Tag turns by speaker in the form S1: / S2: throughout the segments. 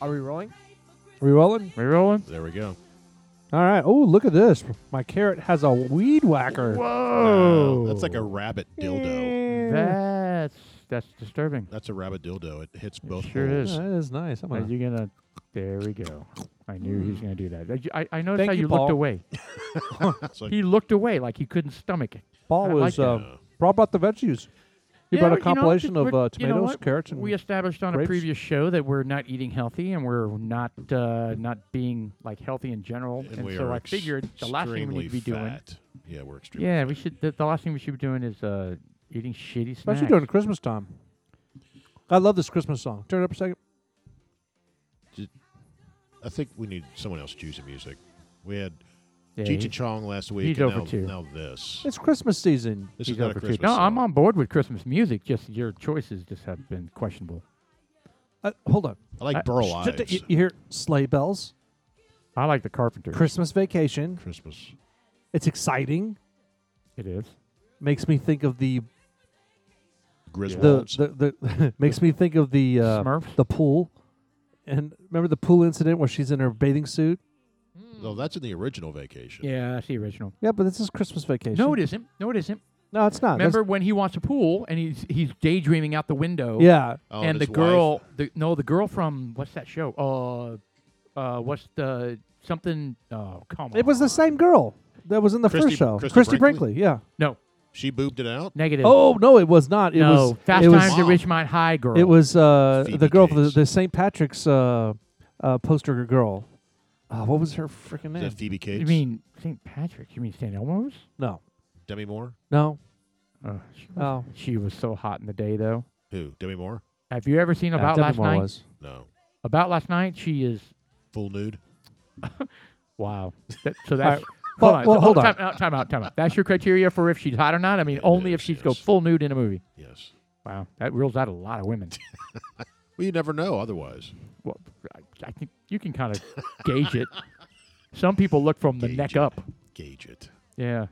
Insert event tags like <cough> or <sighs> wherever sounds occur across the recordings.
S1: Are we rolling?
S2: Are we rolling?
S3: We rolling?
S4: There we go.
S2: All right. Oh, look at this. My carrot has a weed whacker.
S3: Whoa!
S4: Uh, that's like a rabbit
S3: Mm.
S4: dildo.
S3: That's that's disturbing.
S4: That's a rabbit dildo. It hits both.
S3: sure
S4: holes.
S3: is.
S2: Yeah, that is nice. I'm
S3: Are
S2: gonna-
S3: you gonna? There we go. I knew he was gonna do that. I- I, I noticed
S2: Thank
S3: how
S2: you,
S3: you,
S2: Paul.
S3: looked away.
S4: It's like,
S3: He looked away like he couldn't stomach it.
S2: Paul
S3: I
S2: was
S3: like
S2: uh, Paul brought the veggies. He
S3: Yeah,
S2: brought
S3: you
S2: a
S3: know,
S2: compilation
S3: th-
S2: of
S3: we're-
S2: uh,
S3: you know
S2: tomatoes,
S3: what?
S2: carrots, and
S3: We established on
S2: grapes.
S3: a previous show that we're not eating healthy and we're not uh, not being like healthy in general.
S4: and
S3: And,
S4: we
S3: so
S4: are
S3: I figured the last thing we
S4: extremely
S3: need to be doing.
S4: fat. Yeah, we're extremely.
S3: Yeah, we should. The, the last thing we should be doing is uh, eating shitty snacks.
S2: especially during Christmas time. I love this Christmas song. Turn it up a second.
S4: I think we need someone else to choose the music. We had
S3: Yeah,
S4: Cheech
S3: he's-
S4: and Chong last week.
S3: he's
S4: and
S3: over
S4: now,
S3: two.
S4: now this.
S2: It's Christmas season.
S4: This
S3: he's
S4: is not a
S3: over two.
S4: Christmas
S3: No, I'm
S4: song.
S3: on board with Christmas music. Just your choices just have been questionable.
S2: Uh, hold on.
S4: I like
S3: I-
S4: Burl
S2: Sh- sh-
S4: Ives.
S2: You, you hear sleigh bells,
S3: I like the Carpenter.
S2: Christmas vacation.
S4: Christmas.
S2: It's exciting.
S3: It is.
S2: Makes me think of the the,
S4: Griswolds.
S2: the, the <laughs> makes me think of the uh,
S3: Smurfs?
S2: the pool. And remember the pool incident where she's in her bathing suit?
S4: no, Oh, that's in the original Vacation.
S3: Yeah, that's the original.
S2: Yeah, but this is Christmas vacation.
S3: No, it isn't. No, it isn't.
S2: No, it's not. Uh, That's-
S3: Remember when he wants a pool and he's he's daydreaming out the window.
S2: yeah.
S4: Oh,
S3: and the
S4: his wife.
S3: girl, the no, the girl from what's that show? Uh, uh, what's the something? Oh, come on.
S2: It was the same girl that was in the
S4: Christy-
S2: first show.
S4: Christy
S2: Brinkley.
S4: Brinkley?
S2: yeah.
S3: No,
S4: She boobed it out.
S3: negative.
S2: Oh no, it was not. It
S3: no,
S2: was
S3: Fast
S2: it was,
S3: Times at
S4: Wow.
S3: Ridgemont High girl.
S2: It was uh,
S4: Phoebe
S2: the girl for the,
S4: Cates.
S2: the St. Patrick's uh, uh, poster girl. Uh, what was her freaking
S4: Is
S2: name?
S4: that Phoebe Cates?
S3: You mean St. Patrick? You mean St. Elmo's?
S2: no,
S4: Demi Moore?
S2: no.
S3: Oh, she, was,
S2: Oh,
S3: she was so hot in the day though.
S4: Who? Demi Moore?
S3: Have you ever seen
S2: Oh. yeah,
S3: About
S2: Demi
S3: Last
S2: Moore
S3: Night?
S2: was.
S4: No.
S3: About Last Night, she is
S4: Full nude.
S3: Wow. That, so that's.
S2: Well-
S3: Hold on.
S2: well,
S3: so-
S2: hold
S3: oh,
S2: on.
S3: Time out, time out, time out. That's your criteria for if she's hot or not? I mean,
S4: It
S3: only if
S4: is,
S3: she's go
S4: yes.
S3: full nude in a movie.
S4: Yes.
S3: Wow. That rules out a lot of women.
S4: Well, you never know otherwise.
S3: well, I, I think you can kind of gauge it. Some people look from the
S4: Gauge
S3: neck
S4: it.
S3: up.
S4: Gauge it.
S3: Yeah.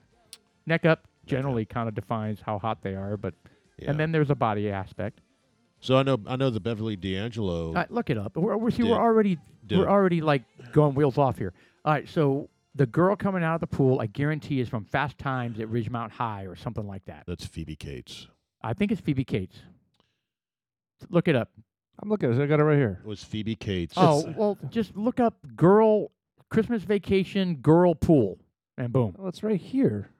S3: Neck up generally kind of defines how hot they are, but.
S4: Yeah.
S3: And then there's a body aspect.
S4: So I know I know the Beverly D'Angelo.
S3: All right, look it up. We're, we're, see,
S4: Did-
S3: we're already
S4: did-
S3: Uh, we're already like going wheels off here. All right, so the girl coming out of the pool, I guarantee, is from Fast Times at Ridgemont High or something like that.
S4: that's Phoebe Cates.
S3: I think it's Phoebe Cates. Look it up.
S2: I'm looking. at it. I got it right here.
S4: It was Phoebe Cates.
S3: Oh, well, just look up girl Christmas vacation girl pool and boom.
S2: Well, it's right here.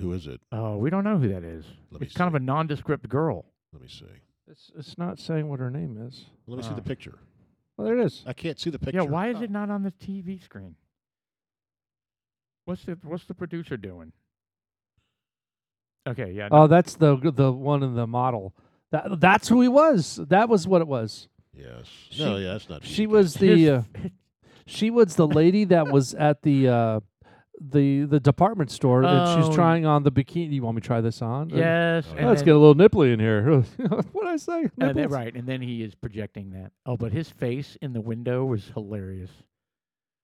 S4: Who is it?
S3: Oh, we don't know who that is.
S4: Let me
S3: It's kind of a nondescript girl.
S4: Let me see.
S2: It's it's not saying what her name is.
S4: Let me see
S3: Uh,
S4: the picture.
S2: Well, there it is.
S4: I can't see the picture.
S3: Yeah, why is it not on the TV screen? What's the what's the producer doing? Okay, yeah. no,
S2: Oh, that's the the one in the model. That that's who he was. That was what it was.
S4: Yes.
S2: She-
S4: no, yeah, that's not.
S2: She
S4: Phoebe
S2: was
S3: his-
S2: the uh, she was the lady that was at the uh, the the department store and
S3: Oh.
S2: she's trying on the bikini. You want me to try this on?
S3: <laughs>
S2: Uh,
S3: yes.
S4: Oh,
S3: and
S4: yeah.
S2: Let's
S3: then-
S2: get a little nipply in here. <laughs> what did I say?
S3: and then,
S2: Nipples?
S3: right, and then he is projecting that. Oh, but his face in the window was hilarious.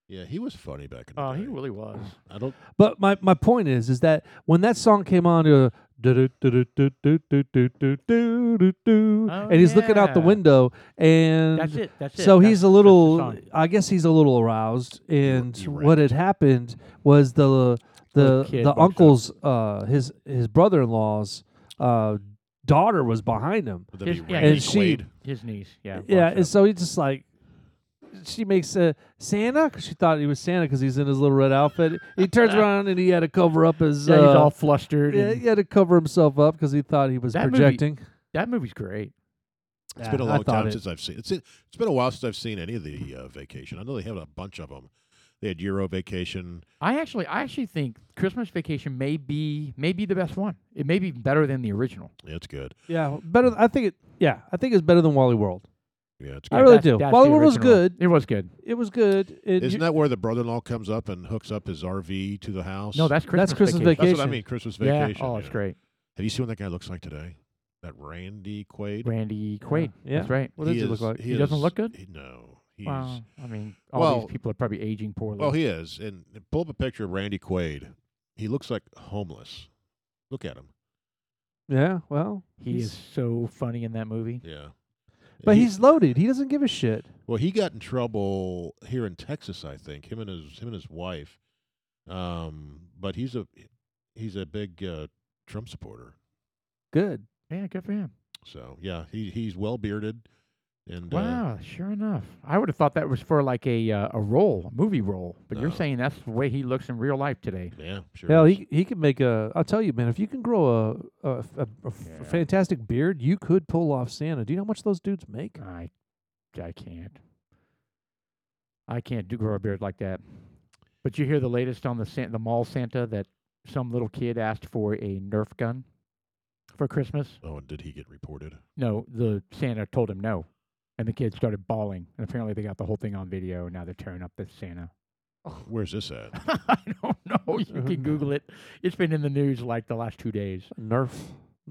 S4: Yeah, he was funny back in the
S3: Oh,
S4: day.
S3: he really was.
S4: I don't.
S2: But my, my point is is that when that song came on, uh, do-do-do-do-do-do-do-do-do-do,
S3: Oh,
S2: and he's looking out the
S3: yeah.
S2: window, and
S3: That's it. That's it.
S2: so
S3: That's-
S2: he's a
S3: that's the
S2: little.
S3: song.
S2: I guess he's a little aroused, and
S4: you're
S2: what had happened was the
S3: Little
S2: the
S3: kid
S2: the
S3: wakes up.
S2: uncle's uh, his his brother in law's uh, daughter was behind him.
S4: Would that be
S3: His- yeah,
S4: Randy
S2: And she-
S4: Quaid?
S3: His niece, yeah.
S2: Yeah,
S3: walks
S2: and so he just like she makes a Santa 'cause she thought he was Santa because he's in his little red outfit. He turns around and he had to cover up his.
S3: up. yeah,
S2: uh,
S3: he's all flustered.
S2: yeah,
S3: and-
S2: he had to cover himself up because he thought he was
S3: That movie-
S2: projecting.
S3: That movie's great.
S4: It's been a
S2: I
S4: long
S2: thought
S4: time
S2: it-
S4: since I've seen. It's it's been a while since I've seen any of the uh, vacation. I know they have a bunch of them. They had Euro Vacation.
S3: I actually, I actually think Christmas Vacation may be, may be the best one. It may be better than the original.
S4: Yeah, it's good.
S2: Yeah, better. I think it. Yeah, I think it's better than Wally World.
S4: Yeah, it's
S2: I
S4: good.
S2: really
S3: that's-
S2: do.
S3: that's
S2: Wally
S3: the
S2: World was
S3: original.
S2: good.
S3: It was good.
S2: It was good. It,
S4: Isn't that where the brother-in-law comes up and hooks up his RV to the house?
S3: No, that's Christmas.
S2: Christmas
S3: Vacation.
S4: that's what I
S2: vacation.
S4: mean. Christmas
S3: yeah.
S4: Vacation.
S3: Oh, it's great.
S4: Have you seen what that guy looks like today? That Randy Quaid.
S3: Randy Quaid.
S2: Yeah.
S3: That's right.
S2: What does he look
S4: is-
S2: like?
S3: He doesn't
S4: is-
S3: look good?
S4: he- no, he's
S3: Wow. I mean, all
S4: Well- Oh,
S3: these people are probably aging poorly.
S4: Well, he is. And pull up a picture of Randy Quaid. He looks like homeless. Look at him.
S2: yeah. Well,
S3: he is so funny in that movie.
S4: Yeah.
S2: But
S4: He-
S2: he's loaded. He doesn't give a shit.
S4: Well, he got in trouble here in Texas, I think. Him and his him and his wife. Um, but he's a he's a big uh, Trump supporter.
S2: Good.
S3: Yeah, good for him.
S4: So yeah, he he's well bearded, and uh,
S3: Wow, sure enough. I would have thought that was for like a uh, a role, a movie role, but you're
S4: No.
S3: saying that's the way he looks in real life today.
S4: yeah, sure.
S2: Hell,
S4: is.
S2: he he could make a. I'll tell you, man. If you can grow a a, a, a f-
S3: Yeah.
S2: fantastic beard, you could pull off Santa. Do you know how much those dudes make?
S3: I I can't. I can't do grow a beard like that. But you hear the latest on the San the mall Santa that some little kid asked for a Nerf gun for Christmas.
S4: oh, and did he get reported?
S3: No, the Santa told him no, and the kid started bawling. And apparently, they got the whole thing on video. And now they're tearing up the Santa.
S4: Where's this at?
S3: <laughs> I don't know.
S2: <laughs>
S3: You can Google it. It's been in the news like the last two days.
S2: Nerf.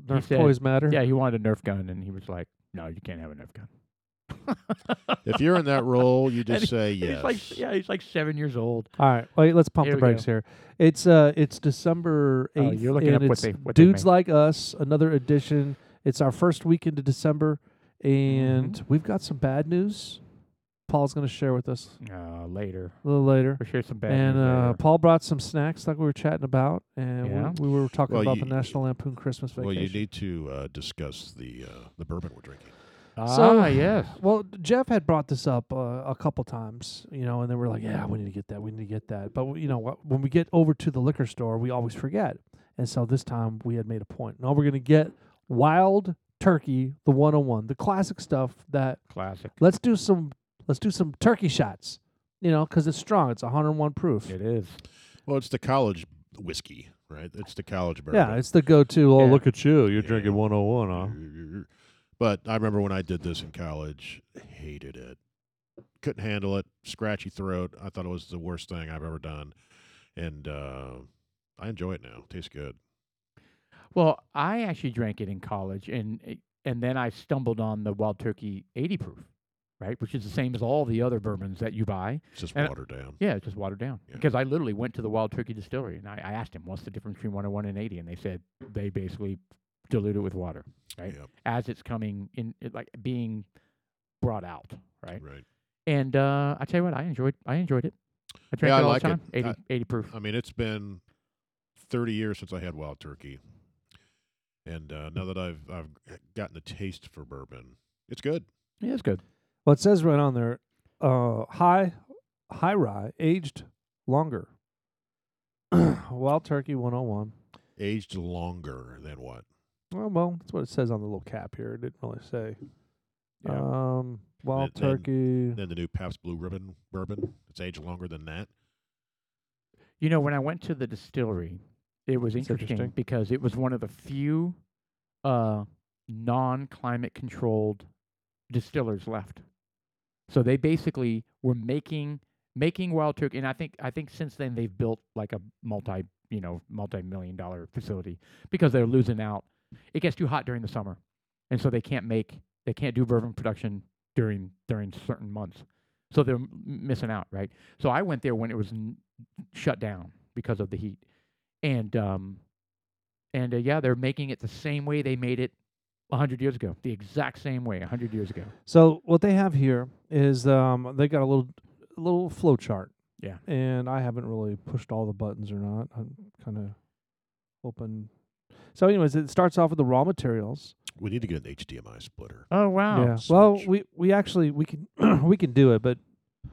S2: Nerf
S3: said-
S2: toys matter.
S3: <laughs> Yeah, he wanted a Nerf gun, and he was like, "No, you can't have a Nerf gun."
S4: if you're in that role, you
S3: <laughs> And
S4: just say
S3: He's
S4: yes.
S3: like, yeah, he's like seven years old.
S2: All right. Wait. Let's pump
S3: Here
S2: the
S3: we go.
S2: brakes here. It's uh. It's December
S3: Oh,
S2: eighth.
S3: you're looking
S2: and
S3: up what
S2: it's
S3: they- what they
S2: dudes
S3: make.
S2: like us. Another edition. It's our first weekend of December, and
S3: Mm-hmm.
S2: we've got some bad news. Paul's going to share with us
S3: Uh, later,
S2: a little later.
S3: we'll share some bad
S2: and
S3: news
S2: uh,
S3: later.
S2: Paul brought some snacks like we were chatting about, and
S3: Yeah.
S2: we, we were talking
S4: Well,
S2: about
S4: you-
S2: the National Lampoon Christmas Vacation.
S4: well, you need to uh, discuss the uh, the bourbon we're drinking.
S2: so-
S3: ah, yes.
S2: Well, Jeff had brought this up uh, a couple times, you know, and then we're like, yeah, we need to get that, we need to get that. But you know, wh- when we get over to the liquor store, we always forget, and so this time we had made a point. Now we're gonna get Wild Turkey, the 101, the classic stuff. That
S3: Classic.
S2: let's do some, let's do some turkey shots, you know, because it's strong. It's 101 proof.
S3: It is.
S4: Well, it's the college whiskey, right? It's the college bourbon.
S2: yeah, it's the go-to. Oh,
S3: Yeah.
S2: look at you! You're
S4: Yeah.
S2: drinking 101, huh?
S3: uh,
S4: But I remember when I did this in college, hated it. Couldn't handle it. Scratchy throat. I thought it was the worst thing I've ever done. And uh, I enjoy it now. Tastes good.
S3: Well, I actually drank it in college, and it- and then I stumbled on the Wild Turkey 80 proof, right, which is the same as all the other bourbons that you buy.
S4: It's just
S3: And-
S4: watered down.
S3: Yeah, it's just watered down.
S4: Yeah.
S3: Because I literally went to the Wild Turkey Distillery and I, I asked him, "What's the difference between 101 and 80?" And they said they basically dilute it with water Right.
S4: Yep,
S3: as it's coming in, it, like being brought out, right?
S4: right.
S3: And uh, I tell you what, I enjoyed. I enjoyed it. I drank
S4: Yeah, I
S3: it all
S4: like it.
S3: the time. 80,
S4: I-
S3: 80 proof.
S4: I mean, it's been 30 years since I had wild turkey. And uh, now that I've I've gotten a taste for bourbon, it's good.
S3: yeah, it's good.
S2: Well, it says right on there, uh, high, high rye aged longer. <clears throat> Wild Turkey 101.
S4: Aged longer than what?
S2: Well, well, that's what it says on the little cap here. It didn't really say.
S3: Yeah.
S2: Um, Wild
S4: Then- then-
S2: Turkey.
S4: Than the new Pabst Blue Ribbon bourbon. It's aged longer than that.
S3: You know, when I went to the distillery, it was
S2: It's
S3: interesting,
S2: interesting.
S3: because it was one of the few uh, non-climate controlled distillers left. So they basically were making making wild turkey, and I think I think since then they've built like a multi you know multi million dollar facility because they're losing out. It gets too hot during the summer, and so they can't make they can't do bourbon production during during certain months. So they're m- missing out, right? So I went there when it was n- shut down because of the heat, and um, and uh, yeah, they're making it the same way they made it a hundred years ago, the exact same way a hundred years ago.
S2: So what they have here is um, they got a little little flow chart.
S3: Yeah.
S2: And I haven't really pushed all the buttons or not. I'm kind of open. So, anyways, it starts off with the raw materials.
S4: We need to get an HDMI splitter.
S3: Oh wow!
S2: Yeah.
S4: so
S2: Well,
S4: much.
S2: we we actually we can <clears throat> we can do it, but I'll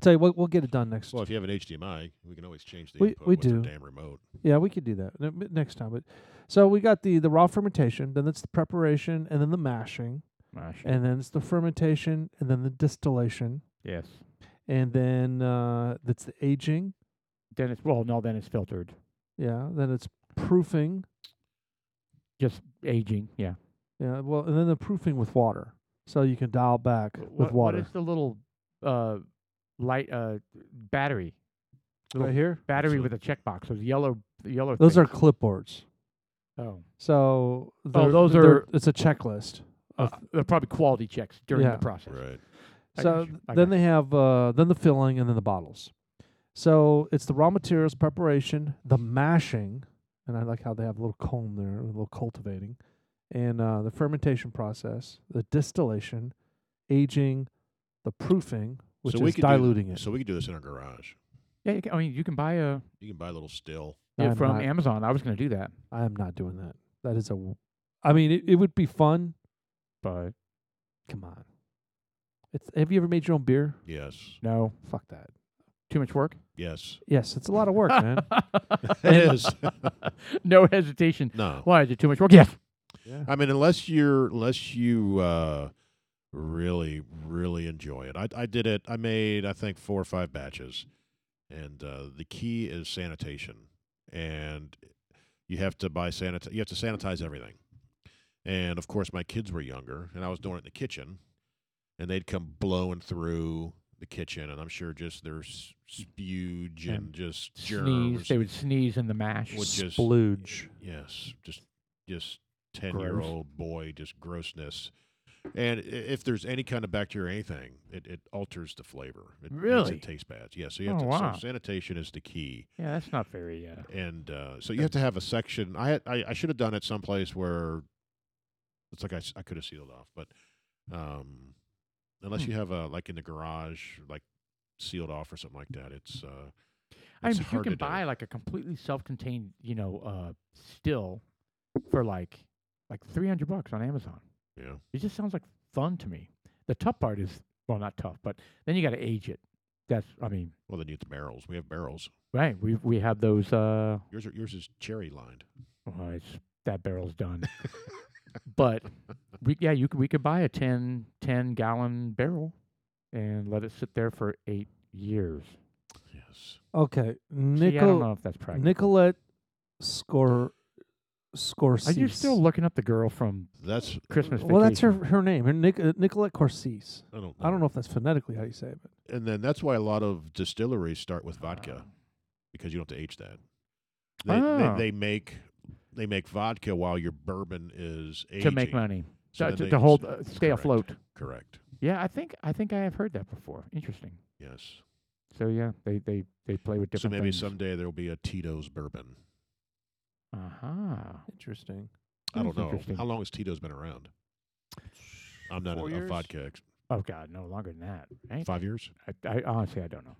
S2: tell you what, we'll get it done next.
S4: Well, if you have an HDMI, we can always change the
S2: We-
S4: input
S2: we
S4: with the
S2: do.
S4: damn remote.
S2: yeah, we could do that ne- m- next time. But so we got the the raw fermentation, then it's the preparation, and then the mashing,
S3: Ah, shit.
S2: and then it's the fermentation, and then the distillation,
S3: yes.
S2: and then uh that's the aging.
S3: Then it's well, no, then it's filtered,
S2: Yeah, then it's proofing.
S3: just aging. Yeah.
S2: Yeah, well, and then the proofing with water, so you can dial back with
S3: What-
S2: water.
S3: What is the little uh, light uh, battery? little
S2: right here,
S3: Battery
S4: a-
S3: with a checkbox. Those yellow, the yellow.
S2: those are
S3: things.
S2: clipboards.
S3: oh,
S2: So they're-
S3: those
S2: they're-
S3: are-
S2: it's a checklist.
S3: uh, they're probably quality checks during
S2: Yeah.
S3: the process.
S4: Right.
S3: I
S2: So
S3: got you. I
S2: then
S3: got
S2: they have uh, then the filling and then the bottles. So it's the raw materials preparation, the mashing, and I like how they have a little comb there, a little cultivating, and uh, the fermentation process, the distillation, aging, the proofing, which
S4: So we
S2: is
S4: could do-
S2: diluting it.
S4: So we could do this in our garage.
S3: Yeah, you can, I mean, you can buy a
S4: You can buy a little still.
S3: it
S2: I'm
S3: from
S2: not-
S3: Amazon. I was going to do that,
S2: I am not doing that. That is a. w- I mean, it, it would be fun.
S3: but
S2: Come on. It's, have you ever made your own beer?
S4: Yes.
S3: no,
S2: Fuck that.
S3: too much work.
S2: <laughs>
S4: Yes.
S2: Yes, it's a lot of work, man.
S4: <laughs> It is.
S3: <laughs> no hesitation.
S4: no.
S3: Why is it too much work? Yes.
S2: Yeah.
S4: I mean, unless you're unless you uh, really really enjoy it. I I did it. I made I think four or five batches, and uh, the key is sanitation, and you have to buy sanit. You have to sanitize everything, and of course my kids were younger, and I was doing it in the kitchen, and they'd come blowing through the kitchen, and I'm sure just their s- spuge
S3: And
S4: and just
S3: Sneeze.
S4: germs.
S3: They would sneeze in the mash.
S4: Would just-
S2: Splooge.
S4: Yes, just just ten year old boy, just grossness. And i- if there's any kind of bacteria or anything, it, it alters the flavor. It makes
S3: Really?
S4: it taste bad. Yeah, so you have
S3: Oh,
S4: to
S3: wow.
S4: so sanitation is the key,
S3: Yeah, that's not very. Uh,
S4: and uh, so you have to have a section. I had, I, I should have done it someplace where it's like I, s- I could have sealed off, but um, unless
S3: Hmm.
S4: you have a like in the garage, like sealed off or something like that, it's. Uh,
S3: I mean, but
S4: it's
S3: you
S4: hard
S3: can
S4: to do.
S3: buy like a completely self-contained, you know, uh, still for like like three hundred bucks on Amazon.
S4: Yeah.
S3: It just sounds like fun to me. The tough part is well, not tough, but then you got to age it. That's I mean,
S4: Well, then you have the barrels. We have barrels.
S3: right? We we have those. Uh,
S4: Yours are, yours is cherry lined.
S3: well, it's, that barrel's
S4: <laughs>
S3: done, but we yeah, you could, we could buy a 10, 10 gallon barrel and let it sit there for eight years.
S4: Yes.
S2: Okay.
S3: See, I don't
S2: Nicol-
S3: know if that's practical.
S2: Nicolette Scor- Scorsese.
S3: Are you still looking up the girl from
S4: That's
S3: Christmas?
S2: Well, that's her
S3: Vacation?
S2: her name. Her Nic- uh, Nicolette Corsese.
S4: I don't. Know.
S2: I don't know if that's phonetically how you say it. But
S4: And then that's why a lot of distilleries start with vodka
S3: Uh,
S4: because you don't have to age that. They,
S3: Ah.
S4: they, they make they make vodka while your bourbon is
S3: to
S4: aging
S3: make money
S4: So
S3: to,
S4: then
S3: to,
S4: they
S3: to
S4: s-
S3: hold uh, stay
S4: correct,
S3: afloat.
S4: Correct.
S3: Yeah, I think I think I have heard that before. Interesting.
S4: Yes.
S3: So yeah, they they they play with
S4: so
S3: different.
S4: maybe
S3: things.
S4: someday there will be a Tito's bourbon.
S3: Uh-huh.
S2: interesting.
S4: I
S3: That's
S4: don't know
S3: interesting.
S4: how long has Tito's been around. I'm not a,
S1: Four
S4: a
S1: years?
S4: vodka. Ex-
S3: Oh God, no longer than that. Right?
S4: five years.
S3: I, I honestly I don't know.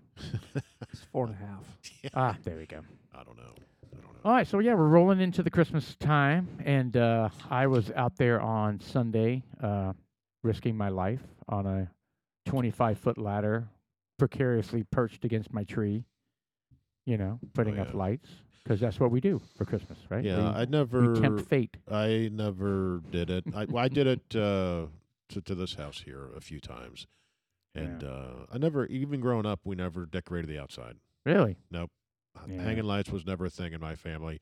S2: It's four and a half.
S3: Ah, there we go.
S4: I don't know. I don't know.
S3: All right, so yeah, we're rolling into the Christmas time, and uh, I was out there on Sunday, uh, risking my life on a 25 foot ladder, precariously perched against my tree. You know, putting up
S4: Oh, yeah.
S3: lights because that's what we do for Christmas, right?
S4: yeah,
S3: we,
S4: I never.
S3: we tempt fate.
S4: I never did it. I, well, I did it uh, to, to this house here a few times, and
S3: Yeah.
S4: uh, I never, even growing up, we never decorated the outside.
S3: Really?
S4: Uh,
S3: Yeah.
S4: Hanging lights was never a thing in my family,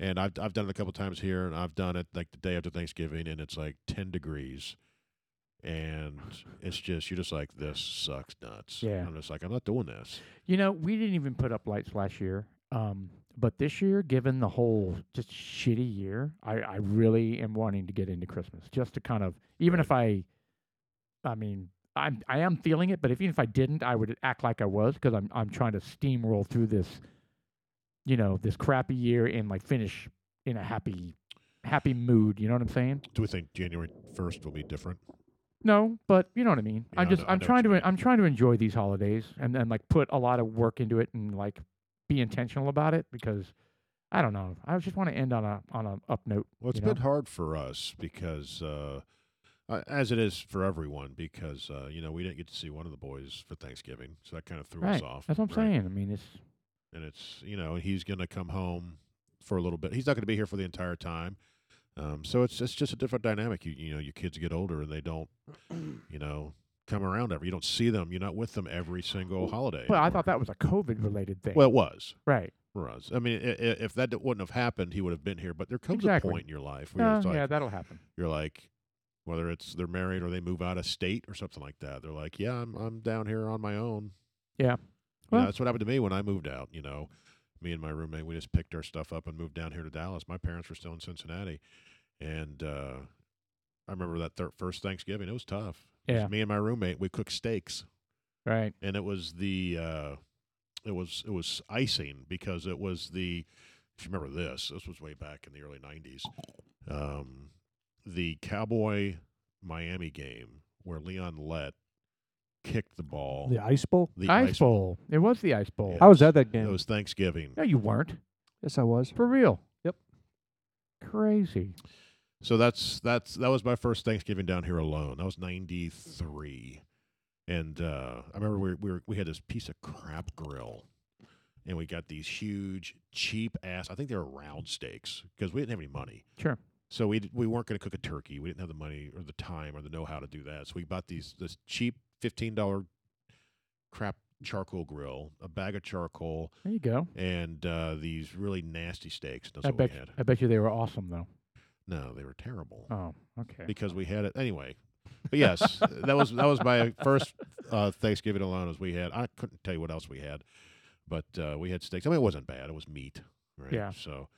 S4: and I've I've done it a couple times here, and I've done it like the day after Thanksgiving, and it's like ten degrees, and it's just you're just like this sucks nuts.
S3: Yeah.
S4: I'm just like I'm not doing this.
S3: You know, we didn't even put up lights last year. Um, but this year, given the whole just shitty year, I, I really am wanting to get into Christmas just to kind of, even if I, I mean, I'm, I am feeling it, but if, even if I didn't, I would act like I was because I'm, I'm trying to steamroll through this, you know, this crappy year and like finish in a happy, happy mood. You know what I'm saying?
S4: Do we think January first will be different?
S3: No, but you know what I mean.
S4: Yeah,
S3: I'm
S4: I
S3: just
S4: know- I
S3: I'm
S4: know what
S3: trying
S4: you
S3: to
S4: mean.
S3: I'm trying to enjoy these holidays and then like put a lot of work into it and like be intentional about it because I don't know. I just want to end on a on a up note.
S4: Well, it's
S3: you know?
S4: been hard for us because, uh, uh, as it is for everyone, because uh, you know we didn't get to see one of the boys for Thanksgiving, so that kind of threw
S3: right.
S4: us off.
S3: That's what I'm
S4: right?
S3: saying. I mean, it's
S4: And it's you know, and he's going to come home for a little bit. He's not going to be here for the entire time. Um, so it's it's just a different dynamic. You you know, your kids get older and
S3: <clears throat>
S4: they don't, you know, come around ever. You don't see them. You're not with them every single holiday.
S3: well, I
S4: anymore.
S3: thought that was a COVID related thing.
S4: Well, it was
S3: right.
S4: for us. I mean, i- i- if that d- wouldn't have happened, he would have been here. But there comes
S3: Exactly.
S4: a point in your life where
S3: Uh,
S4: it's like,
S3: yeah, that'll happen.
S4: you're like whether it's they're married or they move out of state or something like that they're like yeah i'm, I'm down here on my own
S3: Yeah.
S4: You know,
S3: Well-
S4: that's what happened to me when i moved out you know me and my roommate we just picked our stuff up and moved down here to dallas my parents were still in cincinnati and uh, i remember that thir- first thanksgiving it was tough It was
S3: Yeah.
S4: me and my roommate we cooked steaks
S3: Right.
S4: and it was the uh, it was it was icing because it was the if you remember this this was way back in the early 90s um, the Cowboy Miami game where Leon Lett kicked the ball.
S2: The Ice Bowl?
S4: The
S3: ice, bowl. It was the ice bowl.
S4: Yeah.
S2: I was at that
S4: It
S2: game.
S4: was Thanksgiving.
S3: No, you weren't.
S2: Yes, I was.
S3: For real.
S2: Yep.
S3: Crazy.
S4: So that's that's that was my first Thanksgiving down here alone. That was '93, and uh, I remember we were, we were, we had this piece of crap grill, and we got these huge cheap ass. I think they were round steaks because we didn't have any money.
S3: Sure.
S4: So we d- we weren't going to cook a turkey. We didn't have the money or the time or the know how to do that. So we bought these this cheap fifteen dollar crap charcoal grill, a bag of charcoal,
S3: There you go.
S4: and uh, these really nasty steaks. That's
S3: I
S4: what we
S3: bet. You,
S4: had.
S3: I bet you they were awesome though.
S4: No, they were terrible
S3: Oh, okay.
S4: because we had it anyway. But yes, <laughs> that was that was my first uh, Thanksgiving alone. As we had, I couldn't tell you what else we had, but uh, we had steaks. I mean, it wasn't bad. It was meat, right?
S3: Yeah.
S4: So,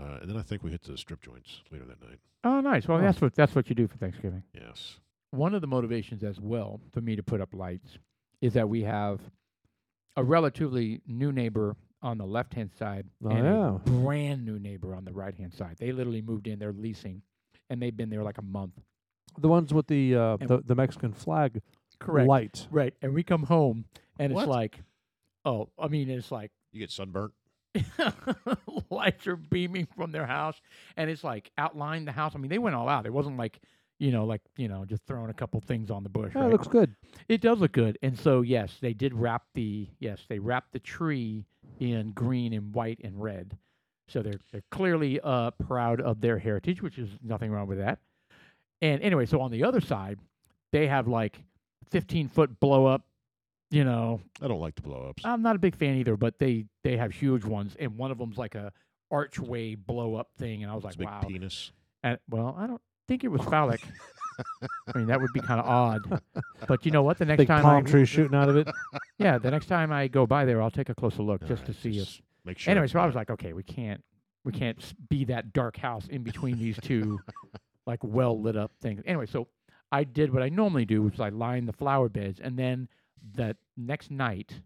S4: uh, and then I think we hit the strip joints later that night.
S3: oh, nice. Well,
S2: Oh.
S3: that's what that's what you do for Thanksgiving.
S4: Yes.
S3: one of the motivations as well for me to put up lights is that we have a relatively new neighbor on the left hand side
S2: Oh,
S3: and
S2: yeah.
S3: a brand new neighbor on the right hand side. They literally moved in, they're leasing, and they've been there like a month.
S2: The ones with the uh,
S3: And-
S2: the, the Mexican flag light.
S3: Right. And we come home and
S4: What?
S3: it's like oh, I mean it's like <laughs>
S4: You get sunburnt.
S3: lights are beaming from their house and it's like outlined the house. I mean, they went all out. It wasn't like you know, like you know, just throwing a couple things on the bush.
S2: Yeah,
S3: right?
S2: it looks good.
S3: It does look good. And so yes, they did wrap the yes, they wrapped the tree in green and white and red. So they're they're clearly uh, proud of their heritage, which is nothing wrong with that. And anyway, so on the other side, they have like 15 foot blow up, you know,
S4: I don't like the blow ups.
S3: I'm not a big fan either, but they they have huge ones and one of them's like a archway blow up thing and I was like,
S4: big
S3: wow.
S4: penis.
S3: And well, I don't think it
S4: <laughs>
S3: was phallic. I mean, that would be kind of odd. But you know what? The next
S2: Big
S3: time
S2: palm
S3: I,
S2: tree shooting out of
S3: <laughs>
S2: it.
S3: yeah, the next time I go by there, I'll take a closer look
S4: All
S3: just to
S4: right,
S3: see if.
S4: just Make sure.
S3: Anyway,
S4: it's
S3: so I was
S4: not-
S3: like, okay, we can't, we can't s- be that dark house in between these
S4: <laughs>
S3: two, like well lit up things. Anyway, so I did what I normally do, which is I lined the flower beds, and then that next night,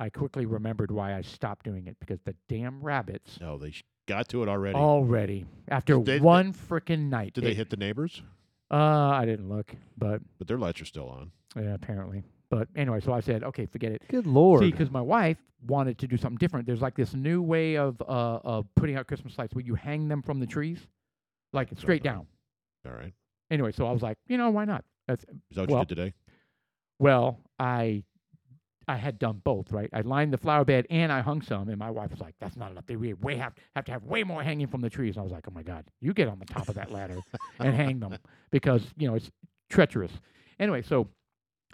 S3: I quickly remembered why I stopped doing it because the damn rabbits
S4: Uh, no, they sh- got to it already.
S3: already after
S4: Did they-
S3: one freaking night.
S4: Did they
S3: Oh, it-
S4: hit the neighbors?
S3: Uh, I didn't look, but
S4: But their lights are still on.
S3: yeah, apparently. But anyway, so I said, okay, forget it.
S2: Good
S3: See,
S2: lord.
S3: because my wife wanted to do something different. There's like this new way of uh, of putting out Christmas lights where you hang them from the trees, like
S4: Don't
S3: straight
S4: know.
S3: down.
S4: All right.
S3: Anyway, so I was like, you know, why not? That's,
S4: Is that what
S3: Well-
S4: you did today?
S3: well, I I had done both, right? I lined the flower bed and I hung some, and my wife was like, "That's not enough. They we way have have to have way more hanging from the trees." And I was like, "Oh my god, you get on the top of that ladder and hang them because you know it's treacherous." Anyway, so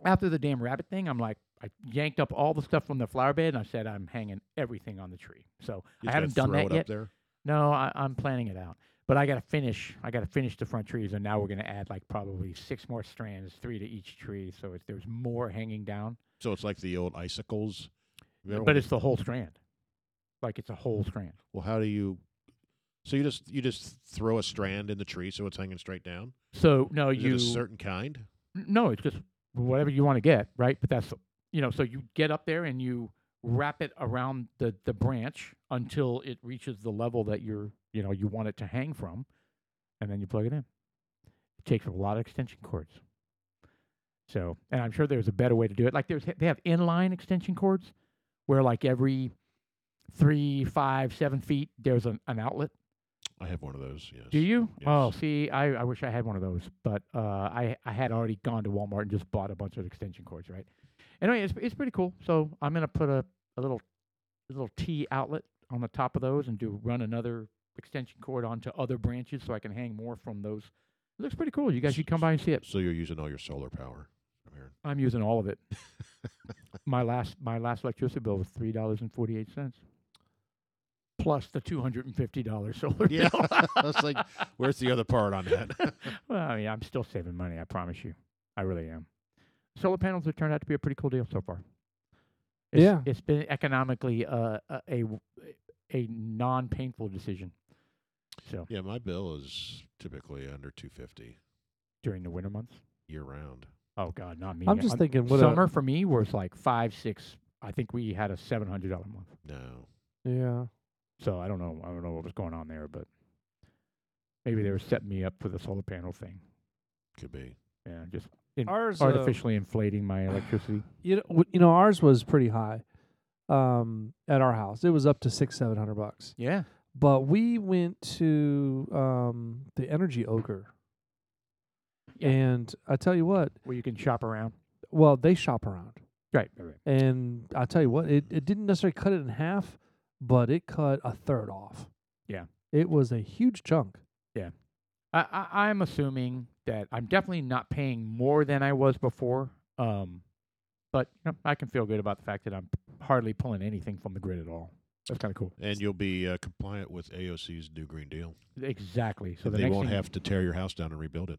S3: after the damn rabbit thing, I'm like, I yanked up all the stuff from the flower bed and I said, "I'm hanging everything on the tree." So
S4: You
S3: I haven't
S4: just gotta
S3: done
S4: throw
S3: that
S4: it
S3: yet.
S4: Up there?
S3: No, I, I'm planning it out. But I gotta finish. I gotta finish the front trees, and now we're gonna add like probably six more strands, three to each tree. So it's, there's more hanging down,
S4: So it's like the old icicles. Remember
S3: but
S4: when-
S3: it's the whole strand. Like it's a whole strand.
S4: Well, how do you? So you just you just throw a strand in the tree so it's hanging straight down.
S3: So no,
S4: Is it
S3: you
S4: a certain kind?
S3: N- No, it's just whatever you want to get, right? But that's you know, so you get up there and you wrap it around the the branch until it reaches the level that you're you know you want it to hang from, and then you plug it in. It takes a lot of extension cords. So, and I'm sure there's a better way to do it. Like there's they have inline extension cords, where like every three, five, seven feet there's an, an outlet.
S4: I have one of those. Yes.
S3: Do you? Oh,
S4: Yes.
S3: see, I, I wish I had one of those, but uh, I I had already gone to Walmart and just bought a bunch of extension cords, right? Anyway, it's it's pretty cool. So I'm gonna put a, a little a little T outlet on the top of those and do run another extension cord onto other branches so I can hang more from those. It looks pretty cool. You guys should come by and see it.
S4: So you're using all your solar power. I'm
S3: <laughs>
S4: hearing.
S3: I'm using all
S4: <laughs>
S3: of it. my last my last electricity bill was three dollars and forty eight cents. Plus the two hundred and fifty dollars solar
S4: <laughs> Yeah.
S3: bill.
S4: That's like, where's the other part on that? <laughs>
S3: well, I mean, I'm still saving money. I promise you, I really am. Solar panels have turned out to be a pretty cool deal so far. It's,
S2: Yeah.
S3: it's been economically uh, a a, w- a non painful decision. So
S4: yeah, my bill is typically under 250
S3: during the winter months,
S4: year round.
S3: oh god, not me.
S2: I'm just thinking what
S3: summer for me was like five, six. I think we had a seven hundred dollar month.
S4: No.
S2: a yeah.
S3: So I don't know. I don't know what was going on there, but Maybe they were setting me up for the solar panel thing.
S4: Could be.
S3: Yeah, just in-
S2: Ours, uh,
S3: artificially inflating my electricity.
S2: you know, w- you know, ours was pretty high um, at our house. It was up to six, seven hundred bucks.
S3: Yeah.
S2: But we went to um, the Energy Ogre,
S3: Yeah.
S2: and I tell you what,
S3: Where you can shop around.
S2: well, they shop around,
S3: Right. right, right.
S2: and I tell you what, it, it didn't necessarily cut it in half, but it cut a third off.
S3: Yeah.
S2: it was a huge chunk.
S3: I, I, I'm assuming that I'm definitely not paying more than I was before. Um, but you know, I can feel good about the fact that I'm hardly pulling anything from the grid at all. That's kind of cool.
S4: And you'll be uh, compliant with AOC's new green deal.
S3: Exactly. So
S4: So
S3: the
S4: they
S3: next
S4: won't
S3: thing-
S4: have to tear your house down and rebuild it.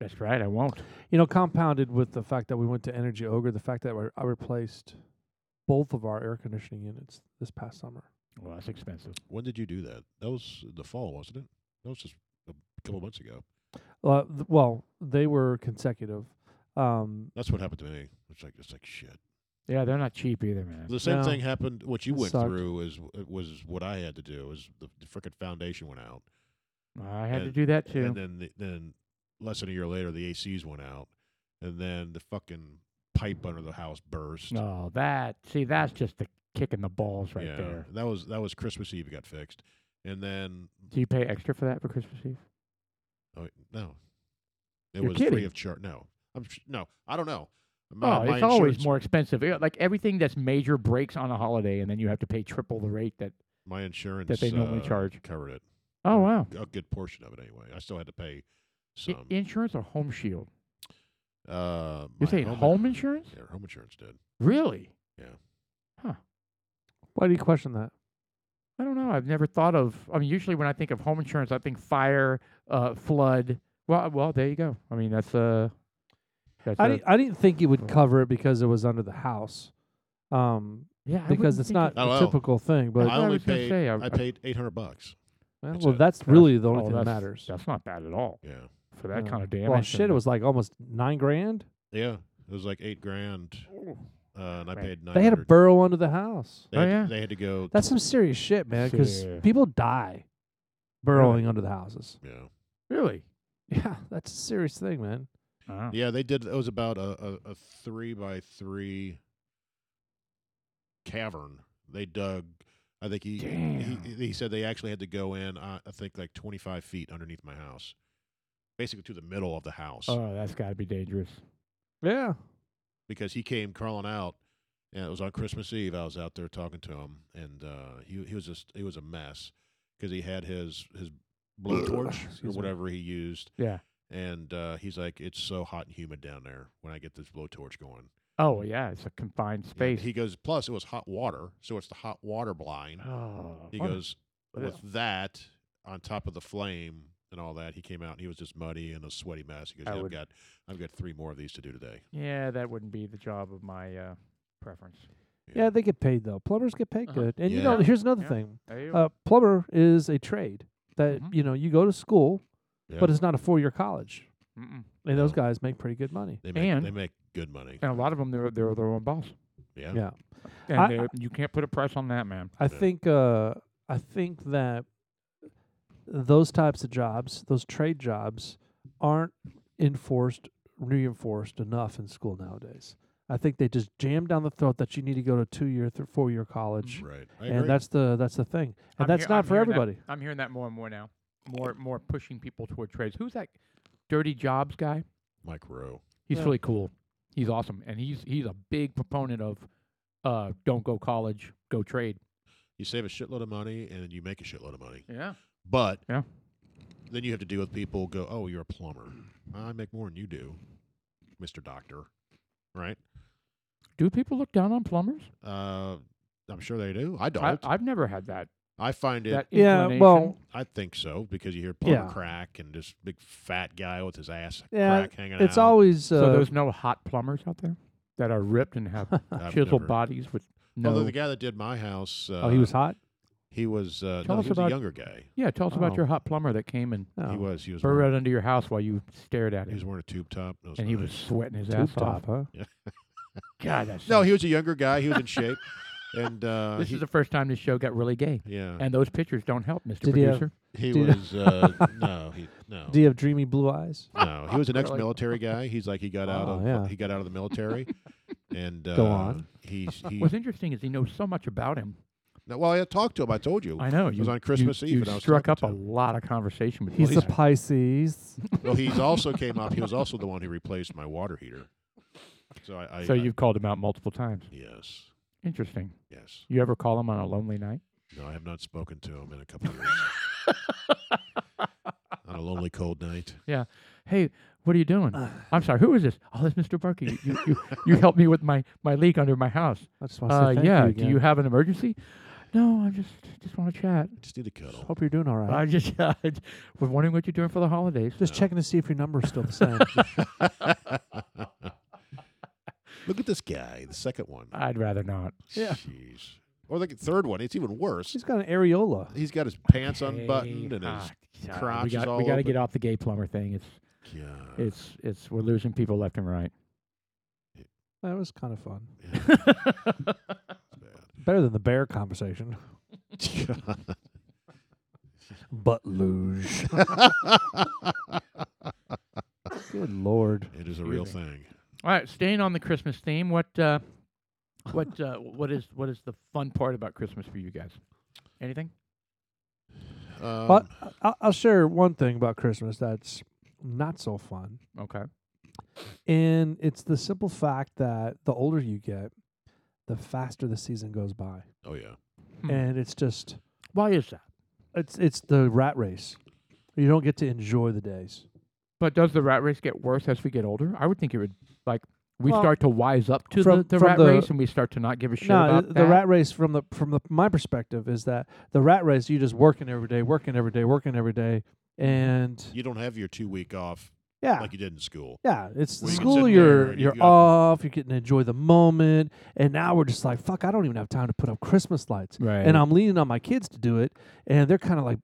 S3: That's right. I won't.
S2: You know, compounded with the fact that we went to Energy Ogre, the fact that we I replaced both of our air conditioning units this past summer.
S3: Well, that's expensive.
S4: When did you do that? That was the fall, wasn't it? That was just a couple months ago.
S2: Uh, th- well, they were consecutive. Um,
S4: That's what happened to me. It's like it's like shit.
S3: Yeah, they're not cheap either, man.
S4: The same
S2: No.
S4: thing happened. What you
S2: It
S4: went
S2: sucked.
S4: through is was what I had to do. Is the, the frickin' foundation went out,
S3: I had to
S4: and-
S3: do that too.
S4: and then the, then less than a year later, the ACs went out, and then the fucking pipe under the house burst.
S3: No, Oh, that see, that's just the kick in the balls right
S4: yeah,
S3: there.
S4: that was that was Christmas Eve. It got fixed, and then
S3: Do you pay extra for that for Christmas Eve?
S4: oh, wait, no, it
S3: You're
S4: was free
S3: kidding.
S4: of charge. No, I'm sh- no, I don't know.
S3: Oh,
S4: My- my
S3: it's always
S4: insurance-
S3: more expensive. Yeah, Like everything that's major breaks on a holiday, and then you have to pay triple the rate that.
S4: My insurance
S3: they normally
S4: uh,
S3: charge.
S4: covered it.
S3: Oh
S4: or
S3: wow!
S4: a good portion of it anyway. I still had to pay
S3: I-
S4: some.
S3: insurance or home shield?
S4: uh,
S3: You're
S4: my
S3: saying
S4: home,
S3: home insurance?
S4: Yeah, home insurance did.
S3: Really?
S2: why do you question that?
S3: I don't know. I've never thought of. I mean, usually when I think of home insurance, I think fire, uh, flood. Well, uh, well, there you go. I mean, that's uh, that's
S2: I
S3: uh,
S2: didn't, I didn't think it would cover it because it was under the house, um,
S3: yeah, I
S2: because
S3: wouldn't
S2: it's
S3: think
S2: not
S3: of-
S4: Oh,
S2: a
S4: well.
S2: typical thing. But eh,
S3: I
S4: I only
S3: was gonna
S4: paid.
S3: say, I-
S4: I,
S3: I-
S4: paid eight hundred bucks.
S2: well,
S4: it's
S2: well,
S4: a-
S2: that's
S3: that's-
S2: really the only
S3: oh,
S2: thing that
S3: that's-
S2: matters.
S3: That's not bad at all
S4: Yeah,
S3: for that
S2: Yeah.
S3: kind of damage.
S2: well, shit, it was like almost nine grand.
S4: yeah. It was like eight grand,
S3: Oh,
S4: uh, and I
S3: Right.
S4: paid nine.
S2: They had to burrow under the house.
S4: They
S3: Oh,
S4: had,
S3: yeah.
S4: they had to go.
S2: That's some serious shit, man. Because
S3: Shit.
S2: people die burrowing under the houses. <laughs>
S4: yeah,
S3: really. Oh.
S2: Yeah, that's a serious thing, man.
S3: Wow.
S4: yeah. They did. It was about a, a, a three by three cavern. They dug. I think he, he
S3: Damn.
S4: he said they actually had to go in. Uh, I think like twenty five feet underneath my house, basically to the middle of the house.
S3: Oh, that's got to be dangerous.
S2: Yeah,
S4: because he came crawling out, and it was on Christmas Eve. I was out there talking to him, and uh, he he was just he was a mess because he had his his
S3: <coughs>
S4: blowtorch or
S2: Excuse me.
S4: whatever he used,
S3: Yeah.
S4: and uh, he's like, "It's so hot and humid down there when I get this blowtorch going."
S3: Oh, yeah. It's a confined
S4: You know,
S3: space.
S4: He goes, "Plus, it was hot water, so it's the hot water blind."
S3: oh,
S4: He
S3: what a-
S4: goes
S3: what a-
S4: with that on top of the flame. And all that, he came out and he was just muddy and a sweaty mess. He goes,
S3: I
S4: "Yeah, "I've
S3: would-
S4: got, I've got three more of these to do today."
S3: Yeah, that wouldn't be the job of my uh, preference.
S2: yeah, they get paid though. Plumbers get paid
S3: Uh-huh.
S2: good, and you
S4: Yeah.
S2: know, here's another
S3: Yeah.
S2: thing.
S3: Hey,
S2: Uh, plumber is a trade that
S3: Mhm.
S2: you know you go to school,
S4: Yeah.
S2: but it's not a four-year college,
S3: mm-mm.
S2: and those
S4: No.
S2: guys make pretty good money.
S4: They make,
S3: And-
S4: they make good money.
S3: and a lot of them, they're, they're their own boss.
S4: Yeah,
S2: Yeah,
S3: And
S2: I-
S3: they're- you can't put a price on that, man.
S2: I
S4: Yeah.
S2: think uh, I think that those types of jobs, those trade jobs, aren't enforced reinforced enough in school nowadays. I think they just jam down the throat that you need to go to two-year, th- four-year college,
S4: right. Mm-hmm. I agree.
S2: and that's the that's the thing, and
S3: I'm
S2: that's
S3: hear-
S2: not
S3: I'm
S2: for
S3: hearing that-
S2: everybody.
S3: I'm hearing that more and more now. More, more pushing people toward trades. Who's that dirty jobs guy?
S4: Mike Rowe.
S3: He's
S2: Yeah.
S3: really cool. He's awesome, and he's he's a big proponent of uh, don't go college, go trade.
S4: You save a shitload of money and you make a shitload of money.
S3: Yeah.
S4: But
S3: Yeah.
S4: then you have to deal with people go, oh, you're a plumber. I make more than you do, Mr. Doctor. Right?
S3: Do people look down on plumbers?
S4: Uh, I'm sure they do. I
S3: I,
S4: don't. I,
S3: I've never had that.
S4: find it,
S3: That
S2: Yeah, well,
S3: inclination.
S4: I think so because you hear plumber
S2: Yeah.
S4: crack and this big fat guy with his ass
S2: Yeah,
S4: crack hanging out.
S2: It's always uh,
S3: so there's no hot plumbers out there that are ripped and have
S4: I've
S3: chiseled
S4: never-
S3: bodies with no.
S4: Although the guy that did my house, uh,
S2: oh, he was hot.
S4: he was, uh,
S3: Tell
S4: no,
S3: us
S4: he was a
S3: about-
S4: younger guy.
S3: yeah, tell us about
S2: Oh.
S3: your hot plumber that came and
S2: No.
S4: He was, he was, wearing,
S3: burrowed under your house while you stared at
S4: he was
S3: him,
S4: wearing a tube top. It was
S3: and he
S4: nice.
S3: was sweating his
S2: Tube
S3: ass
S2: top,
S3: off.
S2: huh?
S3: God, that's
S4: No, he was a younger guy. He was in shape. and uh,
S3: <laughs> this
S4: he, Uh,
S3: is the first time this show got really gay.
S4: <laughs> yeah,
S3: And those pictures don't help, Mr.
S2: Did he have-
S3: Producer.
S4: he
S2: do-
S3: <laughs>
S4: was uh, no, he no,
S2: Do you have dreamy blue eyes?
S4: no. He was
S3: <laughs>
S4: an
S3: Really?
S4: ex-military guy. He's like he got out
S2: Oh,
S4: of
S2: yeah.
S4: he got out of the military, and uh,
S2: Go on.
S3: <laughs>
S4: He's he.
S3: What's interesting is he knows so much about him.
S4: no, well, I talked to him. I told you.
S3: I know.
S4: It
S3: you,
S4: was on Christmas
S3: you,
S4: Eve.
S3: You
S4: and I was
S3: struck up
S4: talking
S3: a
S4: to him.
S3: lot of conversation with
S2: He's
S3: this
S2: a
S3: guy.
S4: <laughs>
S2: Pisces.
S4: Well, he's also came up. He was also the one who replaced my water heater. So I. I
S3: So
S4: I-
S3: you've called him out multiple times.
S4: Yes.
S3: Interesting.
S4: Yes.
S3: You ever call him on a lonely night?
S4: No, I have not spoken to him in a couple of years.
S3: <laughs>
S4: On a lonely cold night.
S3: Hey, what are you doing?
S2: Uh,
S3: I'm sorry. Who is this? Oh, that's Mr. Barker. You, you, you,
S2: <laughs>
S3: you helped me with my, my leak under my house.
S2: I just want to
S3: Uh,
S2: say thank
S3: yeah.
S2: you
S3: Do
S2: again.
S3: you have an emergency? No, I just just want to chat.
S4: Just need a
S2: Just
S4: cuddle.
S2: hope you're doing all right.
S3: I just <laughs> uh, was wondering what you're doing for the holidays.
S2: Just checking to see if your number's
S4: <laughs>
S2: still the same.
S4: Look at this guy, the second one.
S3: I'd rather not. Uh, Yeah.
S4: Jeez. Or the third one. It's even worse.
S2: She's got an areola.
S4: He's got his pants unbuttoned and his.
S3: Ah, God,
S4: crotch
S3: We
S4: is
S3: got
S4: all
S3: we got to
S4: open.
S3: get off the gay plumber thing. It's
S4: God.
S3: it's it's we're losing people left and
S4: <laughs>
S3: right.
S2: That was kind of fun.
S4: Yeah,
S2: Better than the bear conversation.
S4: it's
S3: <laughs>
S4: bad.
S2: Butt luge. <laughs> Good lord.
S4: it is a real
S3: Excuse
S4: thing.
S3: All right, staying on the Christmas theme, what uh, what uh, what is what is the fun part about Christmas for you guys? Anything?
S4: Um,
S2: But I- I'll share one thing about Christmas that's not so fun,
S3: Okay.
S2: and it's the simple fact that the older you get, the faster the season goes by,
S4: Oh yeah.
S3: Hmm.
S2: and it's just
S3: Why is that?
S2: it's it's the rat race. You don't get to enjoy the days.
S3: But does the rat race get worse as we get older? I would think it would. Like we
S2: Well,
S3: start to wise up to
S2: from-
S3: the, the
S2: from
S3: rat
S2: the-
S3: race, and we start to not give a shit
S2: no,
S3: about
S2: the,
S3: that.
S2: the rat race from the from the my perspective is that the rat race you just working every day, working every day, working every day, and
S4: You don't have your two week off
S3: Ah.
S2: yeah,
S4: like you did in school.
S2: Yeah, it's
S4: Where you can
S2: school.
S4: sit there
S2: You're
S4: and you
S2: you're
S4: got-
S2: off. You're getting to enjoy the moment. And now we're just like, fuck. I don't even have time to put up Christmas lights.
S3: Right.
S2: And I'm leaning on my kids to do it, and they're kind of like,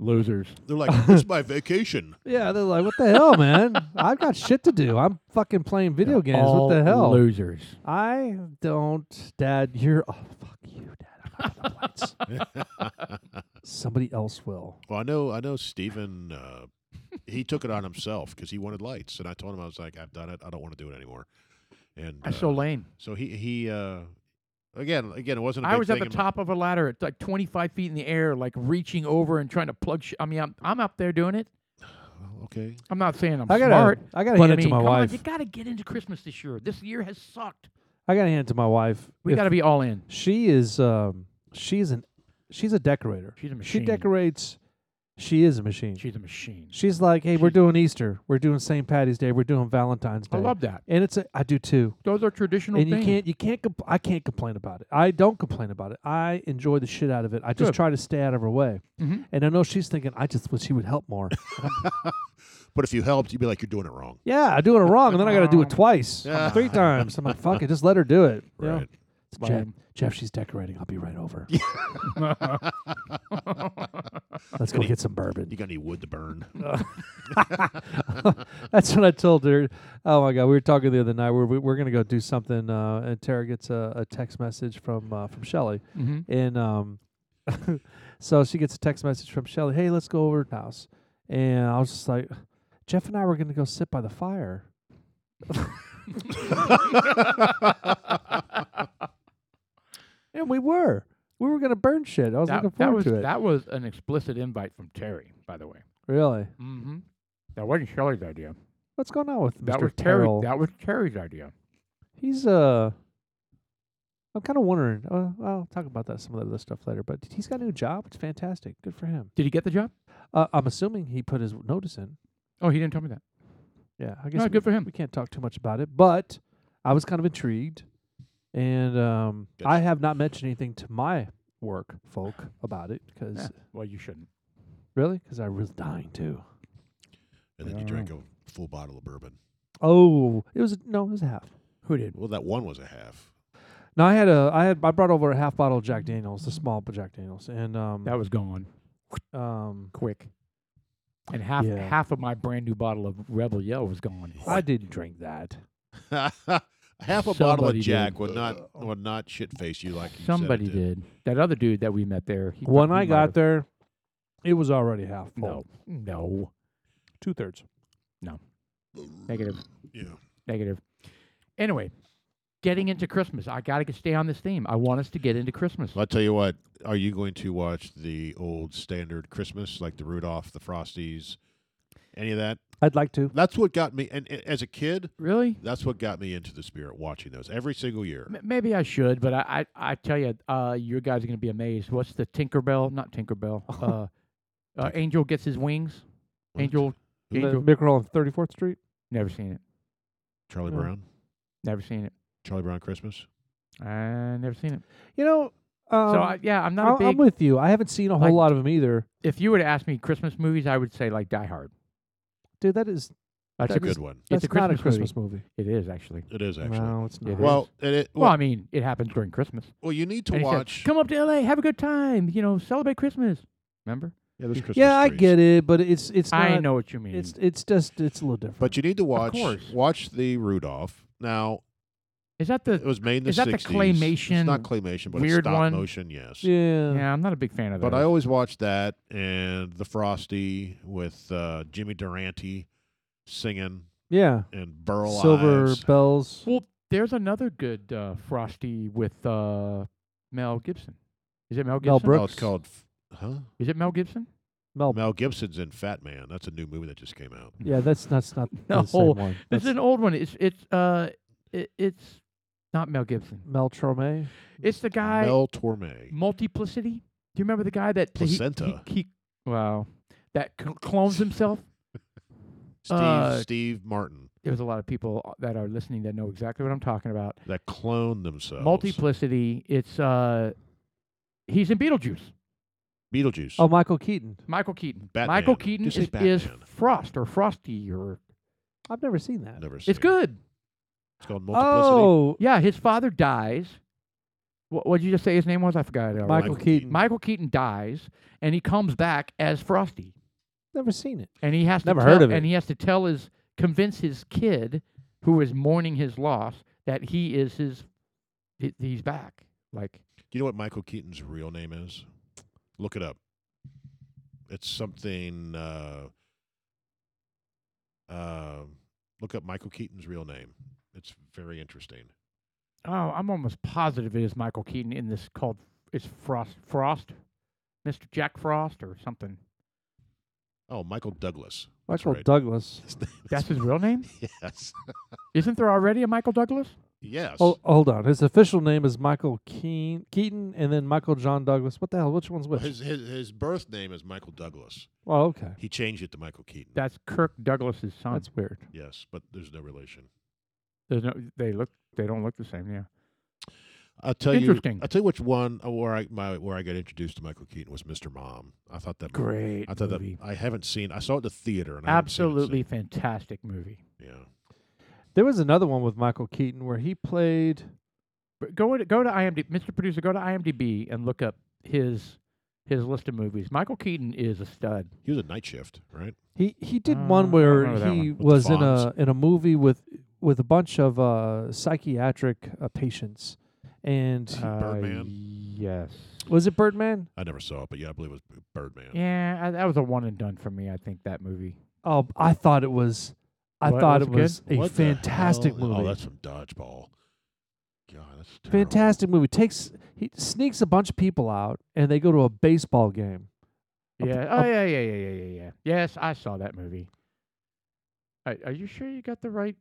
S3: losers.
S4: They're like, "This is my vacation."
S2: yeah, they're like, what the hell, man? I've got shit to do. I'm fucking playing video games.
S3: All
S2: What the hell?
S3: Losers.
S2: I don't, Dad. You're oh fuck you, Dad. I'm not putting up lights. Somebody else will.
S4: Well, I know, I know, Stephen. Uh, he took it on himself because he wanted lights, and I told him I was like, "I've done it. I don't want to do it anymore." And
S3: That's so
S4: uh,
S3: lame.
S4: so he he uh, again again it wasn't. I
S3: I was at
S4: thing
S3: the
S4: in my-
S3: top of a ladder at like 25 feet in the air, like reaching over and trying to plug. Sh- I mean, I'm, I'm up there doing it.
S4: Well, okay,
S3: I'm not saying I'm
S2: I gotta,
S3: smart.
S2: I gotta
S3: But
S2: hand
S3: I
S2: it
S3: mean,
S2: to my
S3: come on,
S2: wife.
S3: you gotta get into Christmas this year. This year has sucked.
S2: I gotta hand it to my wife.
S3: We
S2: If
S3: gotta be all in.
S2: She is um she's an she's a decorator.
S3: She's a
S2: She
S3: machine.
S2: decorates she is a machine.
S3: She's a machine.
S2: She's like, "Hey, we're
S3: she's-
S2: doing Easter. We're doing St. Patty's Day. We're doing Valentine's
S3: I
S2: Day."
S3: love that.
S2: and it's a, I do too.
S3: Those are traditional
S2: And you
S3: things.
S2: can't you can't compl- I can't complain about it. I don't complain about it. I enjoy the shit out of it. I just
S3: Good.
S2: try to stay out of her way.
S3: Mhm.
S2: And I know she's thinking, "I just wish she would help more." <laughs>
S4: but if you helped, you'd be like, "You're doing it wrong."
S2: yeah, I'm doing it wrong, and then I got to do it
S3: Um,
S2: twice, <laughs>
S4: yeah.
S2: three times. I'm like, "Fuck it, just let her do it." You know?
S4: Right.
S2: It's
S3: Lame.
S2: Jeff, Jeff, she's decorating. I'll be right over. Let's go get some bourbon.
S4: You got any wood to burn?
S2: <laughs> That's what I told her. Oh my god, we were talking the other night. We're we- we're gonna go do something, uh, and Tara gets a, a text message from uh, from Shelly, <laughs>
S3: Mhm.
S2: and um, so she gets a text message from Shelly. Hey, let's go over to the house, and I was just like, Jeff and I were gonna go sit by the fire. And we were. We were gonna burn shit. I was
S3: That,
S2: looking
S3: that
S2: forward
S3: was
S2: to it.
S3: that was an explicit invite from Terry, by the way.
S2: really?
S3: Mm-hmm. That wasn't Shelley's idea.
S2: What's going on with
S3: That
S2: Mr.
S3: was
S2: Terrell?
S3: Terry. That was Terry's idea.
S2: He's uh, I'm kind of wondering. Uh, I'll talk about that some of the other stuff later. But he's got a new job. It's fantastic. Good for him.
S3: Did he get the job?
S2: Uh, I'm assuming he put his notice in.
S3: Oh, he didn't tell me that.
S2: Yeah, I guess
S3: No,
S2: we,
S3: good for him.
S2: we can't talk too much about it, but I was kind of intrigued, and um,
S4: Good.
S2: I have not mentioned anything to my work folk about it because
S3: Yeah. Well, you shouldn't.
S2: really, because I was dying to.
S4: And then you drank a full bottle of bourbon.
S2: Oh, it was no, it was a half.
S3: Who did?
S4: Well, that one was a half. <laughs>
S2: No, I had a, I had, I brought over a half bottle of Jack Daniels, the small Jack Daniels, and um,
S3: That was gone
S2: um,
S3: quick. And half
S2: Yeah.
S3: half of my brand new bottle of Rebel Yell was gone.
S2: I didn't drink that.
S4: I half a bottle of
S3: Somebody did. Uh,
S4: Jack would not would not shit face you like you said it
S3: Somebody
S4: did.
S3: did. That other dude that we met there. He
S2: When
S3: prob- he
S2: I
S3: might
S2: got
S3: have-
S2: there, it was already half full.
S3: no, no,
S2: Two thirds.
S3: negative,
S4: Yeah.
S3: negative. Anyway, getting into Christmas, I gotta get- stay on this theme. I want us to get into Christmas.
S4: Well, I tell you what, are you going to watch the old standard Christmas, like the Rudolph, the Frosties, any of that?
S2: I'd like to.
S4: That's what got me. And, and as a kid,
S3: Really?
S4: that's what got me into the spirit watching those every single year.
S3: M- Maybe I should, but I, I, I tell you, uh, your guys are gonna be amazed. What's the Tinkerbell? Not Tinkerbell.
S2: <laughs>
S3: Uh, uh, Angel gets his wings.
S4: What?
S3: Angel,
S2: The
S3: Angel.
S2: Mickerel on 34th Street.
S3: Never seen it.
S4: Charlie
S2: Yeah.
S4: Brown,
S3: Never seen it.
S4: Charlie Brown Christmas.
S3: I never seen it.
S2: You know, um,
S3: so I, yeah, I'm not
S2: I-
S3: a big.
S2: I'm with you. I haven't seen a whole
S3: like-
S2: lot of them either.
S3: if you were to ask me Christmas movies, I would say like Die Hard.
S2: Dude, that is
S3: That's
S4: That's a
S3: a Chris-
S4: good one.
S2: that's
S3: It's a
S2: not a
S3: Christmas
S2: Christmas movie.
S3: It is actually.
S4: It is actually.
S2: No, it's not.
S3: It
S4: Well, it, it,
S3: Well,
S4: well,
S3: I mean, it happens during Christmas.
S4: well, you need to
S3: And he said,
S4: watch.
S3: Come up to L.A., have a good time. You know, celebrate Christmas. Remember?
S4: yeah, there's Christmas
S2: yeah, I
S4: trees.
S2: get it, but it's it's not.
S3: I know what you mean.
S2: It's it's just it's a little different.
S4: But you need to watch
S3: course.
S4: watch the Rudolph. Now
S3: is that
S4: it
S3: the?
S4: was made in the
S3: Is that the
S4: 60s.
S3: claymation
S4: It's not claymation, but
S3: weird
S4: it's stop
S3: one?
S4: motion. Yes.
S2: yeah.
S3: Yeah, I'm not a big fan of that.
S4: But I always watched that and the Frosty with uh, Jimmy Durante singing
S2: Yeah.
S4: and Burl
S2: Silver
S4: Ives.
S2: bells.
S3: Well, there's another good uh, Frosty with uh, Mel Gibson. Is it Mel Gibson?
S2: Mel
S4: Oh,
S2: Brooks.
S4: it's called f- huh?
S3: Is it Mel Gibson?
S2: Mel.
S3: Oh.
S4: Mel Gibson's in Fat Man. That's a new movie that just came out.
S2: Yeah, that's that's
S3: <laughs>
S2: not
S3: No,
S2: the same one.
S3: This
S2: That's
S3: is an old one. It's it's uh, it, it's not Mel Gibson.
S2: Mel Trome.
S3: It's the guy
S4: Mel Torme.
S3: Multiplicity. Do you remember the guy that that he- he-
S4: Placenta.
S3: He, wow, that cl- clones himself.
S4: Steve
S3: Uh,
S4: Steve Martin
S3: There's a lot of people uh, that are listening that know exactly what I'm talking about.
S4: that cloned themselves.
S3: Multiplicity. It's uh, he's in Beetlejuice.
S4: Beetlejuice.
S2: Oh, Michael Keaton.
S3: Michael Keaton.
S4: Batman.
S3: Michael Keaton
S4: Just
S3: is,
S4: say
S3: is
S4: Batman.
S3: Frost or Frosty or
S2: I've never seen that.
S4: Never seen
S3: it's
S4: it.
S3: good.
S4: It's called Multiplicity.
S2: Oh,
S3: Yeah, his father dies. What what did you just say his name was? I forgot it. already.
S2: Michael
S4: Michael
S2: Keaton.
S4: Keaton.
S3: Michael Keaton dies, and he comes back as Frosty.
S2: Never seen it.
S3: and he has to
S2: Never
S3: tell-
S2: heard of
S3: And
S2: it.
S3: he has to tell his convince his kid, who is mourning his loss, that he is his, he- he's back. Like
S4: Do you know what Michael Keaton's real name is? Look it up. It's something. Uh, uh, look up Michael Keaton's real name. It's very interesting.
S3: oh, I'm almost positive it is Michael Keaton in this called it's Frost Frost, Mr. Jack Frost or something.
S4: Oh, Michael Douglas. <laughs>
S2: Michael
S4: right.
S2: Douglas.
S4: His name is-
S3: That's his real <laughs> name.
S4: yes.
S3: Isn't there already a Michael Douglas?
S4: Yes.
S2: Oh, hold on. His official name is Michael Keen, Keaton, and then Michael John Douglas. What the hell? Which one's which?
S4: his, his his birth name is Michael Douglas.
S2: oh, okay.
S4: He changed it to Michael Keaton.
S3: That's Kirk Douglas's son.
S2: That's weird.
S4: yes, but there's no relation.
S3: There's no, they look they don't look the same. Yeah.
S4: I'll tell
S3: Interesting.
S4: you. I'll tell you which one uh, where I my where I got introduced to Michael Keaton was Mr. Mom. I thought that
S3: Great.
S4: I thought
S3: movie.
S4: that I haven't seen. I saw it at the theater and I haven't seen it
S3: Absolutely fantastic movie.
S4: since. Yeah.
S2: There was another one with Michael Keaton where he played.
S3: But go to, go to IMDb, Mr. Producer, go to IMDb and look up his his list of movies. Michael Keaton is a stud.
S4: He was a night shift, right?
S2: He he did
S3: Uh, I
S2: one where
S3: remember that
S2: he
S3: one.
S4: With the
S2: was in a
S4: Fonz.
S2: in a movie with with a bunch of uh, psychiatric uh, patients, and he-
S3: Uh,
S4: Birdman?
S3: yes.
S2: was it Birdman?
S4: I never saw it, but yeah, I believe it was Birdman.
S3: Yeah, I, that was a one and done for me. I think that movie.
S2: Oh, I thought it was. I
S3: What-
S2: thought
S3: was
S2: it
S3: it
S2: was a
S4: What the
S2: fantastic
S4: hell?
S2: movie.
S4: Oh, that's from Dodgeball. God, that's terrible.
S2: fantastic movie. Takes he sneaks a bunch of people out, and they go to a baseball game. A-
S3: Yeah.
S2: a-
S3: Oh yeah, yeah, yeah, yeah, yeah, yeah. Yes, I saw that movie. Are, are you sure you got the right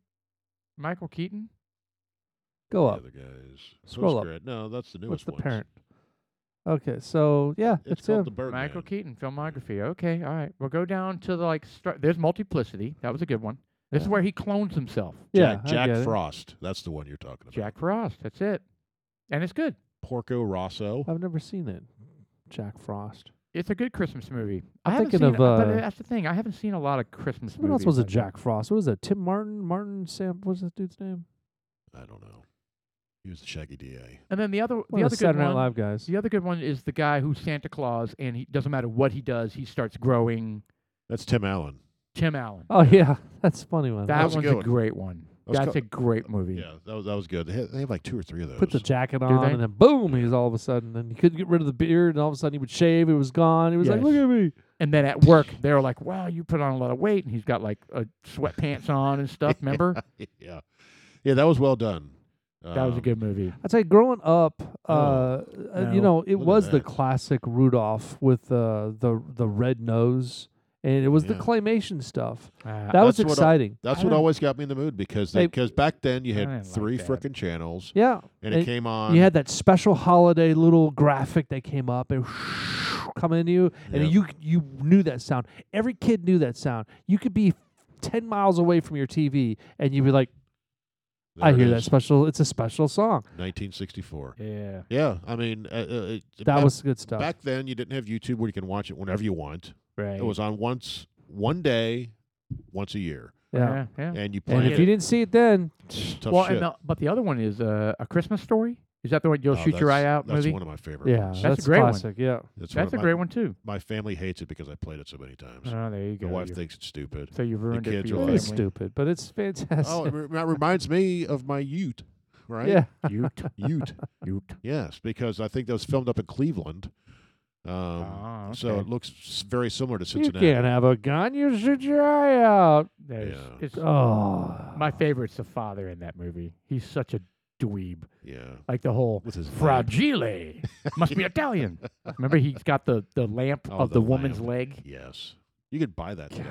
S3: Michael Keaton?
S2: Go
S4: The
S2: up.
S4: other guys. Those
S2: Scroll up.
S4: great. No, that's the newest
S2: What's the
S4: ones.
S2: parent? Okay, so yeah,
S4: It's
S2: that's
S4: called
S2: him.
S4: the Birdman.
S3: Michael Keaton filmography. Okay, all right. We'll go down to the like. Start, there's Multiplicity. That was a good one. This is
S2: Yeah.
S3: where he clones himself.
S2: yeah,
S4: Jack,
S2: I
S4: Jack
S2: get it.
S4: Frost. That's the one you're talking about.
S3: Jack Frost. That's it. And it's good.
S4: Porco Rosso.
S2: I've never seen it. Jack Frost.
S3: It's a good Christmas movie.
S2: I'm
S3: I haven't
S2: thinking
S3: seen,
S2: of,
S3: but
S2: uh,
S3: that's the thing. I haven't seen a lot of Christmas
S2: Someone
S3: movies.
S2: else was a
S3: I think.
S2: Jack Frost. What was that? Tim Martin? Martin Sam? What's that dude's name?
S4: I don't know. He was the Shaggy DA.
S3: And then the other,
S2: One
S3: the
S2: of
S3: other
S2: the
S3: good
S2: Saturday Night
S3: one.
S2: Live guys.
S3: The other good one is the guy who's Santa Claus, and he doesn't matter what he does, he starts growing.
S4: That's Tim Allen.
S3: Tim Allen.
S2: Oh yeah, <laughs> that's a funny one.
S3: that
S4: was a
S3: one's
S4: good one.
S3: great one.
S4: was
S3: That's
S4: co- uh,
S3: a great movie.
S4: yeah, that was that was good. They had, they have like two or three of those.
S2: Put the jacket
S3: Do
S2: on,
S3: they?
S2: and then boom, he's all of a sudden, and he couldn't get rid of the beard, and all of a sudden he would shave, it was gone. He was like,
S3: Yes.
S2: "Look at me!"
S3: And then at work, they were like, "Wow, you put on a lot of weight," and he's got like uh, sweatpants on and stuff. Remember?
S4: <laughs> yeah, yeah, that was well done. Um,
S3: that was a good movie.
S2: I'd say growing up, uh,
S4: Oh,
S2: uh, you
S3: no.
S2: know, it
S4: Look at
S2: was the
S4: that.
S2: classic Rudolph with uh, the the red nose, and it was the
S4: Yeah.
S2: claymation stuff.
S3: Uh,
S2: That was
S4: That's what I-
S2: exciting.
S4: That's
S3: I
S4: what
S3: don't-
S4: always got me in the mood because
S2: They-
S4: because back then you
S3: I
S4: had
S3: didn't like
S4: three
S3: that.
S4: frickin' channels
S2: yeah,
S4: and it,
S2: it-
S4: came on.
S2: you had that special holiday little graphic that came up and <laughs> coming into you, and
S4: Yeah.
S2: you you knew that sound. Every kid knew that sound. You could be ten miles away from your TV, and you'd be like,
S4: There
S2: "I
S4: it
S2: hear that
S4: is,
S2: special. It's a special song."
S4: 1964.
S3: yeah.
S4: Yeah, I mean, uh, uh, it,
S2: That
S4: back-
S2: was good stuff.
S4: back then. You didn't have YouTube where you can watch it whenever you want.
S3: Right.
S4: It was on once one day, once a year,
S2: yeah.
S3: Yeah. yeah.
S4: and you
S2: And
S4: played
S2: if you
S4: it.
S2: didn't see it then,
S4: tough
S3: well,
S4: shit.
S3: and the, but the other one is uh, a Christmas story. Is that the one you'll
S4: Oh,
S3: shoot your
S4: that's-
S3: eye out
S4: That's
S3: movie?
S4: one of my favorite.
S2: yeah,
S4: ones.
S2: that's,
S3: a great one.
S2: classic. Yeah.
S4: That's,
S3: That's a
S4: one of
S3: great
S4: my,
S3: one too.
S4: My family hates it because I played it so many times.
S3: Oh, there you go.
S4: my wife
S3: You-
S4: thinks it's
S3: <laughs>
S4: stupid.
S3: so you've ruined it
S4: kids
S3: for
S4: are
S3: your
S2: It's
S3: family.
S2: stupid, but it's fantastic.
S4: Oh, it re- that reminds me of my Ute, right?
S2: Yeah.
S3: Ute,
S4: Ute.
S3: <laughs> Ute.
S4: Yes, because I think that was filmed up in Cleveland. Um,
S3: Ah,
S4: So
S3: okay.
S4: it looks s- very similar to
S2: You
S4: Cincinnati.
S2: can't have a gun. You shoot your eye out.
S3: There's,
S4: Yeah.
S3: it's,
S2: Oh.
S3: my favorite's the father in that movie. He's such a dweeb.
S4: Yeah,
S3: Like the whole
S4: with his leg. <laughs>
S3: fragile must be Italian. Remember, he's got the the lamp
S4: Oh,
S3: of the,
S4: the
S3: woman's
S4: lamp.
S3: leg.
S4: Yes, you could buy that today.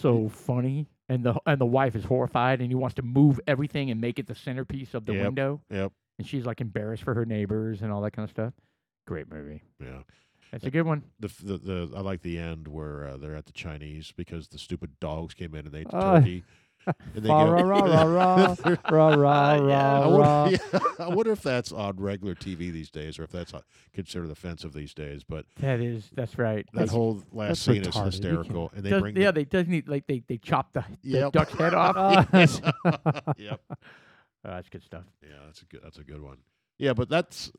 S3: So funny. And the and the wife is horrified, and he wants to move everything and make it the centerpiece of the
S4: Yep.
S3: window.
S4: Yep.
S3: And she's like embarrassed for her neighbors and all that kind of stuff. Great movie.
S4: Yeah.
S3: That's a good one.
S4: The, f- the the I like the end where uh, they're at the Chinese because the stupid dogs came in and they ate the
S2: Oh.
S4: turkey. And they
S2: Fa
S4: go-
S2: ra ra ra ra
S4: <laughs>
S2: ra ra
S4: I
S2: ra ra.
S4: wonder, <laughs> yeah, I wonder if that's on regular TV these days, or if that's uh, considered offensive these days. But
S3: That is. That's right.
S4: that whole last
S3: that's
S4: scene
S3: retarded. We
S4: is hysterical, and they
S3: Does-
S4: bring
S3: yeah,
S4: the,
S3: they does need like they, they chop the, the
S4: Yep.
S3: duck's
S4: <laughs>
S2: <laughs>
S3: head off. oh,
S2: Ah,
S4: yep.
S3: that's good stuff.
S4: Yeah, that's a good. That's a good one. Yeah, but that's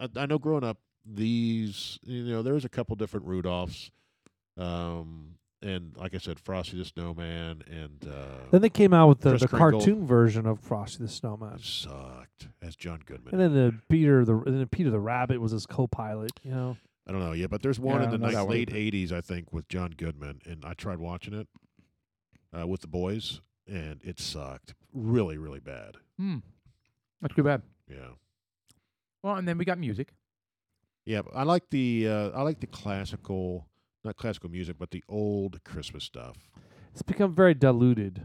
S4: I, I know. Growing up, these you know there's a couple different Rudolphs, um, and like I said, Frosty the Snowman, and uh,
S2: Then they came out with the,
S4: Kris
S2: the
S4: Kringle.
S2: cartoon version of Frosty the Snowman,
S4: sucked as John Goodman.
S2: and then the Peter the and then Peter the Rabbit was his co-pilot. You know,
S4: I don't know. Yeah, but there's one
S3: Yeah,
S4: in the
S3: I know
S4: night,
S3: that one.
S4: late '80s, I think, with John Goodman, and I tried watching it uh, with the boys, and it sucked really, really bad.
S3: Hmm. That's too bad.
S4: Yeah.
S3: Well, and then we got music.
S4: Yeah, but I like the uh, I like the classical, not classical music, but the old Christmas stuff.
S2: it's become very diluted.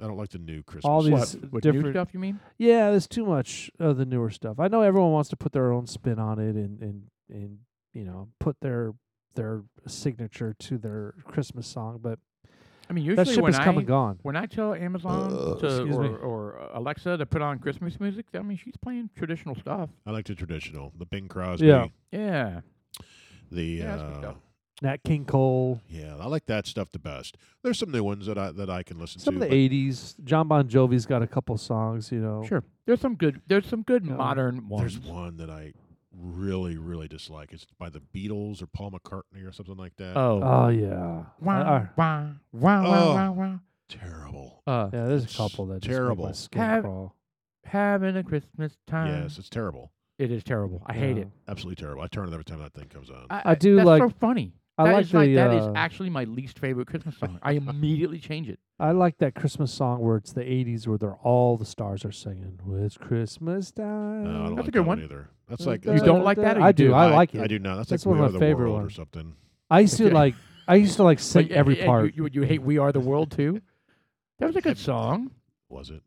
S4: I don't like the new Christmas.
S2: All
S4: stuff.
S2: these
S3: What new
S2: different
S3: stuff you mean?
S2: Yeah, there's too much of the newer stuff. I know everyone wants to put their own spin on it and and and you know put their their signature to their Christmas song, but
S3: I mean, usually
S2: that ship
S3: when
S2: has
S3: I
S2: come and gone.
S3: when I tell Amazon
S4: Uh,
S3: to,
S2: excuse me.
S3: or, or uh, Alexa to put on Christmas music, I mean she's playing traditional stuff.
S4: I like the traditional, the Bing Crosby,
S2: Yeah.
S3: Yeah.
S4: the
S3: Yeah, that's pretty
S4: uh,
S3: dope.
S2: Nat King Cole,
S4: yeah, I like that stuff the best. There's some new ones that I that I can listen
S2: some
S4: to.
S2: of the
S4: but
S2: '80s. John Bon Jovi's got a couple songs, you know.
S3: Sure. There's some good. There's some good
S2: Yeah.
S3: modern ones.
S4: There's one that I really really dislike. It's by the Beatles or Paul McCartney or something like that.
S3: Oh.
S2: Oh yeah.
S3: Wah,
S2: Uh, uh,
S3: wah, wah, wah, wah,
S4: Oh.
S3: wah.
S4: Terrible.
S3: Uh,
S2: yeah, there's a couple that just make my
S4: Terrible.
S2: skin
S3: Have-
S2: crawl.
S3: having a Christmas
S2: Uh.
S3: time.
S4: Yes, it's terrible.
S3: It is terrible. I hate
S2: Yeah.
S3: it.
S4: Absolutely terrible. I turn it every time that thing comes on.
S3: I,
S2: I do
S3: that's
S2: like-
S3: so funny.
S2: I
S3: That
S2: like
S3: is like-
S2: the,
S3: that is
S2: uh,
S3: actually my least favorite Christmas song.
S2: <laughs>
S3: I immediately change it.
S2: I like that Christmas song where it's the '80s where they're all the stars are singing. Well, it's Christmas time.
S4: no, I
S3: That's a
S4: don't like
S3: good
S4: that
S3: one.
S4: either. That's like
S3: You don't like that or
S2: I
S3: you
S2: do.
S3: do?
S2: I like it.
S4: I do not. That's,
S2: That's
S4: like
S2: one
S4: We
S2: of
S4: Are
S2: my
S4: the
S2: favorite
S4: World or
S2: ones.
S4: something.
S2: I used to
S3: Okay.
S2: like. I used to like
S3: But
S2: sing
S3: y-
S2: every
S3: y- you-
S2: part.
S3: You, you hate "We Are the World" too. That was a good song.
S4: Was it?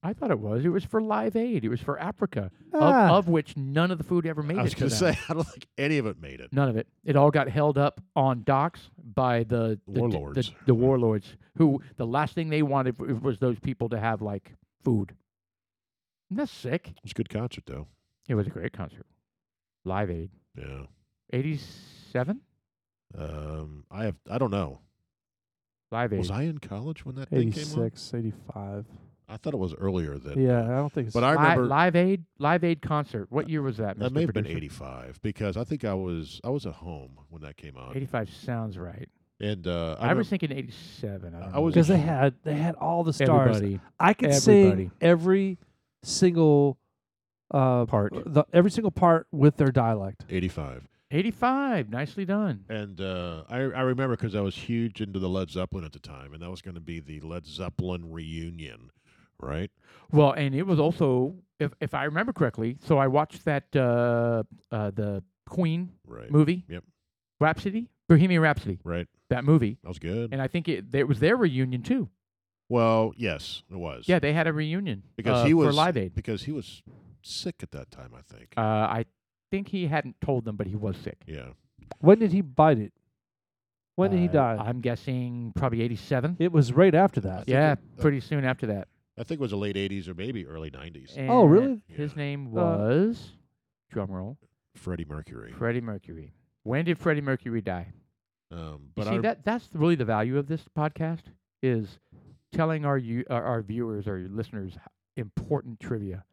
S3: I thought it was. It was for Live Aid. It was for Africa,
S2: Ah.
S3: of, of which none of the food ever made
S4: I was
S3: it to
S4: gonna
S3: them.
S4: say <laughs> I don't think any of it made it.
S3: None of it. It all got held up on docks by the the- the-
S4: Warlords.
S3: The, the warlords, who the last thing they wanted w- was those people to have like food. Isn't that sick?
S4: It was a good concert though.
S3: It was a great concert. Live Aid,
S4: Yeah.
S3: eighty-seven.
S4: Um, I have. I don't know.
S3: Live Aid.
S4: Was I in college when that thing came on?
S2: 86, 85.
S4: I thought it was earlier than.
S2: Yeah, I don't think it's.
S4: But I
S3: Li-
S4: remember
S3: Live Aid, Live Aid concert. What year was that?
S4: that
S3: Mr.
S4: may have been
S3: Producer?
S4: '85 because I think I was I was at home when that came on.
S3: 85 sounds right.
S4: And uh,
S3: I,
S4: I, remem-
S3: was thinking '87. I, don't
S4: I
S3: know.
S4: was
S2: because they
S4: Sure.
S2: had they had all the stars.
S3: everybody.
S2: I could
S3: everybody.
S2: sing every single uh,
S3: Part.
S2: the, every single part with their dialect.
S4: 85.
S3: '85, nicely done.
S4: And uh, I, I remember because I was huge into the Led Zeppelin at the time, and that was going to be the Led Zeppelin reunion, right?
S3: Well, and it was also, if if I remember correctly, so I watched that uh, uh, the Queen
S4: Right.
S3: movie.
S4: Yep.
S3: Rhapsody, Bohemian Rhapsody,
S4: Right.
S3: that movie,
S4: That was good.
S3: and I think it there was their reunion too.
S4: well, yes, it was.
S3: Yeah, they had a reunion
S4: Because
S3: uh,
S4: he
S3: for
S4: was
S3: Live Aid.
S4: because he was sick at that time, I think.
S3: Uh, I think he hadn't told them, but he was sick.
S4: yeah.
S2: When did he bite it? When did he
S3: Uh,
S2: die?
S3: I'm guessing probably '87.
S2: it was right after that.
S4: think
S3: Yeah,
S4: it- uh,
S3: pretty soon after that.
S4: I think it was the late 80s or maybe early 90s.
S2: Oh,
S3: And
S2: really?
S3: His
S4: Yeah.
S3: name
S2: Uh,
S3: was drum roll
S4: Freddie Mercury.
S3: Freddie Mercury. When did Freddie Mercury die?
S4: Um,
S3: You
S4: but
S3: see,
S4: I,
S3: that that's really the value of this podcast is telling our you our, our viewers or your listeners h- important trivia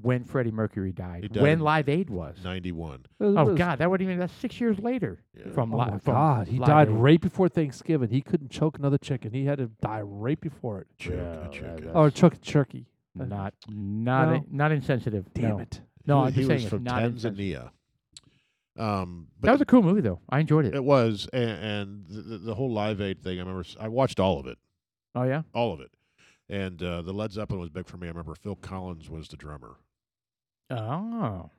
S3: when Freddie Mercury died,
S4: He died
S3: when
S4: in
S3: Live Aid was.
S4: 91.
S2: It was- it
S3: Oh
S2: was-
S3: God, that would even that's six years later
S4: Yeah.
S3: from
S2: Oh
S3: Li-
S2: my
S3: from
S2: God! He
S3: Live
S2: died
S3: Aid.
S2: right before Thanksgiving. He couldn't choke another chicken. He had to die right before it,
S4: Choke,
S3: Yeah,
S4: a chicken.
S3: that- that-
S2: or
S3: That's-
S2: choke a turkey.
S3: Not not
S2: No.
S3: in- not insensitive.
S2: Damn
S3: no.
S2: it!
S3: No,
S4: he,
S3: I'm
S4: he
S3: just saying
S4: was
S3: it's
S4: from
S3: not
S4: Tanzania. Um, but
S3: that was a cool movie though. I enjoyed it.
S4: it was, and, and the- the, the whole Live Aid thing. I remember s- I watched all of it,
S3: oh yeah.
S4: all of it, and uh, the Led Zeppelin was big for me. I remember Phil Collins was the drummer,
S3: Oh,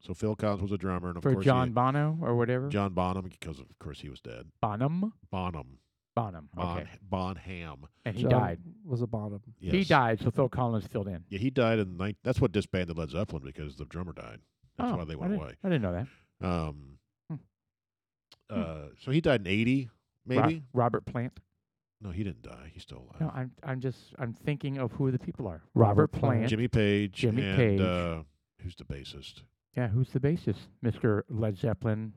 S4: so Phil Collins was a drummer, and of
S3: for
S4: course
S3: John
S4: he,
S3: Bono or whatever.
S4: John Bonham, because of course he was dead.
S3: Bonham.
S4: Bonham,
S3: Bonham.
S4: Bon,
S3: okay.
S4: Bonham.
S3: And he
S2: John
S3: died.
S2: Was a bottom.
S4: Yes.
S3: He died, so Phil Collins filled in.
S4: Yeah, he died in. Ni- that's what disbanded Led Zeppelin because the drummer died. That's
S3: oh,
S4: why they
S3: I
S4: went
S3: didn't-
S4: away.
S3: I didn't know that.
S4: Um,
S3: Hmm. Hmm.
S4: uh, so he died in eighty,
S3: Ro-
S4: maybe.
S3: Robert Plant.
S4: No, he didn't die. He's still alive.
S3: No, I'm I'm just I'm thinking of who the people are.
S2: Robert Plant.
S4: Jimmy Page.
S3: Jimmy
S4: and,
S3: Page.
S4: Uh, who's the bassist?
S3: Yeah, who's the bassist? Mr. Led Zeppelin.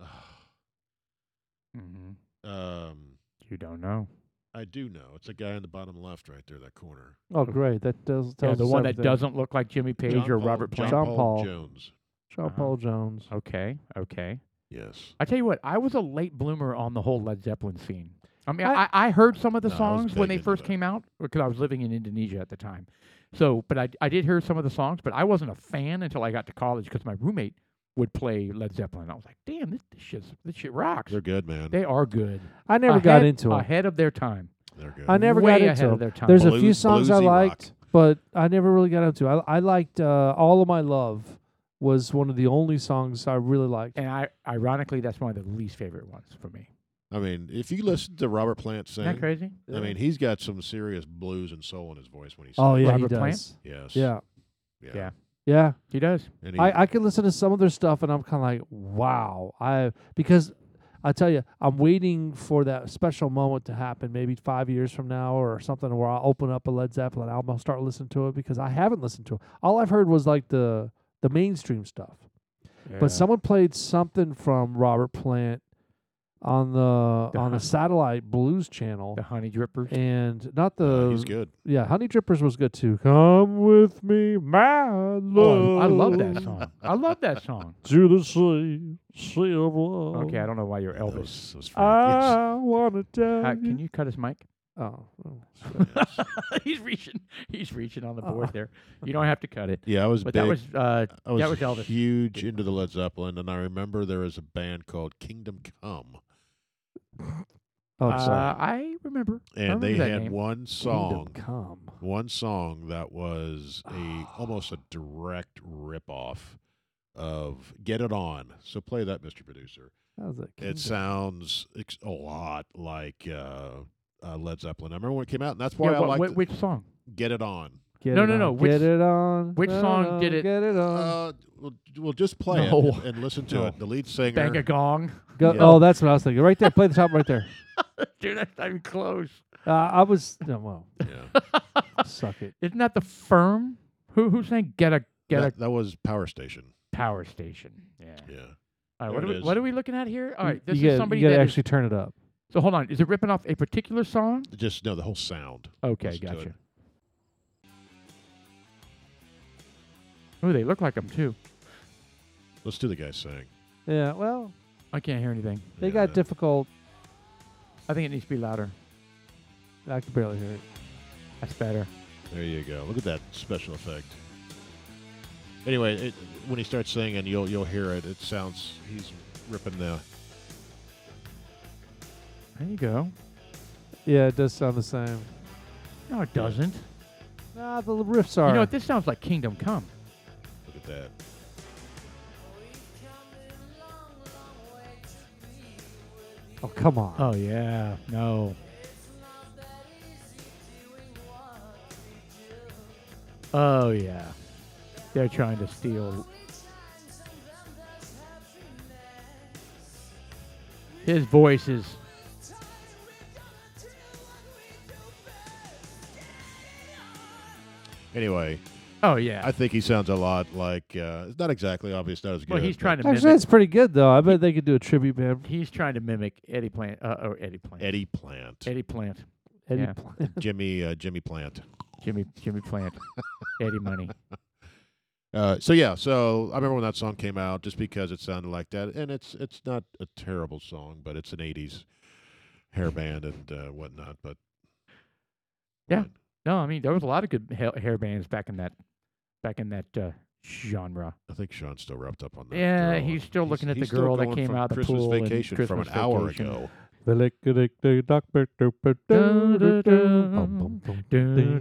S3: hmm
S4: <sighs> Um,
S3: You don't know.
S4: I do know. It's a guy in the bottom left, right there, that corner.
S2: Oh, great! That does
S3: Yeah,
S2: tells
S3: the
S2: us
S3: one that
S2: everything.
S3: doesn't look like Jimmy Page
S4: John
S3: or
S4: Paul-
S3: Robert Plant.
S4: John
S2: John
S4: Paul
S2: Paul.
S4: Jones.
S2: John
S3: Uh-huh.
S2: Paul Jones.
S3: Okay, okay.
S4: Yes.
S3: I tell you what, I was a late bloomer on the whole Led Zeppelin scene. I mean, I, I heard some of the
S4: No, I was
S3: songs when
S4: big
S3: they
S4: into
S3: first
S4: that.
S3: came out because I was living in Indonesia at the time. So, but I, I did hear some of the songs, but I wasn't a fan until I got to college because my roommate would play Led Zeppelin. I was like, damn, this, this, shit's, this shit rocks.
S4: They're good, man.
S3: They are good.
S2: I never got
S3: Ahead-
S2: into them.
S3: Ahead of their time.
S4: They're good.
S2: I never
S3: Way
S2: got
S3: ahead
S2: into
S3: of
S2: them.
S3: their time.
S2: There's a
S4: Blues-
S2: few songs I
S4: bluesy rock.
S2: liked, but I never really got into. I I liked uh, all of my love was one of the only songs I really liked.
S3: and I ironically, that's one of the least favorite ones for me.
S4: I mean, if you listen to Robert Plant sing,
S3: Isn't that crazy?
S4: I mean, he's got some serious blues and soul in his voice when he sings.
S2: oh yeah, he
S3: Robert
S2: does.
S3: Plant?
S4: Yes.
S2: Yeah,
S4: Yeah.
S3: Yeah.
S2: yeah.
S3: He does.
S4: And he-
S2: I I can listen to some of their stuff, and I'm kind of like, wow. I because I tell you, I'm waiting for that special moment to happen, maybe five years from now or something, where I'll open up a Led Zeppelin album, I'll start listening to it because I haven't listened to it. All I've heard was like the the mainstream stuff.
S3: Yeah.
S2: But someone played something from Robert Plant on the,
S3: The
S2: on the
S3: Hunt-
S2: satellite blues channel,
S3: the Honey Drippers.
S2: and not
S4: uh,
S2: the
S4: he's good.
S2: yeah. Honey Drippers was good too. Come with me, my love.
S3: Oh, I, I love that song. I love that song.
S2: To the sea, sea of love.
S3: Okay, I don't know why you're
S4: Those-
S3: Elvis.
S4: those Frank- yes.
S2: I wanna tell
S3: Uh,
S2: you.
S3: can you cut his mic? <laughs>
S2: Oh, oh, shit.
S4: Yes.
S3: he's reaching. He's reaching on the
S2: Uh,
S3: board there. You don't have to cut it.
S4: Yeah,
S3: <laughs>
S4: I was
S3: But
S4: big.
S3: that was uh,
S4: I was,
S3: that was Elvis.
S4: huge into the Led Zeppelin, and I remember there was a band called Kingdom Come,
S2: oh,
S3: uh,
S2: sorry.
S3: I remember.
S4: and
S3: remember
S4: they
S3: that
S4: had
S3: name.
S4: one
S2: Kingdom
S4: song,
S2: come.
S4: one song that was a
S3: Ah.
S4: almost a direct ripoff of "Get It On." So play that, Mr. Producer.
S2: That was a
S4: It
S2: kingdom.
S4: sounds ex- a lot like uh, uh, Led Zeppelin. I remember when it came out, and that's
S3: Yeah,
S4: why I
S3: what,
S4: like
S3: which, which song?
S4: "Get It On."
S2: Get
S3: No,
S2: it
S3: no,
S2: on,
S3: no,
S2: Get
S3: which-
S2: it on.
S3: which
S2: get
S3: song
S2: on,
S3: did it-
S2: Get it on.
S4: Uh, we'll, we'll just play
S3: Um, No.
S4: it and, and listen to
S3: No.
S4: it. The lead singer.
S3: Bang a gong, <laughs>
S2: Go,
S4: yeah.
S2: Oh, that's what I was thinking. Right there. Play the top right there.
S3: dude. That's not even close.
S2: Uh, I was. No, well,
S4: Yeah.
S2: suck it.
S3: Isn't that the firm? Who who's saying get a <laughs> get
S4: that, that was Power Station.
S3: a power station? Yeah.
S4: Yeah.
S3: All right,
S4: There
S3: what are,
S4: it
S3: we,
S4: is.
S3: what are we looking at here? All right, this
S2: you
S3: is
S2: gotta-
S3: somebody
S2: you
S3: that
S2: gotta
S3: is-
S2: actually turn it up.
S3: so hold on. Is it ripping off a particular song?
S4: Just no, the whole sound.
S3: Okay,
S4: Listen to
S3: gotcha.
S4: it.
S3: Oh, they look like them too.
S4: Let's do the guy sing.
S2: Yeah. Well,
S3: I can't hear anything.
S2: they
S4: Yeah,
S2: got
S4: that-
S2: difficult
S3: I think it needs to be louder.
S2: I can barely hear it.
S3: That's better.
S4: There you go. Look at that special effect. Anyway, it, when he starts singing, you'll you'll hear it. It sounds he's ripping the.
S3: There you go.
S2: Yeah, it does sound the same.
S3: No, it doesn't.
S2: Nah, the l- riffs are.
S3: You know what? This sounds like Kingdom Come.
S4: Look at that.
S2: oh, come on.
S3: Oh yeah. No. Oh yeah. They're trying to steal. His voice is.
S4: Anyway,
S3: Oh yeah.
S4: I think he sounds a lot like. Uh, it's not exactly obvious. Not as good.
S3: well, he's
S4: but
S3: trying to
S2: Actually,
S3: mimic.
S2: that's pretty good though. I bet they could do a tribute band.
S3: He's trying to mimic Eddie Plant. Uh, or Eddie Plant.
S4: Eddie Plant,
S3: Eddie Plant.
S2: Eddie
S3: Yeah.
S2: Plant.
S4: Jimmy uh, Jimmy Plant.
S3: Jimmy. Jimmy Plant. <laughs> Eddie Money.
S4: Uh, so yeah, so I remember when that song came out, just because it sounded like that, and it's it's not a terrible song, but it's an '80s hair band and uh, whatnot. But
S3: Yeah. No, I mean there was a lot of good ha- hair bands back in that back in that uh, genre.
S4: I think Sean's still wrapped up on that.
S3: Yeah,
S4: girl.
S3: he's still looking at the
S4: he's still
S3: girl that
S4: going
S3: came
S4: from
S3: out the
S4: Christmas
S3: pool and
S4: vacation from an
S3: Christmas
S4: hour
S3: Vacation. <laughs>
S4: ago.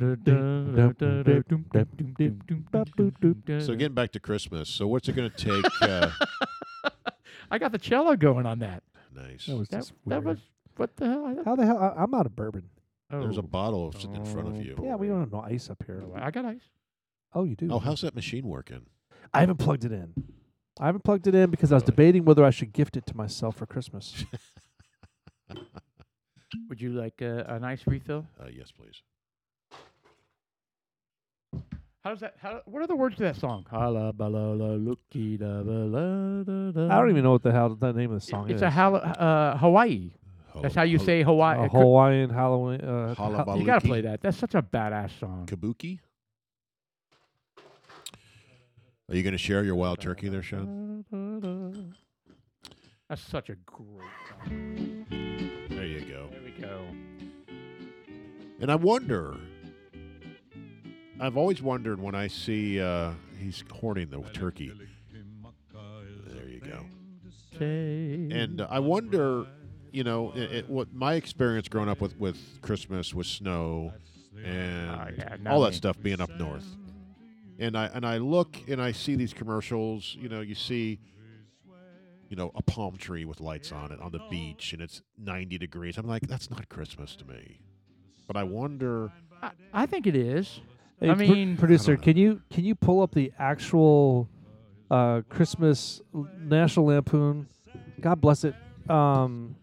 S4: So
S3: I
S4: getting back to Christmas, so what's it going to
S3: <laughs>
S4: take? uh,
S3: got the cello going on that.
S4: nice.
S2: That was
S3: That,
S2: just
S3: that
S2: weird.
S3: was what the hell? I,
S2: How the hell? I, I'm out of bourbon.
S4: There's a
S3: oh,
S4: bottle of, sitting in front of
S3: Oh,
S4: you.
S3: boy.
S2: Yeah, we don't have no ice up here.
S3: I got ice.
S2: Oh, you do.
S4: Oh, how's that machine working? <laughs>
S2: I haven't plugged it in. I haven't plugged it in because I was
S4: Really?
S2: debating whether I should gift it to myself for Christmas.
S3: Would you like uh, an ice refill?
S4: Uh, yes, please.
S3: How does that? How? What are the words to that song? I
S2: I don't
S3: don't
S2: even know what the hell the name of the song
S3: It's
S2: is.
S3: a hal- uh, Hawaii.
S4: Oh,
S3: That's how you
S4: Hol-
S3: say Hawaii.
S2: A
S3: Uh, cr-
S2: Hawaiian Halloween. Uh, ha-
S4: Halabaluki.
S3: you gotta play that. That's such a badass song.
S4: Kabuki. Are you going to share your wild turkey there, Sean?
S3: That's such a great song.
S4: There you go.
S3: There we go.
S4: And I wonder. I've always wondered when I see uh, he's horning the turkey. There you go. And uh, I wonder, you know, it, it, what my experience growing up with with Christmas was snow and
S3: Oh, yeah, not
S4: all that
S3: me.
S4: stuff being up north. And I and I look and I see these commercials. You know, you see, you know, a palm tree with lights on it on the beach, and it's ninety degrees. I'm like, that's not Christmas to me. But I wonder.
S3: I, I think it is.
S2: Hey,
S3: I
S2: pr-
S3: mean-
S2: producer,
S4: I don't know.
S2: can you can you pull up the actual uh, Christmas l- National Lampoon? God bless it. Um,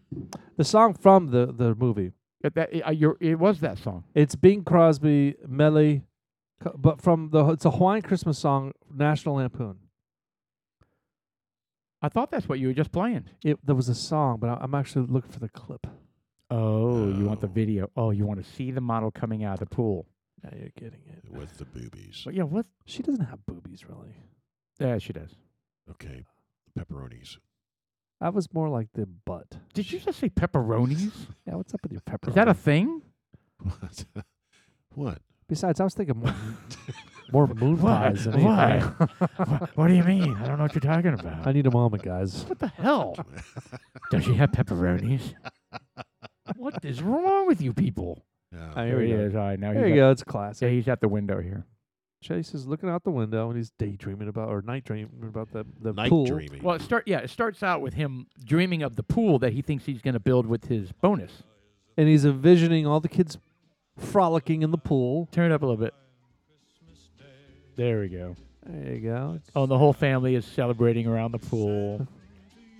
S2: the song from the the movie.
S3: That, that uh, you're, it was that song.
S2: It's Bing Crosby, Melly, co- but from the it's a Hawaiian Christmas song, National Lampoon.
S3: I thought that's what you were just playing.
S2: It there was a song, but I, I'm actually looking for the clip.
S3: Oh, you want the
S4: Oh.
S3: video? Oh, you want to see the model coming out of the pool?
S2: Now you're getting it.
S4: With the boobies.
S3: But yeah, what?
S2: She doesn't have boobies, really.
S3: Yeah, she does.
S4: Okay, pepperonis. <laughs>
S2: That was more like the butt.
S3: Did you just say pepperonis?
S2: Yeah, what's up with your pepper?
S3: Is that a thing?
S4: What? <laughs> what?
S2: Besides, I was thinking more, more moon pies than anything. <laughs>
S3: Why? Wha- <laughs> what do you mean? I don't know what you're talking
S2: I
S3: about.
S2: need a moment, guys.
S3: What the hell? Does she have pepperonis? what is wrong with you people?
S4: Yeah.
S2: I- Here
S3: There
S2: we
S3: he
S2: go.
S3: is. All right, now
S2: There
S3: he's
S2: you
S3: at,
S2: go. It's
S3: Yeah,
S2: classic.
S3: he's at the window here.
S2: Chase is looking out the window and he's daydreaming about or night dreaming about the the
S4: Night
S2: pool.
S4: dreaming.
S3: Well, it start yeah, it starts out with him dreaming of the pool that he thinks he's going to build with his bonus.
S2: And he's envisioning all the kids frolicking in the pool.
S3: Turn it up a little bit. There we go.
S2: There you go.
S3: Oh, the whole family is celebrating around the pool,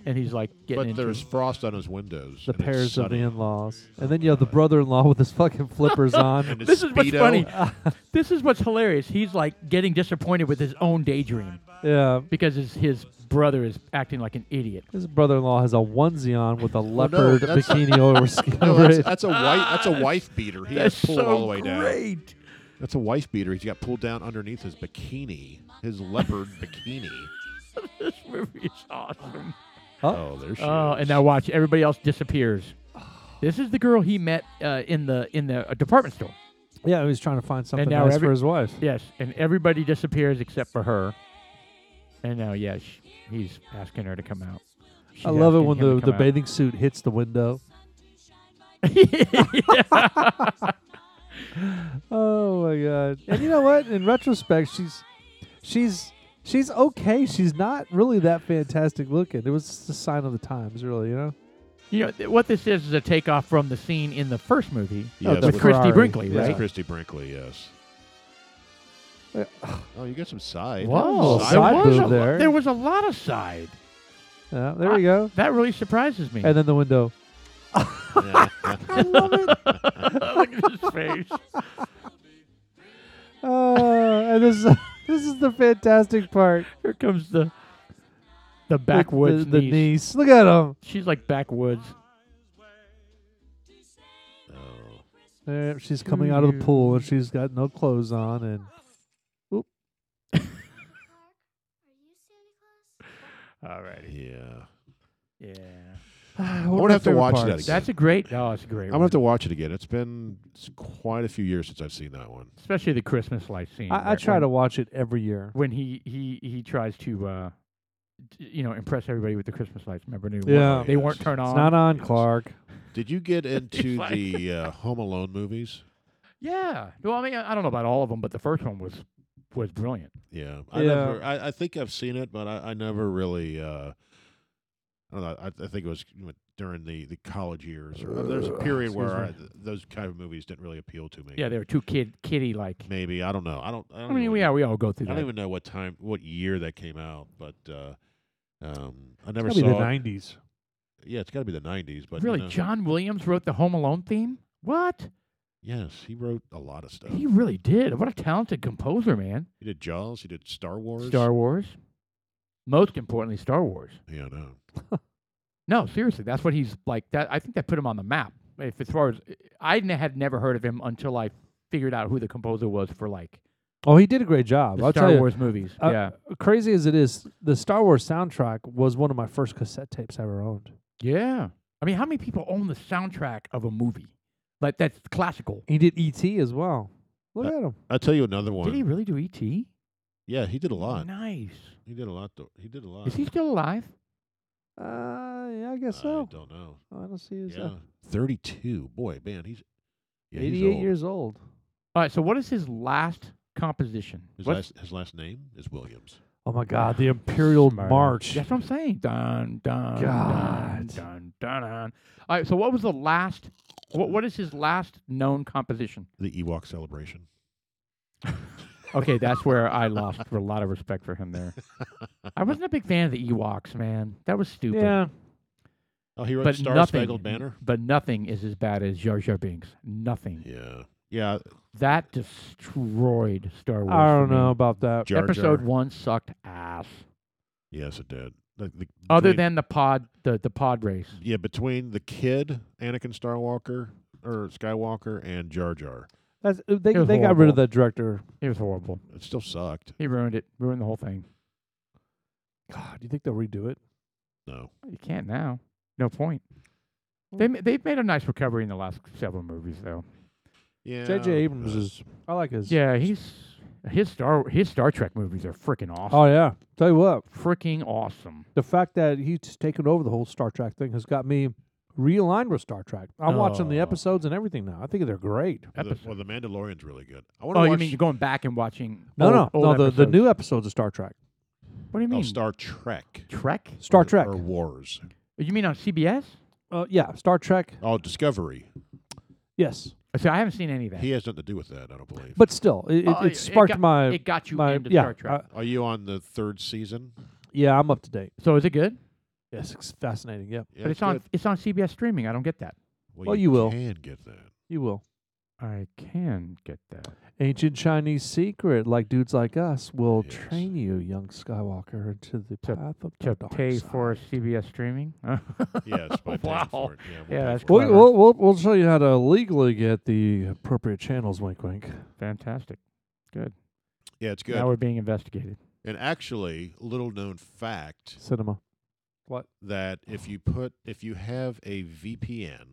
S3: and he's like getting
S4: but
S3: into
S4: there's frost on his windows.
S2: The
S4: and it's
S2: pairs of the
S4: sunny. Uh-huh.
S2: in-laws, and then you have the brother-in-law with his
S4: <laughs>
S2: fucking flippers on.
S4: And it's
S3: This is what's
S4: Speedo.
S3: funny. this is what's hilarious. He's like getting disappointed with his own daydream
S2: Yeah,
S3: because his, his brother is acting like an idiot.
S2: his brother-in-law has a onesie on with
S4: <laughs>
S2: a
S4: no,
S2: leopard
S4: that's-
S2: bikini over his
S4: No,
S2: over
S4: that's,
S2: it.
S4: that's a wife. That's a wife beater. He has pulled all the way down.
S3: Ah, great.
S4: That's a wife beater. He's got pulled down underneath his bikini, his leopard bikini.
S3: This movie is awesome.
S4: Oh, there she
S3: Oh,
S4: is.
S3: and now watch everybody else disappears. This is the girl he met uh, in the in the uh, department store.
S2: Yeah, he was trying to find something
S3: now
S2: nice
S3: every-
S2: for his wife.
S3: Yes, and everybody disappears except for her. And now, yeah, sh he's asking her to come out. She's
S2: I love it
S3: asking
S2: when the,
S3: him to
S2: the
S3: come out.
S2: bathing suit hits the window.
S3: <laughs>
S2: Oh my god! And you know what? In retrospect, she's she's she's okay. She's not really that fantastic looking. It was just a sign of the times, really. You know?
S3: you know th- what this is is a takeoff from the scene in the first movie
S4: Yes,
S3: with
S4: with-
S3: Christy
S2: Ferrari.
S3: Brinkley,
S4: Yes,
S3: right?
S4: Christy Brinkley, yes.
S2: Uh,
S4: Oh, you got some side.
S2: Whoa,
S4: Side
S2: side
S3: there
S4: boob
S3: was a,
S2: there.
S3: there was a lot of side.
S2: Yeah, there we go.
S3: That really surprises me.
S2: And then the window.
S4: <laughs>
S2: I love it.
S3: <laughs> Look at his face.
S2: Uh, and this is <laughs> this is the fantastic part.
S3: Here comes the the backwoods
S2: the, the
S3: niece.
S2: niece. Look at him.
S3: She's like backwoods.
S4: Oh.
S2: There, she's coming out of the
S3: you.
S2: pool and she's got no clothes on and
S3: All righty.
S4: Yeah.
S3: Yeah.
S2: <sighs>
S4: I'm gonna have to watch that again.
S3: That's a great. Oh, it's a great. one.
S4: I'm gonna have to watch it again. It's been s- quite a few years since I've seen that one.
S3: especially the Christmas light scene.
S2: I, I
S3: right,
S2: try
S3: when-
S2: to watch it every year.
S3: when he he he tries to uh d- you know impress everybody with the Christmas lights. Remember, they
S2: Yeah.
S3: weren't, they weren't
S4: Yes.
S3: turned on.
S2: It's not on
S4: yes.
S2: Clark.
S4: Did you get into
S3: like-
S4: the uh, Home Alone movies?
S3: yeah. Well, I mean, I I don't know about all of them, but the first one was was brilliant.
S4: Yeah, I
S2: Yeah.
S4: never. I, I think I've seen it, but I, I never really. Uh, I don't know. I, I think it was you know, during the, the college years. Or, there's a period where I,
S2: excuse
S4: th- those kind of movies didn't really appeal to me.
S3: Uh, Yeah, they were too kid kitty like.
S4: maybe I don't know. I don't. I,
S3: I
S4: don't
S3: mean,
S4: even,
S3: we- yeah, we all go through
S4: I don't
S3: that.
S4: even know what time, what year that came out, but uh, um, I never
S2: Probably
S4: saw.
S2: the
S4: it.
S2: nineties.
S4: Yeah, it's got to be the '90s. But you
S3: really,
S4: know,
S3: John Williams wrote the Home Alone theme. What?
S4: Yes, he wrote a lot of stuff.
S3: He
S4: He,
S3: really did. What a talented composer, man.
S4: did Jaws. He did Star Wars.
S3: Star Wars. Most importantly, Star Wars.
S4: Yeah, no.
S3: No, seriously, that's what he's like. That I think that put him on the map. If as far as I n- had never heard of him until I figured out who the composer was for like
S2: Oh, he did a great job.
S3: the
S2: I'll
S3: Star
S2: tell you,
S3: Wars movies.
S2: uh,
S3: yeah,
S2: crazy as it is, the Star Wars soundtrack was one of my first cassette tapes I ever owned.
S3: yeah. I mean, how many people own the soundtrack of a movie? Like that's classical.
S2: He did E.T. as well. Look
S4: Uh,
S2: at him.
S4: I'll tell you another one.
S3: Did he really do E.T.?
S4: yeah, he did a lot.
S3: Nice.
S4: He did a lot. Though. He did a lot.
S3: Is he still alive?
S2: Uh, yeah, I guess
S4: I
S2: so.
S4: don't know.
S2: I don't, see his. uh,
S4: Yeah, thirty-two. Boy, man, he's yeah, he's
S2: 88
S4: old.
S2: years old.
S3: All right. So what is his last composition?
S4: His
S3: What's-
S4: last, his last name is Williams.
S2: Oh my God, the Imperial
S3: Smart.
S2: March.
S3: That's what I'm saying. Dun dun
S2: God.
S3: dun dun dun dun. All right. So what was the last? What what is his last known composition?
S4: The Ewok celebration.
S3: Okay, that's where I lost a lot of respect for him there. I wasn't a big fan of the Ewoks, man. That was stupid.
S2: Yeah,
S4: Oh, he wrote
S3: But
S4: Star
S3: nothing,
S4: Spangled Banner.
S3: But nothing is as bad as Jar Jar Binks. Nothing.
S4: Yeah, yeah.
S3: That destroyed Star Wars.
S2: I
S3: for
S2: don't
S3: me.
S2: know about that.
S4: Jar
S3: Episode
S4: Jar.
S3: one sucked ass.
S4: Yes, it did. The, the,
S3: Other
S4: between-
S3: than the pod, the, the pod race.
S4: yeah, between the kid Anakin Skywalker or Skywalker and Jar Jar,
S2: That's, uh, they
S3: It was
S2: they got rid
S3: horrible.
S2: of that director.
S3: It was horrible.
S4: it still sucked.
S3: He ruined it. Ruined the whole thing.
S2: God, do you think they'll redo it?
S4: No,
S3: You can't now. No point.
S2: Mm.
S3: They ma- they've made a nice recovery in the last several movies though.
S4: yeah.
S2: J.J. Abrams
S4: uh,
S2: is. I like his.
S3: Yeah, he's his Star his Star Trek movies are freaking awesome.
S2: Oh yeah. Tell you what,
S3: freaking awesome.
S2: the fact that he's taken over the whole Star Trek thing has got me realigned with Star Trek. I'm watching the
S3: Oh.
S2: episodes and everything now. I think they're great.
S4: the,
S3: episode.
S4: well, the Mandalorian's really good. I want to
S3: Oh,
S4: watch
S3: you mean you're going back and watching?
S2: No,
S3: old-
S2: no,
S3: old
S2: no. The, the
S3: episodes.
S2: new episodes of Star Trek.
S3: What do you
S4: oh,
S3: mean?
S4: Star Trek.
S3: Trek?
S2: Star
S4: or-
S2: Trek.
S4: or Wars?
S3: You mean on CBS?
S2: Uh, yeah, Star Trek.
S4: Oh, Discovery.
S2: Yes,
S3: So I haven't seen any of that.
S4: He has nothing to do with that, I don't believe.
S2: but still, it,
S3: Oh,
S2: it, it sparked
S3: got,
S2: my
S3: It got you
S2: uh, my
S3: into
S2: yeah
S3: Star Trek.
S2: uh,
S4: Are you on the third season?
S2: yeah. I'm up to date.
S3: so is it good?
S2: Yes, it's fascinating. Yeah,
S4: Yeah,
S3: but it's on
S4: good.
S3: it's on CBS streaming. I don't get that.
S2: Well, you will.
S4: Can get that.
S3: <laughs>
S2: you will.
S3: I can get that.
S2: Ancient Chinese secret, like dudes like us, will
S4: Yes.
S2: train you, young Skywalker, into the
S3: To-
S2: path of the
S3: To
S2: dark
S3: pay
S2: side.
S3: for CBS streaming? <laughs>
S4: Yes, by paying
S3: Wow.
S4: for it. Yeah, we'll
S3: Yeah,
S4: pay
S3: that's
S4: for it.
S2: We'll,
S3: Clever.
S2: we'll, we'll, we'll show you how to legally get the appropriate channels. Wink, wink.
S3: Fantastic. Good.
S4: Yeah, it's good.
S3: Now we're being investigated.
S4: and actually, little known fact
S2: Cinema.
S4: that if you put if you have a VPN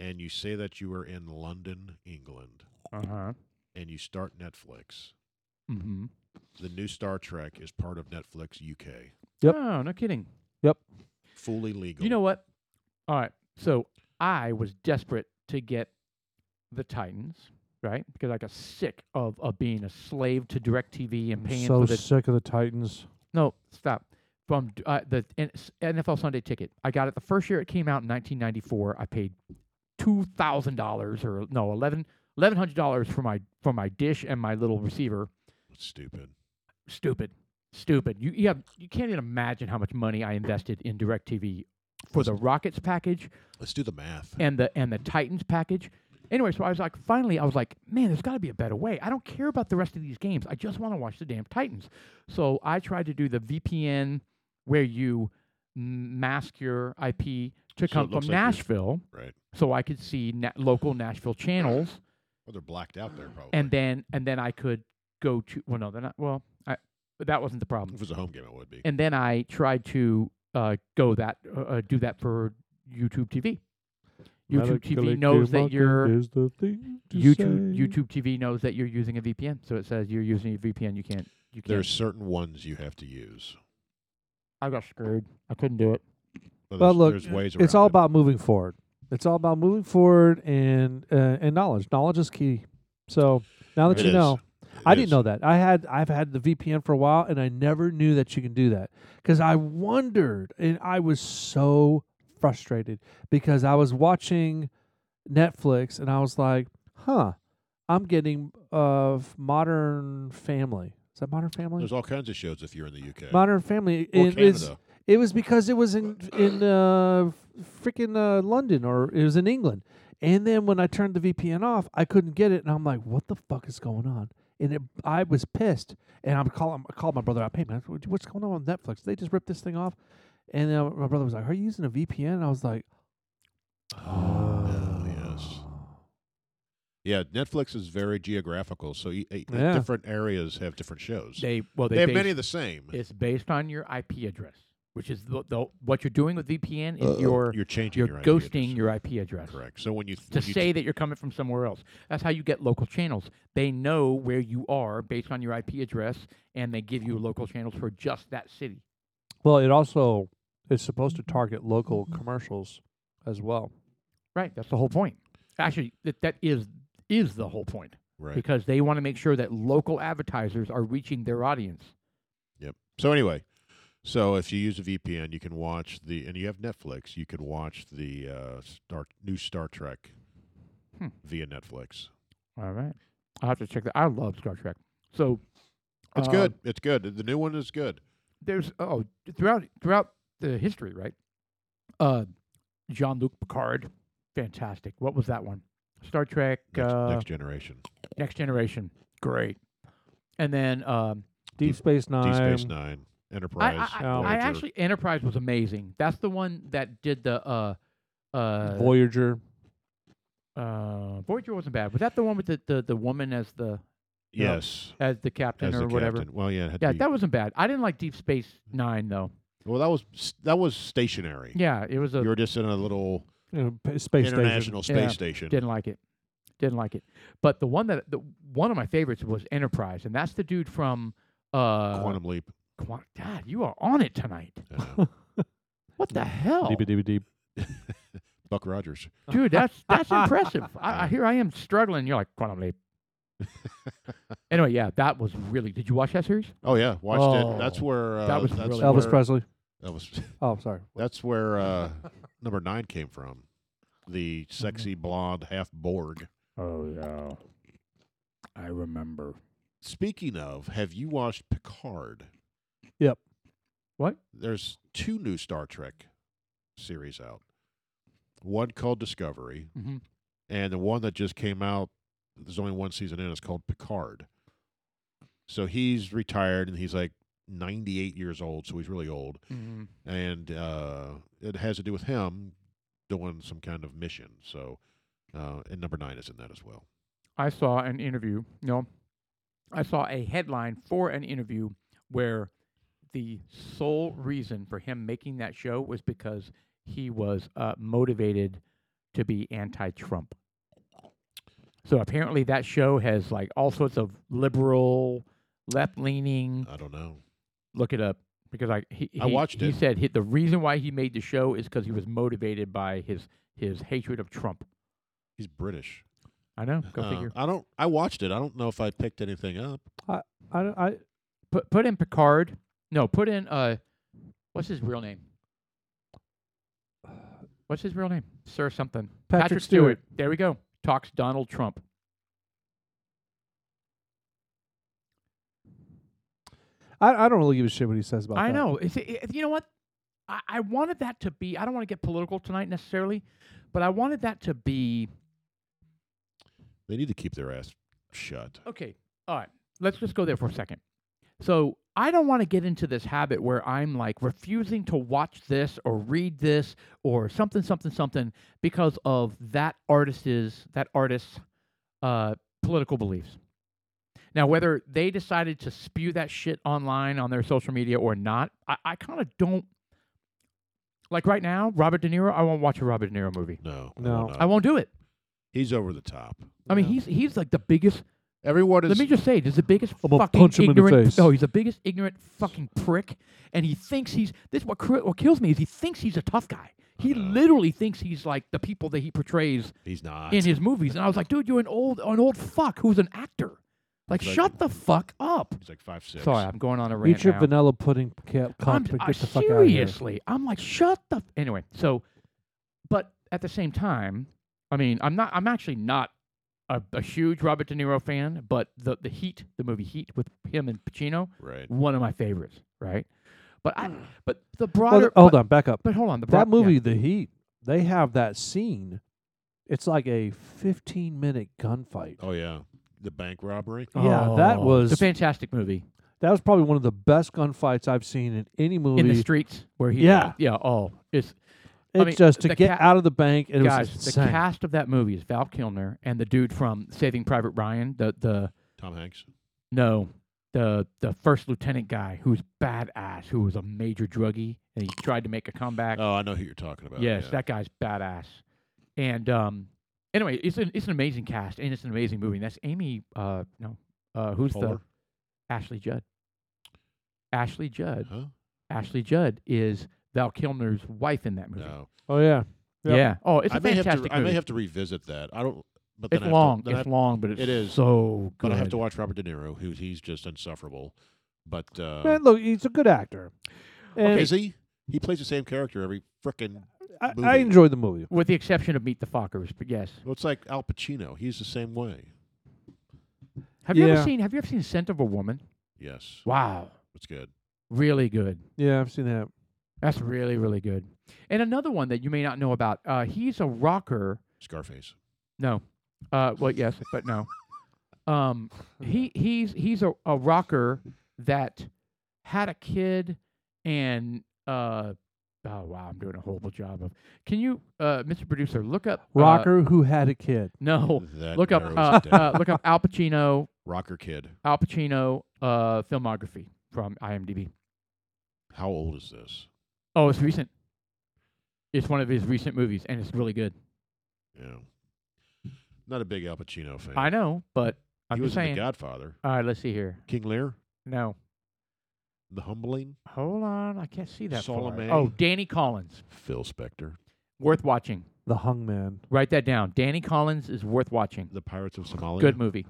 S4: and you say that you are in London, England,
S3: Uh
S4: Uh-huh.
S3: huh.
S4: and you start Netflix,
S3: Mm-hmm.
S4: the new Star Trek is part of Netflix UK.
S2: Yep.
S3: Oh, no kidding.
S4: Fully legal.
S3: You know what? All right. So I was desperate to get the Titans, right? Because I got sick of, of being a slave to DirecTV and paying
S2: so
S3: for the
S2: sick of the Titans.
S3: No, stop. From d- uh, the N- s- NFL Sunday Ticket, I got it the first year it came out in 1994. I paid two thousand dollars, or no, eleven eleven hundred dollars for my for my dish and my little receiver.
S4: stupid.
S3: Stupid, stupid. You you, have, you can't even imagine how much money I invested in DirecTV for the Rockets package
S4: Let's do the math.
S3: and the and the Titans package. Anyway, so I was like, finally, I was like, man, there's got to be a better way. I don't care about the rest of these games. I just want to watch the damn Titans. So I tried to do the VPN where you m- mask your IP to
S4: it
S3: come
S4: looks
S3: from
S4: like you're-
S3: Nashville,
S4: Right.
S3: so I could see na- local Nashville
S4: <coughs>
S3: channels,
S4: Well, they're blacked out there probably.
S3: and then and then I could go to well, no, they're not. Well, I, that wasn't the problem
S4: if it was a home game, it would be.
S3: and then I tried to uh, go that uh, uh, do that for YouTube TV. YouTube TV knows that you're
S2: Is the thing to
S3: YouTube
S2: say.
S3: YouTube TV knows that you're using a VPN, so it says you're using a VPN. You can't. You can't.
S4: There's certain ones you have to use.
S3: I got screwed. I couldn't do it.
S4: But
S2: Well,
S4: there's,
S2: look,
S4: there's ways around
S2: It's all
S4: it.
S2: about moving forward. It's all about moving forward and uh, and knowledge. Knowledge is key. So now that
S4: It
S2: you
S4: is.
S2: know,
S4: It
S2: I didn't
S4: is.
S2: know that. I had I've had the VPN for a while, and I never knew that you can do that because I wondered, and I was so frustrated because I was watching Netflix, and I was like, "Huh, I'm getting of Modern Family. Is that Modern Family?
S4: There's all kinds of shows if you're in the UK.
S2: Modern Family.
S4: or
S2: It is-
S4: Canada.
S2: it was because it was in in uh, freaking uh, London or it was in England. And then when I turned the VPN off, I couldn't get it, and I'm like, "What the fuck is going on?" And it, I was pissed, and I'm calling. I called my brother up. Hey man, what- what's going on with Netflix? They just ripped this thing off. And then my brother was like, "Are you using a VPN?" And I was like,
S4: Oh, yes. Yeah, Netflix is very geographical, so y- uh,
S2: Yeah.
S4: different areas have different shows.
S3: They well
S4: They
S3: they,
S4: have
S3: base,
S4: many of the same.
S3: It's based on your IP address, which is the, the what you're doing with VPN is
S4: Uh-oh.
S3: you're
S4: Uh, you're changing
S3: you're
S4: your IP
S3: ghosting
S4: address.
S3: your IP address.
S4: correct. So when you
S3: to
S4: when you-
S3: say that you're coming from somewhere else. That's how you get local channels. They know where you are based on your IP address, and they give you local channels for just that city.
S2: "Well, it also is supposed to target local commercials as well."
S3: Right. That's the whole point. Actually, that, that is is the whole point
S4: right.
S3: because they want to make sure that local advertisers are reaching their audience.
S4: So anyway, so if you use a VPN, you can watch the and you have Netflix, you could watch the uh, Star new Star Trek
S3: Hmm.
S4: via Netflix.
S3: All right. I'll have to check that. I love Star Trek. So
S4: It's
S3: uh,
S4: good. It's good. The new one is good.
S3: there's oh throughout throughout the history, right? Uh Jean Luc Picard, fantastic. What was that one? Star Trek
S4: Next,
S3: uh,
S4: next generation,
S3: Next Generation, great. And then um,
S2: Deep Space
S4: D
S2: Nine.
S4: Space Nine,
S3: I,
S4: Enterprise.
S3: I, I,
S2: Oh.
S3: I
S4: Voyager.
S3: actually Enterprise was amazing. That's the one that did the uh, uh,
S2: Voyager.
S3: uh, Voyager wasn't bad. Was that the one with the, the, the woman as the
S4: yes,
S3: as the captain
S4: as
S3: or
S4: the
S3: whatever?
S4: captain. Well, yeah, it had to
S3: Yeah,
S4: be-
S3: that wasn't bad. I didn't like Deep Space Nine though.
S4: well, that was s- that was stationary.
S3: Yeah, it was a
S4: you were just in a little
S2: You know, pa- space Station.
S4: international
S3: Yeah.
S4: space station.
S3: Didn't like it. Didn't like it. But the one that the one of my favorites was Enterprise, and that's the dude from uh
S4: Quantum leap.
S3: Quan- God, you are on it tonight. <laughs>
S4: Uh,
S3: What the hell,
S2: Deep, deep, deep.
S4: Buck Rogers.
S3: dude? That's
S4: <laughs>
S3: that's impressive. I, I here I am struggling. You're like Quantum Leap. anyway, yeah, that was really. Did you watch that series?
S4: Oh yeah, watched it. That's
S3: Oh,
S4: where uh,
S3: that was
S4: that's
S3: really
S4: where,
S2: Elvis Presley.
S4: That was
S2: Oh, sorry.
S4: That's where uh, number nine came from.
S3: <laughs>
S4: The
S3: Mm-hmm.
S4: sexy blonde half Borg.
S3: Oh yeah, I remember.
S4: Speaking of, have you watched Picard?
S2: Yep.
S3: What?
S4: There's two new Star Trek series out. One called Discovery,
S3: hmm
S4: and the one that just came out. There's only one season in. It's called Picard. So he's retired, and he's like 98 years old. So he's really old,
S3: hmm
S4: and uh, it has to do with him doing some kind of mission. So, uh, and number nine is in that as well.
S3: I saw an interview. No, I saw a headline for an interview where the sole reason for him making that show was because he was uh, motivated to be anti-Trump. So apparently that show has like all sorts of liberal, left-leaning.
S4: I don't know.
S3: Look it up because I he,
S4: I
S3: he-
S4: watched
S3: he
S4: it.
S3: said he, the reason why he made the show is because he was motivated by his his hatred of Trump.
S4: He's British.
S3: I know. Go
S4: Uh,
S3: figure.
S4: I don't. I watched it. I don't know if I picked anything up.
S2: I, don't- I
S3: Put put in Picard. No, put in uh, what's his real name? What's his real name? Sir something.
S2: Patrick Stewart.
S3: There we go. Talks Donald Trump.
S2: I, I don't really give a shit what he says about.
S3: I
S2: that.
S3: know. It's, it, it- you know what? I, I wanted that to be. I don't want to get political tonight necessarily, but I wanted that to be
S4: They need to keep their ass shut.
S3: Okay. All right. Let's just go there for a second. So I don't want to get into this habit where I'm like refusing to watch this or read this or something, something, something because of that artist's that artist's uh, political beliefs. Now, whether they decided to spew that shit online on their social media or not, I, I kind of don't. Like right now, Robert De Niro, I won't watch a Robert De Niro movie.
S4: No,
S2: No.
S4: not.
S3: I won't do it.
S4: He's over the top.
S3: I mean,
S2: Yeah.
S3: he's he's like the biggest
S4: Everyone is.
S3: Let me just say, he's the biggest
S2: I'm gonna
S3: fucking
S2: punch him in the
S3: ignorant.
S2: face.
S3: No, he's the biggest ignorant fucking prick, and he thinks he's this. What cri- what kills me is he thinks he's a tough guy.
S2: Uh.
S3: He
S4: know.
S3: literally thinks he's like the people that he portrays
S4: he's not.
S3: in his movies. And I was like, dude, you're an old an old fuck who's an actor. Like,
S4: He's like-
S3: shut the fuck up.
S4: he's like five six.
S3: Sorry, I'm going on a rant
S2: Eat your
S3: now.
S2: vanilla pudding, cap,
S3: I'm,
S2: cup, and
S3: I-
S2: get the fuck out of here.
S3: seriously, I'm like, shut the. F-. Anyway, so, but at the same time, I mean, I'm not. I'm actually not a, a huge Robert De Niro fan, but the the Heat, the movie Heat with him and Pacino,
S4: Right.
S3: one of my favorites, right? But I, but the
S2: Hold,
S3: broader.
S2: hold
S3: but,
S2: on, back up.
S3: But hold on, the broad-
S2: That
S3: yeah.
S2: movie, The Heat, they have that scene. It's like a 15 minute gunfight.
S4: Oh yeah. The bank robbery.
S2: Yeah, that
S3: Oh,
S2: was-
S3: it's a fantastic movie
S2: That was probably one of the best gunfights I've seen in any movie.
S3: in the streets where he.
S2: Yeah.
S3: Yeah. Oh, it's I
S2: It's
S3: mean,
S2: just to
S3: the
S2: get
S3: ca-
S2: out of the bank. It
S3: guys.
S2: was
S3: The
S2: insane.
S3: cast of that movie is Val Kilmer and the dude from Saving Private Ryan. The the
S4: Tom Hanks.
S3: No, the the first lieutenant guy who's badass, who was a major druggie, and he tried to make a comeback.
S4: Oh, I know who you're talking about.
S3: yes,
S4: yeah.
S3: that guy's badass. And um, anyway, it's an it's an amazing cast, and it's an amazing movie. And that's Amy. Uh, no, uh, who's
S4: Poehler?
S3: the Ashley Judd? Ashley Judd.
S4: Huh?
S3: Ashley Judd is Val Kilmer's wife in that movie.
S4: No.
S2: oh yeah, Yep.
S3: Yeah. Oh, it's a
S4: I may have
S3: fantastic
S4: to. I
S3: movie.
S4: may have to revisit that. I don't. But then
S3: it's
S4: I have to-
S3: long.
S4: then
S3: it's
S4: I have-
S3: long, but it's
S4: It is.
S3: so good.
S4: But I have to watch Robert De Niro, who he's just insufferable. But uh,
S2: man, look, he's a good actor. And
S4: is he? He plays the same character every frickin'.
S2: I, I
S4: movie.
S2: enjoyed the movie.
S3: With the exception of Meet the Fockers, but yes.
S4: Well, it's like Al Pacino. He's the same way.
S3: Have you ever
S2: Yeah.
S3: seen Have you ever seen Scent of a Woman?
S4: Yes,
S3: Wow,
S4: it's good.
S3: really good.
S2: Yeah, I've seen that.
S3: That's really really good. And another one that you may not know about. Uh, he's a rocker.
S4: Scarface.
S3: No, uh, well yes, but no. Um,
S4: <laughs>
S3: he he's he's a, a rocker that had a kid and uh. Oh wow, I'm doing a horrible job of. Can you, uh, Mr. Producer, look up uh,
S2: Rocker who had a kid.
S4: <laughs>
S3: no,
S4: That
S3: look up
S4: narrows
S3: uh,
S4: it down.
S3: uh, look up Al Pacino
S4: Rocker Kid.
S3: Al Pacino uh, filmography from IMDb.
S4: How old is this?
S3: Oh, it's recent. It's one of his recent movies, and it's really good.
S4: Yeah, not a big Al Pacino fan.
S3: I know, but I'm
S4: he
S3: just
S4: was in
S3: saying.
S4: The Godfather,
S3: All right, let's see here.
S4: King Lear,
S3: No,
S4: The Humbling,
S3: hold on, I can't see that. far.
S4: Salome.
S3: Oh, Danny Collins,
S4: Phil Spector,
S3: worth watching.
S2: The hung man.
S3: Write that down. Danny Collins is worth watching.
S4: The Pirates of Somalia.
S3: Good movie.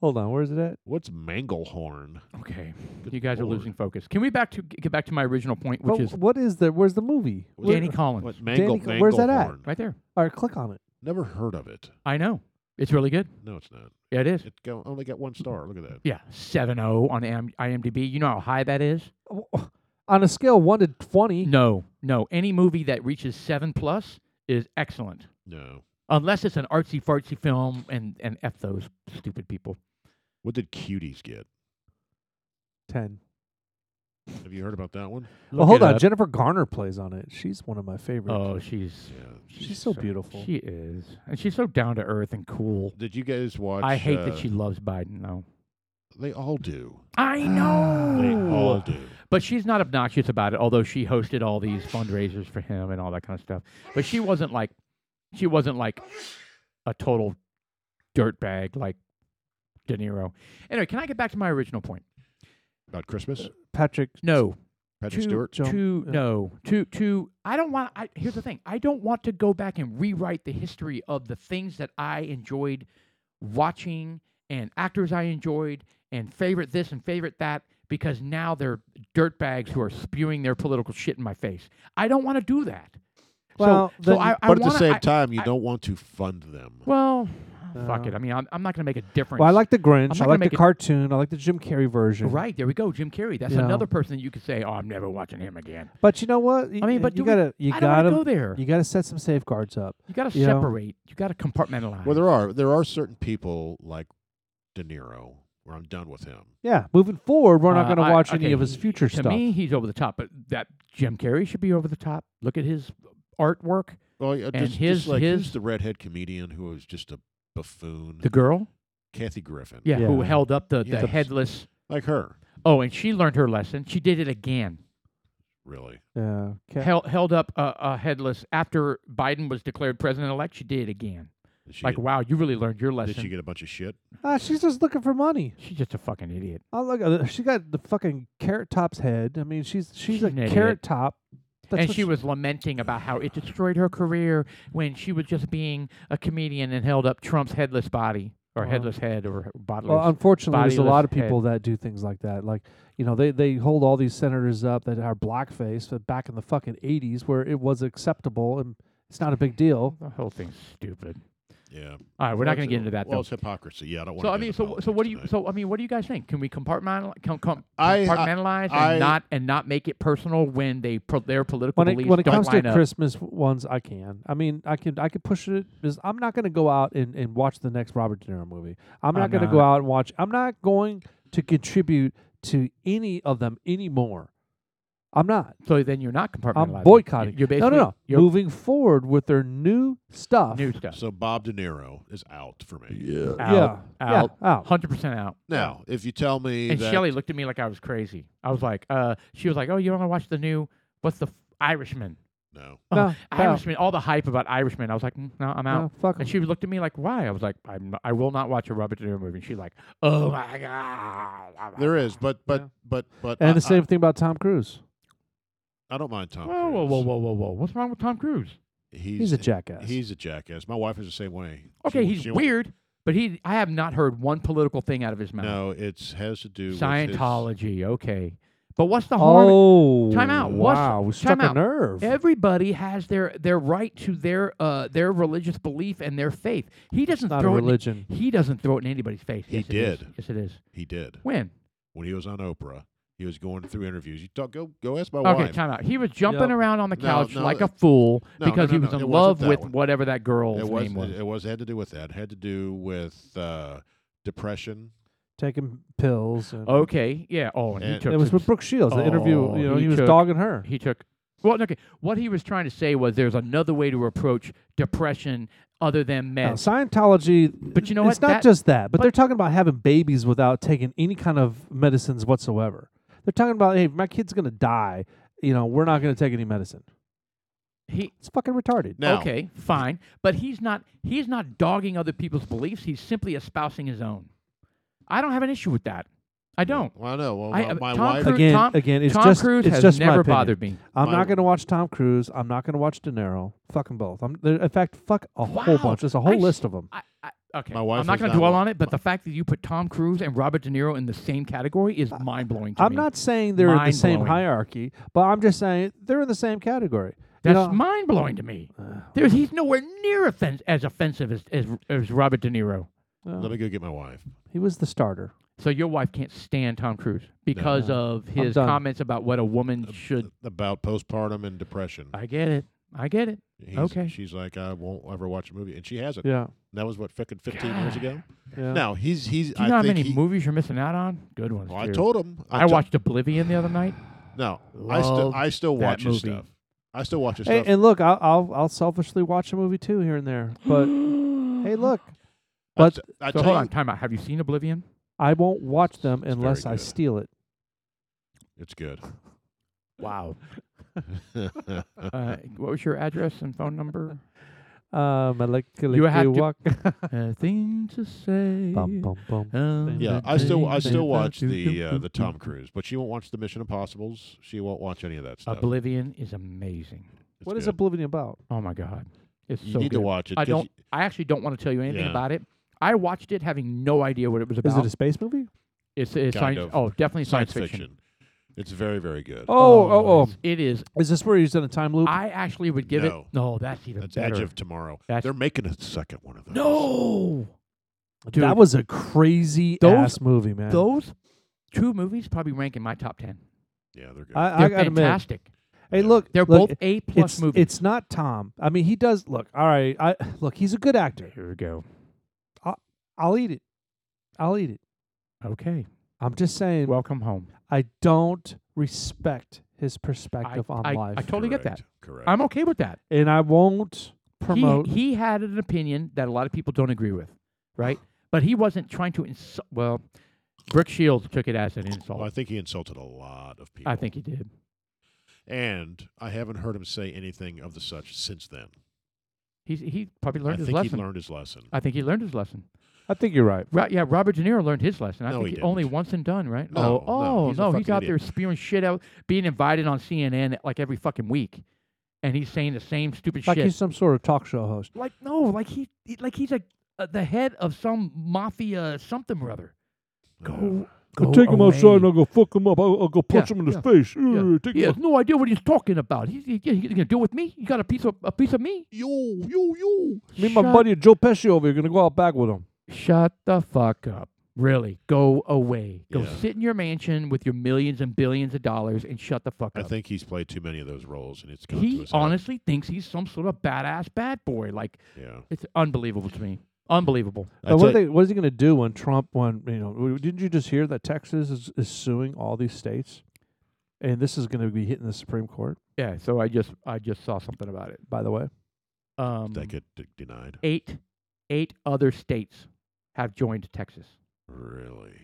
S2: Hold on, where's it at?
S4: What's Manglehorn?
S3: Okay,
S4: Good
S3: you guys are
S4: lord.
S3: losing focus. Can we back to get back to my original point, which
S2: But
S3: is
S2: what is the? Where's the movie?
S4: What's-
S3: Danny Collins?
S4: What Mangle,
S2: Danny- where's that at?
S4: Manglehorn.
S3: Right there.
S2: All right, click on it.
S4: Never heard of it.
S3: I know. It's really good.
S4: No, it's not.
S3: Yeah, it is.
S4: It go, only got one star. Look at that.
S3: Yeah, seven zero on IM- IMDb. You know how high that is.
S2: Oh, On a scale of one to twenty,
S3: No, no. Any movie that reaches seven plus is excellent,
S4: No.
S3: unless it's an artsy fartsy film and and f those stupid people.
S4: What did Cuties get?
S2: ten.
S4: Have you heard about that one?
S2: Well, hold
S3: it
S2: on,
S3: up.
S2: Jennifer Garner plays on it. She's one of my favorites.
S3: Oh, she's
S4: Yeah.
S2: She's so beautiful.
S3: She is, and she's so down to earth and cool.
S4: Did you guys watch?
S3: I hate
S4: uh,
S3: that she loves Biden though.
S4: They all do.
S3: I
S4: They
S3: know,
S4: all do.
S3: but she's not obnoxious about it. Although she hosted all these fundraisers for him and all that kind of stuff, but she wasn't like she wasn't like a total dirtbag like De Niro. Anyway, can I get back to my original point?
S4: About Christmas?
S2: Patrick.
S3: No,
S4: Patrick
S3: two-
S4: Stewart?
S2: Joe- Jump,
S3: Uh, to
S2: yeah.
S3: no to to i don't want i here's the thing i don't want to go back and rewrite the history of the things that i enjoyed watching and actors i enjoyed and favorite this and favorite that because now they're dirtbags who are spewing their political shit in my face i don't want to do that
S2: Well,
S3: so,
S2: then-
S3: so I, I
S4: but at
S3: wanna,
S4: the same
S3: I-
S4: time, you
S3: I-
S4: don't want to fund them.
S3: well fuck
S2: Uh,
S3: it i mean i'm, I'm not going to make a difference
S2: Well, I like the Grinch.
S3: not
S2: I
S3: gonna
S2: like the
S3: make it-
S2: cartoon. I like the Jim Carrey version.
S3: right there we go jim carrey that's
S2: Yeah.
S3: another person that you could say oh i'm never watching him again
S2: But you know what?
S3: I mean, but
S2: you
S3: do we-
S2: gotta, you
S3: i don't
S2: gotta,
S3: want to go there
S2: you gotta set some safeguards up.
S3: you got to
S2: you know.
S3: separate you got to compartmentalize
S4: Well, there are there are certain people like De Niro where I'm done with him.
S2: Yeah, moving forward, we're not
S3: Uh,
S2: going to
S3: I-
S2: watch any
S3: okay,
S2: of his
S3: he-
S2: future
S3: to
S2: stuff.
S3: me, he's over the top, but that Jim Carrey should be over the top. Look at his artwork.
S4: Well, yeah, just,
S3: And
S4: just
S3: his-
S4: like
S3: his-
S4: who's the redhead comedian who was just a buffoon?
S3: The girl,
S4: Kathy Griffin.
S3: yeah, who
S2: Yeah.
S3: held up the,
S4: Yeah.
S3: the headless.
S4: like her.
S3: Oh, and she learned her lesson. She did it again.
S4: Really,
S2: yeah, okay.
S3: Held, held up a, a headless after Biden was declared president elect. She did it again.
S4: did she,
S3: Like,
S4: get,
S3: wow, you really learned your lesson.
S4: did she get a bunch of shit?
S2: Ah, she's just looking for money.
S3: She's just a fucking idiot.
S2: Oh, look, uh, she got the fucking carrot top's head. I mean, she's she's,
S3: She's
S2: a
S3: an idiot.
S2: carrot top. That's
S3: and
S2: what
S3: she was lamenting about how it destroyed her career when she was just being a comedian and held up Trump's headless body or
S2: Wow.
S3: headless head or bodiless.
S2: Uh-huh. Well, unfortunately, there's a
S3: bodiless
S2: lot of
S3: head.
S2: people that do things like that. Like, you know, they, they hold all these senators up that are blackface, but back in the fucking 80s where it was acceptable and it's not a big deal.
S3: the whole thing's stupid. All
S4: Yeah.
S3: right, we're
S4: Well,
S3: not going
S4: it's-
S3: to get into that
S4: Well,
S3: though.
S4: it's hypocrisy. Yeah, I don't want.
S3: So
S4: to
S3: I mean, so so what do you so I mean, what do you guys think? Can we compartmentalize, com, com,
S4: I- I-
S3: compartmentalize
S4: I-
S3: and not and not make it personal when they pro, their political
S2: When it,
S3: beliefs
S2: when it
S3: don't
S2: comes
S3: line
S2: to
S3: up?
S2: Christmas ones, I can. I mean, I can I can push it. Because I'm not going to go out and, and watch the next Robert De Niro movie. I'm not
S3: I'm
S2: going to
S3: not.
S2: go out and watch. I'm not going to contribute to any of them anymore. I'm not.
S3: so then you're not compartmentalizing.
S2: I'm boycotting. no,
S3: You're basically
S2: no, no.
S3: You're
S2: Moving forward with their new stuff.
S3: new stuff.
S4: So Bob De Niro is out for me. Yeah.
S2: yeah,
S3: out, out,
S2: yeah, out.
S3: hundred percent out.
S4: Now, if you tell me
S3: And
S4: that
S3: Shelly looked at me like I was crazy. I was like, uh, she was like, oh, you want to watch the new what's the f- Irishman?
S4: no,
S3: Oh,
S2: No, no.
S3: Irishman. All the hype about Irishman. I was like, "Mm, no, I'm out.
S2: No, fuck 'em.
S3: And she looked at me like, "Why?" I was like, I'm, "I will not watch a Robert De Niro movie." And she's like, "Oh my god!"
S4: there is, but but
S2: Yeah.
S4: but but
S2: And
S4: I,
S3: Uh,
S2: the same thing about Tom Cruise.
S4: I, I don't mind Tom.
S3: Whoa, whoa, whoa,
S4: Cruise.
S3: whoa, whoa, whoa! What's wrong with Tom Cruise?
S4: He's,
S2: He's a jackass.
S4: He's a jackass. My wife is the same way.
S3: Okay,
S4: She-
S3: he's
S4: she-
S3: weird, but he—I have not heard one political thing out of his mouth.
S4: No, it's has to do With
S3: Scientology, okay, but what's the harm?
S2: oh,
S3: Time out. What's-
S2: Wow, we
S3: time
S2: struck a
S3: out.
S2: nerve.
S3: Everybody has their their right to their uh their religious belief and their faith. He doesn't
S2: not a
S3: throw it in-
S2: religion.
S3: he doesn't throw it in anybody's face.
S4: He
S3: Yes, it is.
S4: did.
S3: Yes, it is.
S4: his, he did
S3: When?
S4: when he was on Oprah. He was going through interviews. You talk, go go ask my
S3: Okay,
S4: wife.
S3: time out. He was
S2: Yep.
S3: jumping around on the
S4: No,
S3: couch
S4: no,
S3: like a
S4: it-
S3: fool
S4: no,
S3: because
S4: no,
S3: he
S4: no,
S3: was
S4: no, it
S3: in
S4: wasn't
S3: love
S4: that
S3: with
S4: one.
S3: whatever that girl's
S4: it was,
S3: name was.
S4: It, it was had to do with that. It had to do with uh, depression.
S2: Taking pills. And
S3: okay, yeah. Oh, and he
S4: And-
S3: took
S2: it was
S3: some
S2: with Brooke Shields. the interview.
S3: Oh,
S2: You know,
S3: he
S2: he, was
S3: took-
S2: dogging her.
S3: he took well okay what he was trying to say was there's another way to approach depression other than
S2: Now,
S3: meds
S2: Scientology.
S3: But you know
S2: It's
S3: what?
S2: not
S3: That-
S2: just that, but,
S3: but-
S2: they're talking about having babies without taking any kind of medicines whatsoever. They're talking about, hey, my kid's gonna die. You know, we're not gonna take any medicine.
S3: he
S2: It's fucking retarded.
S4: Now,
S3: okay fine but he's not he's not dogging other people's beliefs he's simply espousing his own i don't have an issue with that i don't
S4: Well, I know. Well,
S3: I-
S4: my,
S3: uh,
S4: my
S3: Tom
S4: wife.
S3: Cruise-
S2: again,
S3: Tom-
S2: again, it's
S3: tom
S2: just
S3: cruise
S2: it's
S3: has
S2: just my
S3: never
S2: opinion.
S3: bothered me
S2: I'm
S4: My-
S2: not gonna watch Tom Cruise. I'm not gonna watch De Niro. Fucking both. I'm there, in fact, fuck a whole
S3: Wow.
S2: bunch. There's a whole
S3: I
S2: list
S3: s-
S2: of them.
S3: I, I, okay
S4: My wife
S3: i'm not
S4: is
S3: going
S4: not
S3: to dwell
S4: one-
S3: on it but the fact that you put tom cruise and robert de niro in the same category is mind-blowing to
S2: I'm
S3: me
S2: not saying they're in the same
S3: Mind-blowing.
S2: hierarchy, but I'm just saying they're in the same category. You
S3: that's
S2: know,
S3: mind-blowing to me
S2: Uh,
S3: There's, he's nowhere near offense, as offensive as, as, as robert de niro
S2: well,
S4: Let me go get my wife.
S2: he was the starter.
S3: So your wife can't stand Tom Cruise because of his
S2: done.
S3: comments about what a woman
S4: Uh,
S3: should.
S4: About postpartum and depression.
S3: I get it. I get it.
S4: He's-
S3: okay.
S4: She's like, I won't ever watch a movie, and she hasn't.
S2: Yeah.
S4: That was what fucking fifteen years ago.
S2: Yeah.
S4: Now he's he's.
S3: Do you
S4: I
S3: know how
S4: think
S3: many
S4: he-
S3: movies you're missing out on? Good ones.
S4: Well, I
S3: too.
S4: told him.
S3: I
S4: to-
S3: watched Oblivion the
S2: <gasps>
S3: other night.
S4: No, I still
S3: Love
S4: I still
S3: that
S4: watch his
S3: movie.
S4: stuff. I still watch his
S2: Hey,
S4: stuff.
S2: and look, I'll, I'll I'll selfishly watch a movie too here and
S3: <gasps>
S2: there. But hey, look,
S4: I
S2: but-
S4: t- I
S3: So
S4: tell
S3: hold on,
S4: you,
S3: time out. Have you seen Oblivion?
S2: I won't watch them
S4: It's very
S2: unless I
S4: good.
S2: steal it.
S4: it's
S3: <laughs>
S4: good. <laughs>
S3: Wow.
S4: I <laughs>
S3: Uh, what was your address and phone number?
S2: Uh, molecular
S3: You have to- <laughs>
S2: walk. <laughs>
S3: A Uh, thing to say.
S2: Bum, bum, bum.
S3: um,
S4: Yeah,
S3: a
S4: I still I
S3: thing to <laughs>
S4: still watch
S3: say.
S4: the uh, the Tom Cruise, but she won't watch the Mission Impossible's. She won't watch any of that stuff.
S3: Oblivion is amazing.
S4: It's
S2: What is
S4: good.
S2: Oblivion about?
S3: Oh my god, it's
S4: You
S3: so
S4: need
S3: good.
S4: to watch it.
S3: I
S4: 'cause
S3: don't. I actually don't want to tell you anything
S4: Yeah.
S3: about it. I watched it having no idea what it was
S2: Is
S3: about.
S2: it a space movie?
S3: it's it's
S4: Kind
S3: science.
S4: of.
S3: Oh, definitely
S4: you-
S3: science, fiction.
S4: It's very very good.
S2: Oh, oh,
S3: it's- It is.
S2: oh. Is this where he's done a time loop?
S3: I actually would give
S4: No.
S3: it. No, that's even
S4: That's
S3: better.
S4: Edge of Tomorrow.
S3: That's-
S4: They're making a second one of those.
S3: no, dude.
S2: that was a crazy
S3: Those-
S2: ass movie, man.
S3: those two movies probably rank in my top ten.
S4: Yeah, they're good.
S2: I,
S3: They're
S2: I gotta admit.
S3: fantastic.
S2: Hey,
S4: Yeah.
S2: look,
S3: They're
S2: look,
S3: both A plus
S2: it's,
S3: movies.
S2: It's not Tom. I mean, he does look. All right, I look. He's a good actor.
S3: Here we go.
S2: I'll eat it. I'll eat it.
S3: Okay,
S2: I'm just saying.
S3: welcome home.
S2: I don't respect his perspective on life,
S3: I totally get that.
S4: Correct.
S3: I'm okay with that.
S2: and I won't
S3: He-
S2: promote.
S3: He, had an opinion that a lot of people don't agree with, right? But he wasn't trying to insult. Well, Brooke Shields took it as an insult.
S4: well, I think he insulted a lot of people.
S3: I think he did.
S4: and I haven't heard him say anything of the such since then.
S3: He's, he probably
S4: I
S3: learned his
S4: think he
S3: lesson.
S4: learned his lesson.
S3: I think he learned his lesson.
S2: I think you're right.
S3: Right? Yeah, Robert De Niro learned his lesson. I
S4: No,
S3: think
S4: he
S3: only
S4: didn't.
S3: once and done, right?
S4: No, no,
S3: oh, oh
S4: he's a
S3: no, he's
S4: fucking
S3: out there
S4: idiot.
S3: spewing shit out, being invited on CNN like every fucking week, and he's saying the same stupid
S2: Like
S3: shit.
S2: he's some sort of talk show host.
S3: like no, like he, he- like he's a, uh, the head of some mafia something or other.
S4: Uh,
S3: Go, go away.
S2: I'll go fuck him up. I'll, I'll go
S3: punch Yeah, him in the yeah,
S2: face.
S3: He has no idea what he's talking about. He's, he, he's gonna do with me. He got a piece of a piece of me.
S4: yo, yo, yo.
S2: Me and my
S3: Shut-
S2: buddy Joe Pesci over here gonna go out back with him.
S3: Shut the fuck up. Really, go away. Go
S4: Yeah.
S3: sit in your mansion with your millions and billions of dollars and shut the fuck
S4: I
S3: up.
S4: think he's played too many of those roles, and it's gone to
S3: he
S4: his head.
S3: honestly thinks he's some sort of badass bad boy. Like
S4: Yeah.
S3: it's unbelievable to me. Unbelievable.
S4: I
S2: But
S4: tell
S2: Uh, what, are
S4: you-
S2: they, what is he gonna do when Trump? When you know? w- Didn't you just hear that Texas is, is suing all these states, and this is gonna be hitting the Supreme Court?
S3: Yeah. So I just I just saw something about it.
S2: By the
S4: <laughs>
S2: way,
S3: Um,
S4: that get d- denied.
S3: eight eight other states have joined Texas.
S4: Really?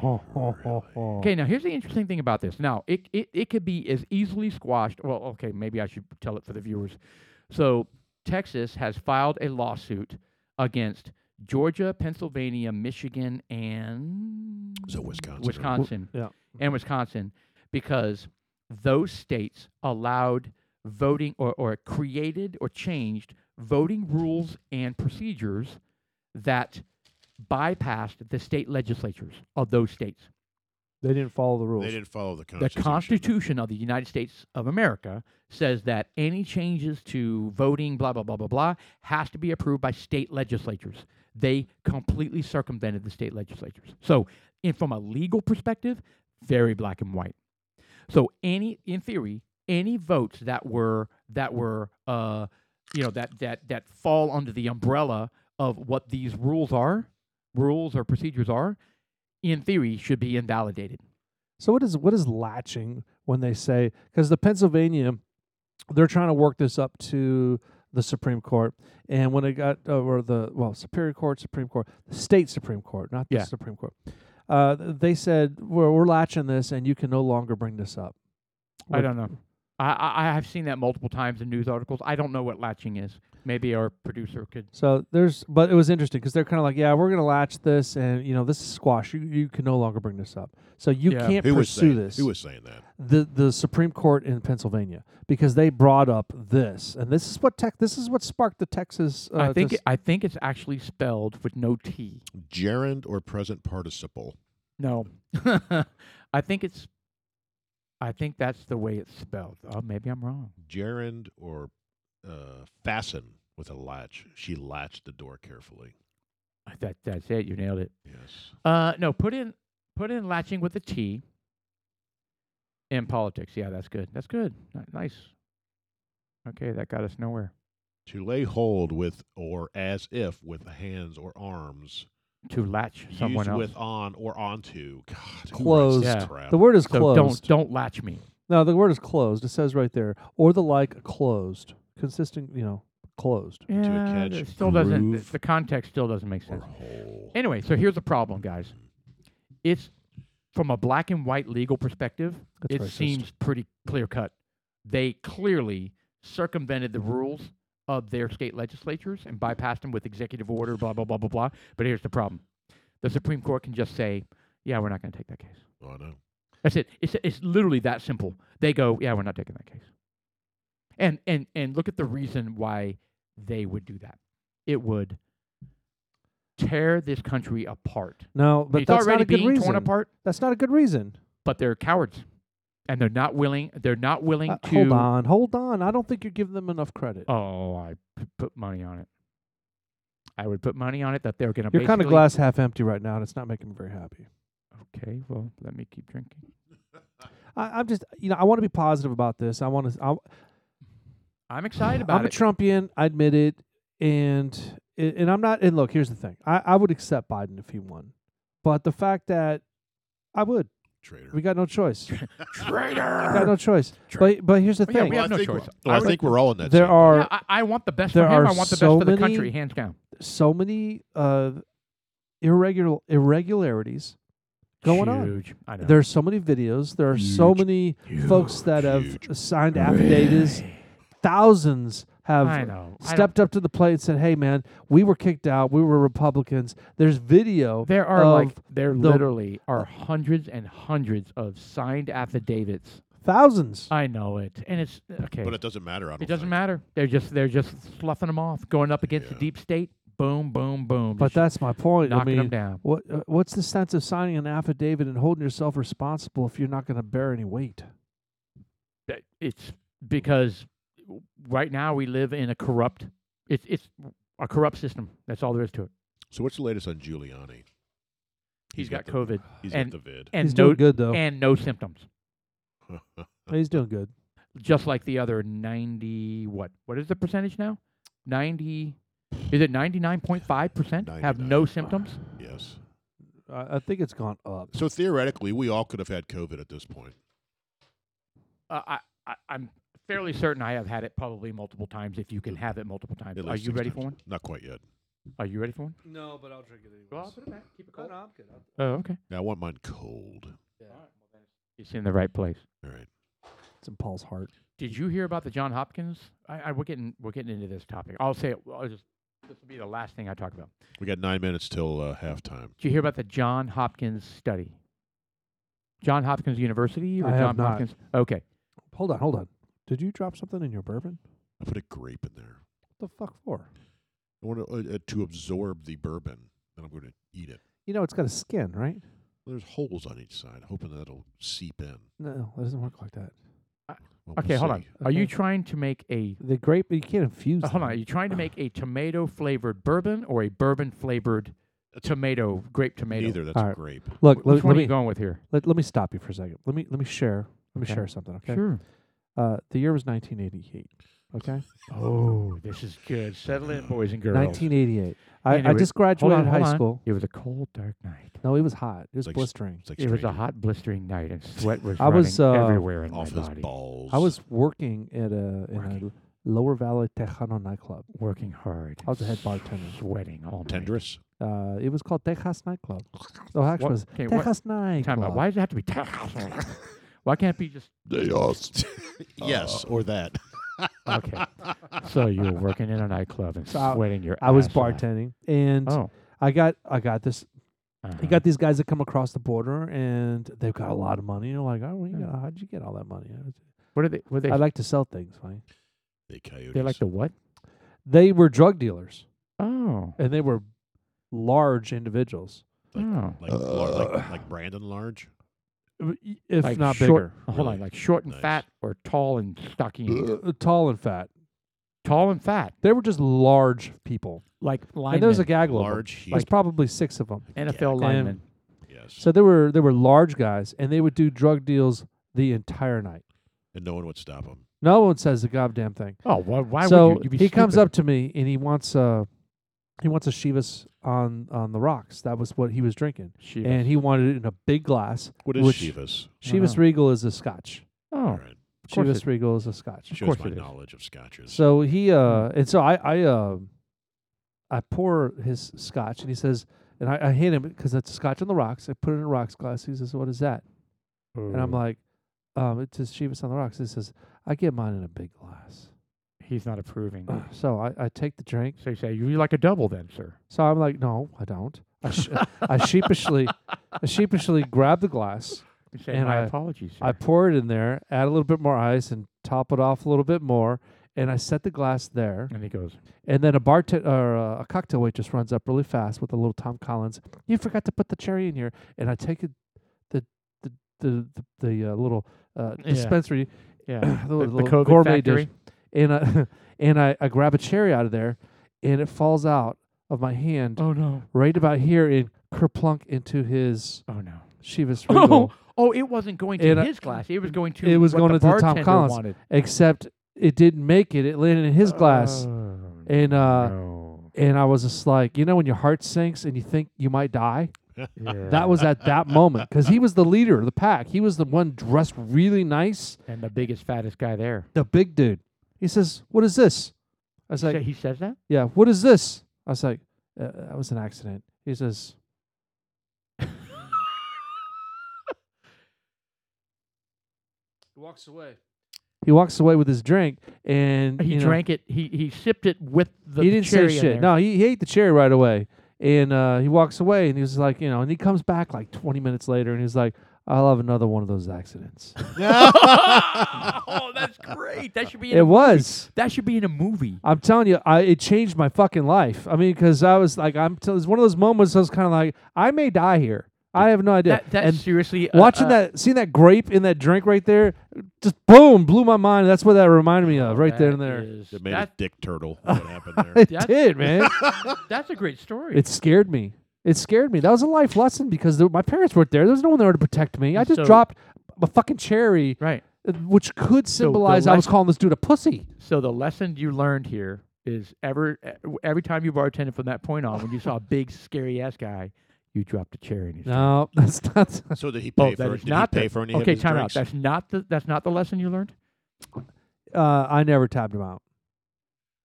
S4: Oh,
S3: Okay, now here's the interesting thing about this. Now, it, it, it could be as easily squashed. Well, okay, maybe I should tell it for the viewers. So, Texas has filed a lawsuit against Georgia, Pennsylvania, Michigan, and
S4: So Wisconsin, right?
S3: Wisconsin.
S2: Yeah.
S3: And Wisconsin because those states allowed voting or, or created or changed voting rules and procedures that bypassed the state legislatures of those states
S2: they didn't follow the rules.
S4: They didn't follow the
S3: the
S4: Constitution.
S3: Constitution of the United States of America says that any changes to voting, blah, blah, blah, blah, blah, has to be approved by state legislatures. They completely circumvented the state legislatures. So, in, from a legal perspective, very black and white. So, any, in theory, any votes that were that were, uh, you know, that that that fall under the umbrella of what these rules are, rules or procedures are, in theory, should be invalidated.
S2: So what is what is latching when they say because the Pennsylvania, they're trying to work this up to the Supreme Court, and when it got uh, or the well Superior Court, Supreme Court, the state Supreme Court, not
S3: Yeah.
S2: the Supreme Court, uh, th- they said we're we're latching this, and you can no longer bring this up.
S3: I
S2: What-
S3: don't know. I, I I have seen that multiple times in news articles. I don't know what latching is. Maybe our producer could.
S2: So there's, but it was interesting because they're kind of like, yeah, we're gonna latch this, and you know, this is squash. You you can no longer bring this up, so you
S3: Yeah.
S2: can't
S4: Who was
S2: pursue
S4: saying,
S2: this.
S4: Who was saying that?
S2: the the Supreme Court in Pennsylvania because they brought up this, and this is what tech. This is what sparked the Texas. Uh,
S3: I think
S2: dis-
S3: it, I think it's actually spelled with no T.
S4: Gerund or present participle?
S3: No, <laughs> I think it's. I think that's the way it's spelled. Oh, maybe I'm wrong.
S4: Gerund or uh, fasten with a latch. She latched the door carefully.
S3: I- That that's it. You nailed it.
S4: Yes.
S3: Uh, no, put in put in latching with a T. In politics, yeah, that's good. That's good. Ni- Nice. Okay, that got us nowhere.
S4: To lay hold with or as if with hands or arms.
S3: To latch someone
S4: used
S3: else.
S4: with on or onto. God, who writes
S2: Closed.
S4: this
S3: Yeah.
S4: crap?
S2: the word is
S3: so
S2: closed.
S3: don't don't latch me.
S2: no, the word is closed. It says right there, or the like closed, consistent. You know, closed.
S3: yeah,
S4: catch,
S3: it still doesn't the,
S4: groove.
S3: the context still doesn't make
S4: or
S3: sense.
S4: whole.
S3: Anyway, so here's the problem, guys. It's from a black and white legal perspective,
S2: That's
S3: it
S2: racist.
S3: seems pretty clear cut. They clearly circumvented the rules of their state legislatures and bypass them with executive order, blah, blah, blah, blah, blah. But here's the problem the Supreme Court can just say, yeah, we're not going to take that case.
S4: Oh, I know.
S3: That's it. It's, it's literally that simple. They go, yeah, we're not taking that case. And, and, and look at the reason why they would do that. It would tear this country apart.
S2: No, but
S3: it's
S2: that's
S3: already
S2: not a good
S3: being
S2: reason.
S3: torn apart,
S2: That's not a good reason.
S3: but they're cowards, and they're not willing. They're not willing
S2: Uh,
S3: to.
S2: hold on, hold on. I don't think you're giving them enough credit.
S3: Oh, I p- put money on it. I would put money on it that they're going to.
S2: you're kind of glass half empty right now, and it's not making me very happy.
S3: Okay, well, let me keep drinking.
S2: I, I'm just, you know, I want to be positive about this. I want to. I,
S3: I'm excited about
S2: I'm
S3: it.
S2: a Trumpian. I admit it, and and I'm not. And look, here's the thing. I, I would accept Biden if he won, but the fact that I would,
S4: Traitor.
S2: we got no choice. We got
S3: Traitor.
S2: no choice.
S3: True.
S2: But but here's the
S3: Oh, yeah,
S2: thing.
S3: we have
S4: I
S3: no
S4: think
S3: choice.
S4: We're, well,
S3: I
S4: I think we're all in that.
S2: there
S4: same
S2: are
S3: Yeah, I, I want the best
S2: There
S3: for him. I
S2: are
S3: want the
S2: so
S3: best for the
S2: many-
S3: country, hands down.
S2: so many uh, irregular irregularities going on.
S3: Huge. I know.
S2: There's so many videos. There are so
S4: Huge,
S2: many folks that have
S4: huge.
S2: signed affidavits. Thousands
S3: I
S2: have
S3: know. I don't-
S2: stepped up to the plate and said, "Hey, man, we were kicked out. We were Republicans." There's video.
S3: There are
S2: of
S3: like there
S2: the-
S3: literally are hundreds and hundreds of signed affidavits.
S2: thousands.
S3: I know it, and it's uh, okay.
S4: But it doesn't matter. I don't
S3: It doesn't
S4: think.
S3: matter. They're just they're just sloughing them off, going up against
S4: Yeah.
S3: the deep state. Boom, boom, boom.
S2: But
S3: just
S2: that's my point. I
S3: knocking them
S2: mean,
S3: down.
S2: what uh, what's the sense of signing an affidavit and holding yourself responsible if you're not going to bear any weight?
S3: That- It's because w- right now we live in a corrupt. It's it's a corrupt system. That's all there is to it.
S4: So what's the latest on Giuliani?
S3: he's got <sighs>
S4: the,
S3: COVID
S4: He's
S3: and-
S4: got the vid.
S3: and
S2: He's
S3: no
S2: doing good though.
S3: and no symptoms,
S2: He's doing good.
S3: just like the other ninety. What what is the percentage now? Ninety. Is it ninety nine point five percent have no
S4: 99.
S3: symptoms?
S4: yes.
S2: I, I think it's gone up.
S4: So theoretically, we all could have had COVID at this point.
S3: Uh, I, I I'm fairly certain I have had it probably multiple times. If you can have it multiple times,
S4: At
S3: are
S4: least
S3: you
S4: six
S3: ready for
S4: times.
S3: one?
S4: Not quite yet.
S3: Are you ready for one?
S2: No, but I'll drink it anyway.
S3: Keep it
S2: I'm good.
S3: Oh, okay.
S4: Now I want mine cold.
S3: It's in the right place.
S4: All right.
S2: It's in Paul's heart.
S3: Did you hear about the John Hopkins? I, I we're getting we're getting into this topic. I'll say it. I'll just this will be the last thing I talk about.
S4: We got nine minutes till uh, halftime.
S3: Did you hear about the John Hopkins study? John Hopkins University or
S2: I have
S3: John
S2: not.
S3: Hopkins? Okay.
S2: Hold on, hold on. Did you drop something in your bourbon?
S4: I put a grape in there.
S2: What the fuck for?
S4: I want to, uh, uh, to absorb the bourbon, and I'm going to eat it.
S2: You know, it's got a skin, right?
S4: There's holes on each side, hoping that'll seep in.
S2: No, it doesn't work like that.
S4: Well,
S3: Okay, hold on.
S4: see.
S3: Are you
S2: Okay.
S3: trying to make a
S2: The grape, you can't infuse.
S3: uh, hold on,
S2: them.
S3: are you trying to make a tomato flavored bourbon or a bourbon flavored
S4: That's a-
S3: tomato grape tomato?
S4: Neither. That's
S2: All
S4: a
S2: right.
S4: grape.
S2: Look, let,
S3: Which one
S2: let
S3: are you
S2: me
S3: going with here?
S2: let, let me stop you for a second. Let me let me share. Let me
S3: Okay.
S2: share something. Okay.
S3: Sure.
S2: Uh, the year was 1988. Okay.
S3: Oh, this is good. Settle in, boys and girls.
S2: 1988. I,
S3: Anyway,
S2: I just
S3: Hold
S2: graduated
S3: on, hold
S2: high
S3: on.
S2: school.
S3: It was a cold, dark night.
S2: No, it was hot. It was
S4: Like s-
S2: blistering.
S4: It's like
S3: It was a
S4: straight
S3: hot, blistering night, and sweat was
S2: I
S3: running
S2: was, uh,
S3: everywhere in
S4: off
S3: my
S4: his
S3: body.
S4: balls.
S2: I was working at a in
S3: Working.
S2: a Lower Valley Tejano nightclub.
S3: Working hard.
S2: I was the head bartender.
S3: Sweating all night.
S4: Tendrous.
S2: Uh, it was called Texas nightclub. No, actually, it
S3: What-
S2: was
S3: okay, what-
S2: Texas
S3: Time
S2: nightclub.
S3: out. Why does it have to be Texas? <laughs> Why can't it be just
S4: Yes. yes, or that.
S3: <laughs> okay? <laughs> so you were working in a nightclub and
S2: So I-
S3: sweating your.
S2: I was
S3: ass off.
S2: bartending, and
S3: Oh,
S2: I got I got this
S3: uh-huh.
S2: You got these guys that come across the border and they've got a lot of money. You're like, oh, well, you
S3: Yeah.
S2: got- how'd you get all that money? I was-
S3: What are they? What are
S2: I
S3: they?
S2: like to sell things. Right?
S4: They coyotes.
S3: They're like the what?
S2: They were drug dealers
S3: Oh,
S2: and they were large individuals,
S4: Like-
S3: oh.
S4: like, lar- like, like Brandon Large.
S2: Uh, y- if
S3: Like
S2: not bigger,
S3: short, Hold on,
S4: Really
S3: like short and
S4: nice.
S3: fat, or tall and stocky, and
S2: Uh, tall and fat.
S3: tall and fat,
S2: They were just large people.
S3: like linemen,
S2: And there was a gaggle. of 'em.
S4: Large.
S2: There's
S4: huge-
S2: probably six of them.
S3: NFL
S2: and-
S3: lineman.
S4: yes.
S2: So they were they were large guys and they would do drug deals the entire night.
S4: and no one would stop him.
S2: No one says a goddamn thing.
S3: Oh, why, why
S2: so
S3: would you? You'd be
S2: he comes
S3: stupid.
S2: up to me and he wants uh he wants a Shivas on on the rocks. That was what he was drinking,
S3: Shivas. Oh,
S2: and he wanted it in a big glass.
S4: What is
S2: Which-
S4: Shivas?
S2: Shivas
S3: Uh-huh.
S2: Regal is a Scotch.
S4: All
S3: oh,
S4: right.
S3: course
S2: Chivas
S3: it-
S2: Regal is a Scotch.
S4: Shows
S3: course
S4: my
S3: it is.
S4: knowledge of scotches. <laughs>
S2: So he uh and so I I uh, I pour his Scotch and he says and I, I hand him because it's Scotch on the rocks. I put it in a rocks glass. He says, "What is that?" And I'm like, um, "It's just Chivas on the rocks." He says, "I get mine in a big glass."
S3: He's not approving.
S2: So I, I take the drink.
S3: So you say, you like a double then, sir?
S2: So I'm like, no, I don't. I, sh- I sheepishly, I sheepishly grab the glass.
S3: You say,
S2: And
S3: my
S2: I-
S3: apologies, sir.
S2: I pour it in there, add a little bit more ice, and top it off a little bit more. And I set the glass there.
S3: and he goes, <coughs>
S2: And then a bartender or uh, a cocktail waitress just runs up really fast with a little Tom Collins. You forgot to put the cherry in here. And I take it, the the the the, the uh, little uh,
S3: Yeah.
S2: dispensary
S3: yeah,
S2: <clears throat> The
S3: <coughs> the,
S2: little
S3: the COVID
S2: gourmet dish.
S3: factory.
S2: and I <laughs> and I, I grab a cherry out of there, and it falls out of my hand
S3: Oh no!
S2: right about here and kerplunk into his
S3: Oh no!
S2: Chivas
S3: Oh,
S2: Regal.
S3: <laughs> oh, it wasn't going to
S2: And I-
S3: his glass. It was going to.
S2: It was
S3: what
S2: going
S3: the
S2: to Tom
S3: bartender
S2: Collins.
S3: Wanted.
S2: Except it didn't make it. It landed in his glass,
S3: Oh,
S2: And, uh, <laughs>
S3: no.
S2: and I was just like, you know, when your heart sinks and you think you might die.
S3: Yeah.
S2: That was at that moment because he was the leader of the pack. He was the one dressed really nice,
S3: and the biggest fattest guy there.
S2: the big dude. He says, "What is this?" I was
S3: He
S2: like,
S3: sa- he says that.
S2: Yeah, what is this? I was like, uh, that was an accident. He says, he walks away. He walks away with his drink, and
S3: He
S2: you know,
S3: drank it. He he sipped it with the.
S2: he didn't say
S3: cherry in
S2: shit.
S3: there.
S2: No, he, he ate the cherry right away, and uh, he walks away, and he was like, you know, and he comes back like 20 minutes later, and he's like, I'll have another one of those <laughs> accidents.
S3: <laughs> oh, that's great. That should be. In
S2: it
S3: a,
S2: was.
S3: that should be in a movie.
S2: I'm telling you, I, it changed my fucking life. I mean, because I was like, I'm. T- it was one of those moments. I was kind of like, I may die here. I have no idea.
S3: That uh, that's
S2: and
S3: seriously. a-
S2: watching
S3: a-
S2: that, seeing that grape in that drink right there, just boom, blew my mind. That's what that reminded me of right there and
S3: Oh, that
S2: there.
S3: is-
S4: It made
S3: that-
S4: a dick
S3: <laughs>
S4: turtle. What happened there?
S2: It
S3: That's-
S2: did,
S3: <laughs>
S2: man.
S3: that's a great story.
S2: it scared me. It scared me. That was a life lesson because there, my parents weren't there. There was no one there to protect me. I just
S3: So-
S2: dropped a fucking cherry,
S3: right.
S2: uh, which could
S3: the
S2: symbolize I was
S3: lesson-
S2: calling this dude a pussy.
S3: So the lesson you learned here is ever e- every time you bartended from that point on, when you saw a big scary ass guy, you dropped a chair in his.
S2: No, <laughs> that's not.
S4: So did he
S3: Oh,
S4: pay
S3: that
S4: for?
S3: is
S4: Did
S3: not
S4: he pay
S3: the-
S4: for any of
S3: Okay,
S4: his
S3: time
S4: drinks?
S3: out. That's not the that's not the lesson you learned.
S2: Uh, I never tapped him out.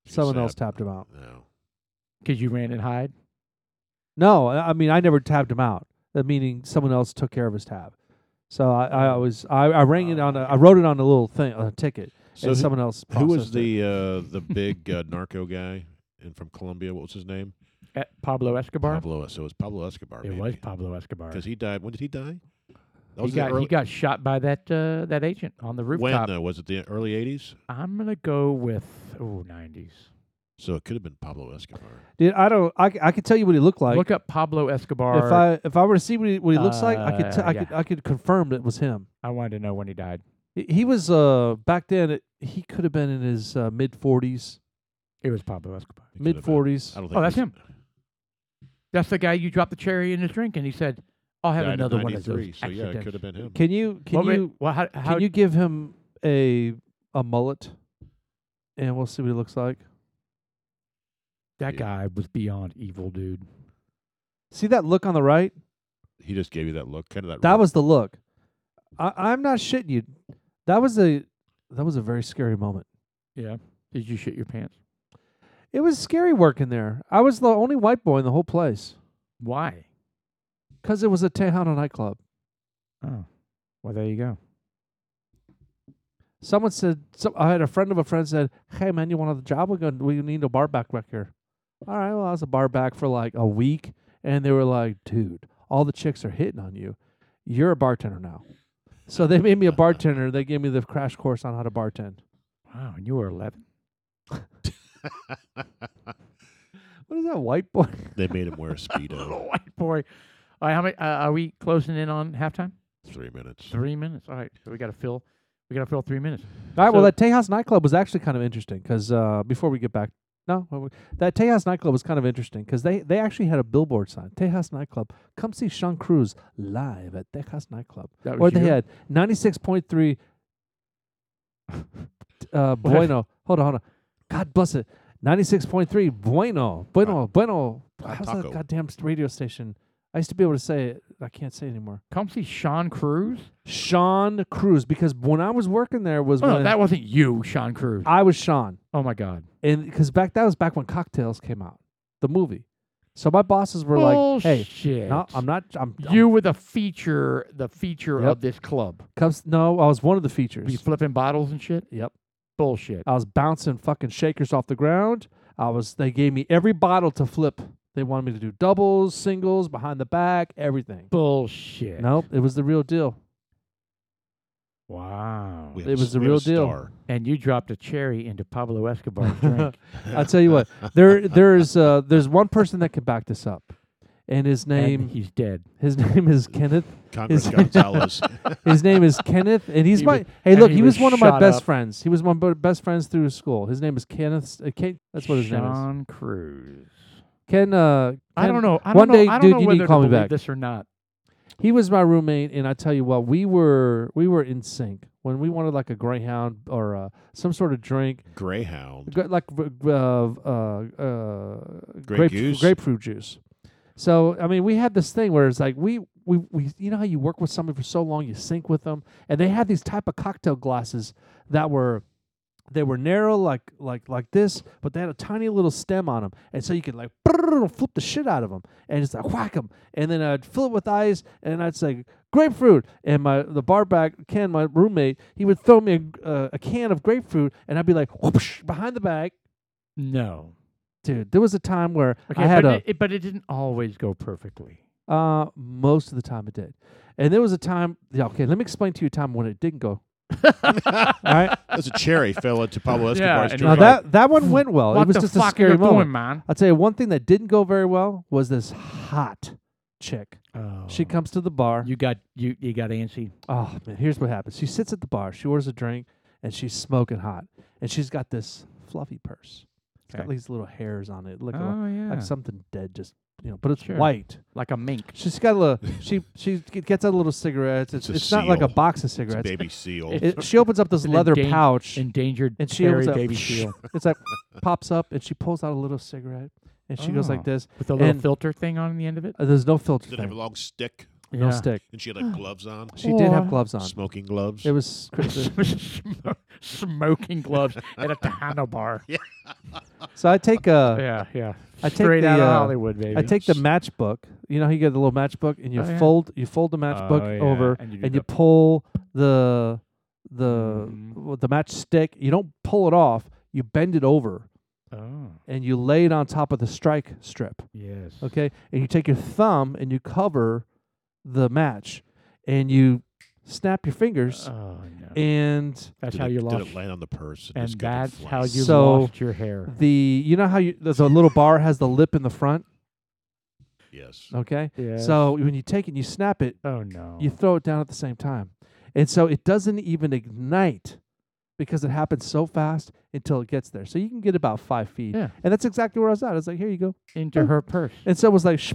S4: She
S2: Someone
S4: said,
S2: else tapped him out.
S4: No.
S3: Because you ran and hide.
S2: No, I I mean I never tabbed him out. That meaning someone else took care of his tab. So I, I
S4: Oh.
S2: always I, I rang it on a, I wrote it on a little thing on a ticket
S4: So
S2: and
S4: who-
S2: someone else.
S4: who was
S2: processed it.
S4: the uh, the big uh, narco guy and from Colombia? What was his name?
S3: At Pablo Escobar.
S4: Pablo. So it was Pablo Escobar.
S3: It was Pablo Escobar.
S4: because he died. When did he die? That
S3: He
S4: was the
S3: got, he
S4: early-
S3: got shot by that uh, that agent on the
S4: when
S3: rooftop.
S4: though? Was it the early '80s?
S3: I'm gonna go with oh 90s.
S4: So it could have been Pablo Escobar.
S2: Dude, I don't. I, c- I could tell you what he looked like.
S3: Look up Pablo Escobar.
S2: if I if I were to see what he, what he looks like, I could t-
S3: Uh,
S2: I
S3: yeah.
S2: could I could confirm that it was him.
S3: I wanted to know when he died.
S2: He- He was uh back then. It, he could have been in his uh, mid forties,
S3: It was Pablo Escobar.
S4: It could have
S2: mid
S4: been.
S2: forties.
S4: I don't think.
S3: Oh, that's
S4: he's-
S3: him. That's the guy you dropped the cherry in his drink, and he said, "I'll have
S4: died in
S3: another one of those."
S4: 93, So yeah, it
S3: accidents."
S4: could have been him.
S2: Can you can
S3: Well, wait,
S2: you
S3: well, how, how
S2: can you give him a a mullet, and we'll see what he looks like.
S3: that guy was beyond evil, dude.
S2: See that look on the right.
S4: He just gave you that look, kind of that.
S2: That
S4: real-
S2: was the look. I, I'm not shitting you. That was a that was a very scary moment.
S3: Yeah. Did you shit your pants?
S2: It was scary working there. I was the only white boy in the whole place
S3: Why?
S2: because it was a Tejano nightclub.
S3: Oh, well, there you go.
S2: Someone said so I had a friend of a friend said, "Hey man, you want a job? We going we need a bar back back here." All right, well I was a bar back for like a week, and they were like, "Dude, all the chicks are hitting on you. You're a bartender now." So they made me a bartender. They gave me the crash course on how to bartend.
S3: Wow, and you were eleven. <laughs>
S2: What is that white boy?
S4: they made him wear a speedo.
S3: white boy. All right, how many? Uh, are we closing in on halftime?
S4: Three minutes.
S3: Three minutes. All right, so we got to fill. We got to fill three minutes.
S2: All right. well,
S3: So-
S2: that Tejas nightclub was actually kind of interesting because uh, before we get back, no, well, we- that Tejas nightclub was kind of interesting because they they actually had a billboard sign. Tejas nightclub, come see Sean Cruz live at Tejas nightclub.
S3: That
S2: Or
S3: was
S2: they
S3: Oh, you?
S2: had ninety six point three. Uh,
S3: <laughs> What?
S2: bueno, hold on, hold on. God bless it. Ninety six point three. Bueno, bueno, bueno.
S4: Hot
S2: How's
S4: taco.
S2: that goddamn s- radio station? I used to be able to say it. I can't say it anymore.
S3: Come see Sean Cruz.
S2: Sean Cruz, because when I was working there was
S3: Oh, no,
S2: when
S3: that wasn't you, Sean Cruz.
S2: I was Sean.
S3: oh my God.
S2: and because back that was back when cocktails came out the movie so my bosses were like hey
S3: Bullshit.
S2: no i'm not i'm
S3: You were the feature, the feature
S2: Yep.
S3: of this club.
S2: I'm, comes, no i was one of the
S3: Were you
S2: features
S3: flipping bottles and shit?
S2: yep
S3: Bullshit.
S2: I was bouncing fucking shakers off the ground. I was. They gave me every bottle to flip. They wanted me to do doubles, singles, behind the back, everything.
S3: Bullshit.
S2: Nope, it was the real deal.
S3: Wow.
S4: We
S2: It
S4: have a s-
S2: was the
S4: we have a
S2: real deal.
S4: star.
S3: <laughs> And you dropped a cherry into
S2: <laughs>
S3: Pablo Escobar's drink.
S2: I tell you
S3: <laughs>
S2: what, there there's uh, there's one person that can back this up, and his
S3: And
S2: name
S3: he's dead.
S2: his <laughs> name is Kenneth.
S4: Congress
S2: is-
S3: <laughs>
S4: Gonzalez.
S2: His name is Kenneth, and he's
S3: He
S2: my
S3: was-
S2: hey
S3: and
S2: look.
S3: he
S2: He was,
S3: was
S2: one of my
S3: shot
S2: best
S3: up.
S2: friends. He was one of my best friends through school. His name is Kenneth. S- Uh, Ken, that's what his
S3: Sean
S2: name is.
S3: Cruz.
S2: Ken. Uh, Ken
S3: I don't know. I
S2: one
S3: don't know,
S2: day,
S3: I don't
S2: dude,
S3: know
S2: you need to
S3: whether
S2: call me
S3: believe
S2: back.
S3: this or not.
S2: He was my roommate, and I tell you what, we were we were in sync when we wanted like a Greyhound or uh, some sort of drink.
S4: Greyhound.
S2: Gre- like uh, uh, uh, grape
S4: juice?
S2: grapefruit juice. So I mean, we had this thing where it's like we, we we you know how you work with somebody for so long, you sync with them, and they had these type of cocktail glasses that were they were narrow like like like this, but they had a tiny little stem on them, and so you could like flip the shit out of them, and it's like whack them, and then I'd fill it with ice, and I'd say grapefruit, and my the bar back Ken, my roommate, he would throw me a, uh, a can of grapefruit, and I'd be like whoosh behind the back,
S3: No.
S2: dude. There was a time where
S3: Okay,
S2: I had
S3: but,
S2: a
S3: it, it- but it didn't always go perfectly.
S2: <laughs> uh, most of the time it did, and there was a time. Yeah, okay, let me explain to you a time when it didn't go. All right,
S4: That's a cherry fell into
S3: <laughs>
S4: Pablo
S3: Yeah,
S4: Escobar's
S3: and
S4: drink.
S3: You're
S2: now
S3: right.
S2: that that
S3: <laughs>
S2: one went well.
S3: what
S2: Oh, it was
S3: the
S2: just
S3: fuck
S2: a scary
S3: you
S2: moment.
S3: doing, man?
S2: I'll tell you one thing that didn't go very well was this hot chick.
S3: Oh.
S2: She comes to the bar.
S3: You got you you got antsy.
S2: Oh man, here's what happens. She sits at the bar. She orders a drink, and she's smoking hot. And she's got this fluffy purse. It's got
S3: Okay.
S2: these little hairs on it, like, a-
S3: Oh yeah.
S2: like something dead, just you know. But it's
S3: Sure.
S2: white.
S3: like a mink.
S2: She's got a little.
S3: <laughs>
S2: she she g- gets out little cigarettes. It's
S4: It's a
S2: it's not like a
S4: seal.
S2: box of
S4: It's a
S2: cigarettes.
S4: baby seal.
S2: It- she opens up this
S3: An
S2: leather
S3: endangered-
S2: pouch.
S3: Endangered
S2: And she
S3: hairy
S2: opens up-
S3: baby seal
S2: it's
S3: <laughs>
S2: like pops up, and she pulls out a little cigarette, and she goes
S3: Oh.
S2: like this.
S3: with a little
S2: And-
S3: filter thing on the end of it.
S2: Uh, there's no filter.
S3: <laughs>
S4: Did it have a
S2: Thing,
S4: long stick?
S2: no stick.
S4: And she had
S3: <sighs>
S4: like gloves on,
S2: She did
S3: Or-
S2: have gloves on.
S4: smoking gloves.
S2: It was crazy.
S4: <laughs>
S3: Smo- Smoking gloves at
S2: <laughs>
S3: a Tejano bar.
S2: so I take a.
S3: Yeah, yeah.
S2: Uh, I take
S3: Straight
S2: the,
S3: out
S2: uh,
S3: of Hollywood, baby.
S2: I take the matchbook. You know, how you get the little matchbook, and you
S3: Oh, yeah.
S2: fold you fold the matchbook
S3: Oh, yeah,
S2: over,
S3: and you do
S2: and you
S3: the-
S2: pull the the
S3: Mhm.
S2: w the match stick. You don't pull it off. You bend it over,
S3: Oh,
S2: and you lay it on top of the strike strip.
S3: yes.
S2: Okay, and you take your thumb and you cover the match, and you snap your fingers,
S4: Uh,
S3: Oh, no.
S2: and
S3: That's
S4: did
S3: how
S4: it,
S3: you lost.
S4: Did it land on the purse?
S3: And
S4: just go to
S3: that's how
S4: flames?
S3: you
S2: So-
S3: lost your hair.
S2: the you know how you there's a little bar has the lip in the front.
S4: Yes.
S2: Okay,
S3: Yeah.
S2: so when you take it, and you snap it.
S3: Oh no.
S2: you throw it down at the same time. And so it doesn't even ignite because it happens so fast until it gets there. So you can get about five feet.
S3: yeah.
S2: And that's exactly where I was at. I was like, here you go.
S3: Into her purse. <laughs>
S2: And so it was like, sh-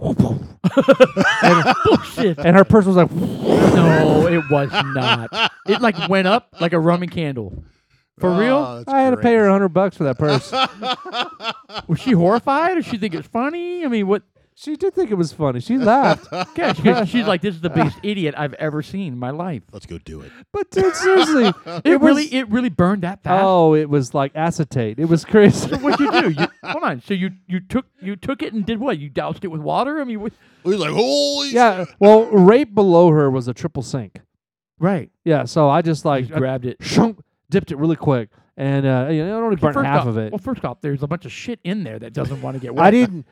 S2: <laughs>
S3: Bullshit.
S2: and her purse was like,
S3: no, it was not. It like went up like a Roman candle. For real?
S4: Oh, that's
S2: I had to pay
S4: great.
S2: her a 100 bucks for that purse.
S3: Was she horrified, or she think it's funny? I mean, what?
S2: she did think it was funny. She laughed. <laughs>
S3: Yeah, she- she's like, this is the <laughs> biggest idiot I've ever seen in my life.
S4: Let's go do it.
S2: But dude, <laughs> seriously, it,
S3: It,
S2: was-
S3: really, it really burned that fast.
S2: Oh, it was like acetate. It <laughs> was crazy.
S3: What'd you do? <laughs> You, hold on. So you you took you took it and did what? You doused it with water? I mean, what?
S4: We was like, holy
S2: yeah. Well, right below her was a triple sink.
S3: right?
S2: Yeah. So I just
S3: I
S2: like I
S3: grabbed it.
S2: shunk, dipped it really quick, and uh, you know, I only burnt
S3: First
S2: half
S3: off-
S2: of it. <laughs>
S3: Well, first off, there's a bunch of shit in there that doesn't want to get wet.
S2: I didn't.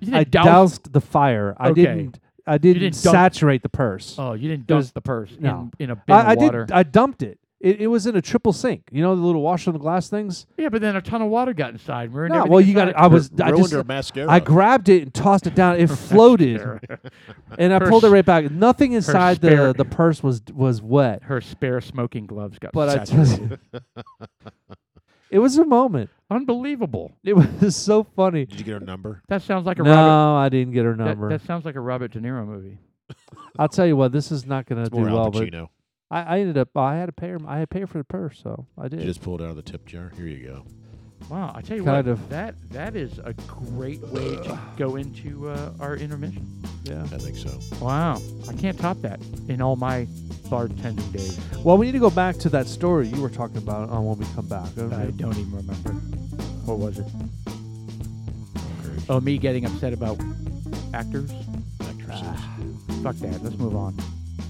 S3: You didn't
S2: I
S3: douse-
S2: doused the fire. I
S3: Okay.
S2: didn't. I didn't,
S3: didn't dump-
S2: saturate the purse.
S3: Oh, you didn't
S2: It was-
S3: dunk the purse
S2: no.
S3: in, in a bin
S2: I, I
S3: of water.
S2: did. I dumped it. it. It was in a triple sink. You know the little washer and glass things.
S3: yeah, but then a ton of water got inside. and Ruined
S2: No,
S3: everything
S2: well, you got.
S3: inside.
S2: I was. I
S4: ruined
S2: just.
S4: her mascara.
S2: I grabbed it and tossed it
S4: <laughs>
S2: down. It floated, and I
S3: Her
S2: pulled it
S3: s-
S2: right back. Nothing inside the
S3: spare-
S2: the purse was was wet.
S3: Her spare smoking gloves got
S2: But I <laughs>
S3: saturated.
S2: just. it was a moment.
S3: Unbelievable.
S2: It was so funny.
S4: Did you get her number?
S3: That sounds like a
S2: no,
S3: Robert.
S2: I didn't get her
S3: that-
S2: number.
S3: That, sounds like a Robert De Niro movie.
S2: I'll tell you what, this is not going to
S4: It's
S2: do
S4: more Al
S2: well. But
S4: Pacino.
S2: I, I ended up, I had to pay her, I had to pay her for the purse, so I
S4: You
S2: did.
S4: just pulled it out of the tip jar. Here you go.
S3: Wow, I tell you
S2: Kind
S3: what,
S2: of.
S3: that that is a great way to go into uh, our intermission.
S2: yeah.
S4: I think so.
S3: Wow, I can't top that in all my bartending days.
S2: Well, we need to go back to that story you were talking about on when we come back.
S3: I
S2: Okay.
S3: don't even remember. What was it?
S4: Encourage
S3: Oh, me getting upset about actors?
S4: actresses.
S3: Fuck that. Let's move on.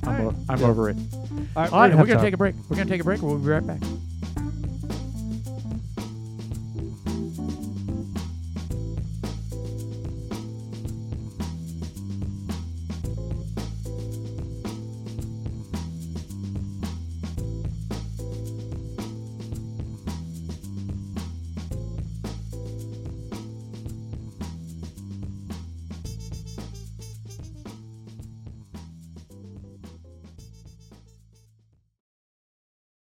S3: I'm,
S2: All
S3: o-
S2: right.
S3: I'm
S2: Yeah.
S3: over it.
S2: All right,
S3: All right,
S2: gonna
S3: we're
S2: have
S3: going to
S2: time.
S3: take a break. We're going to take a break. We'll be right back.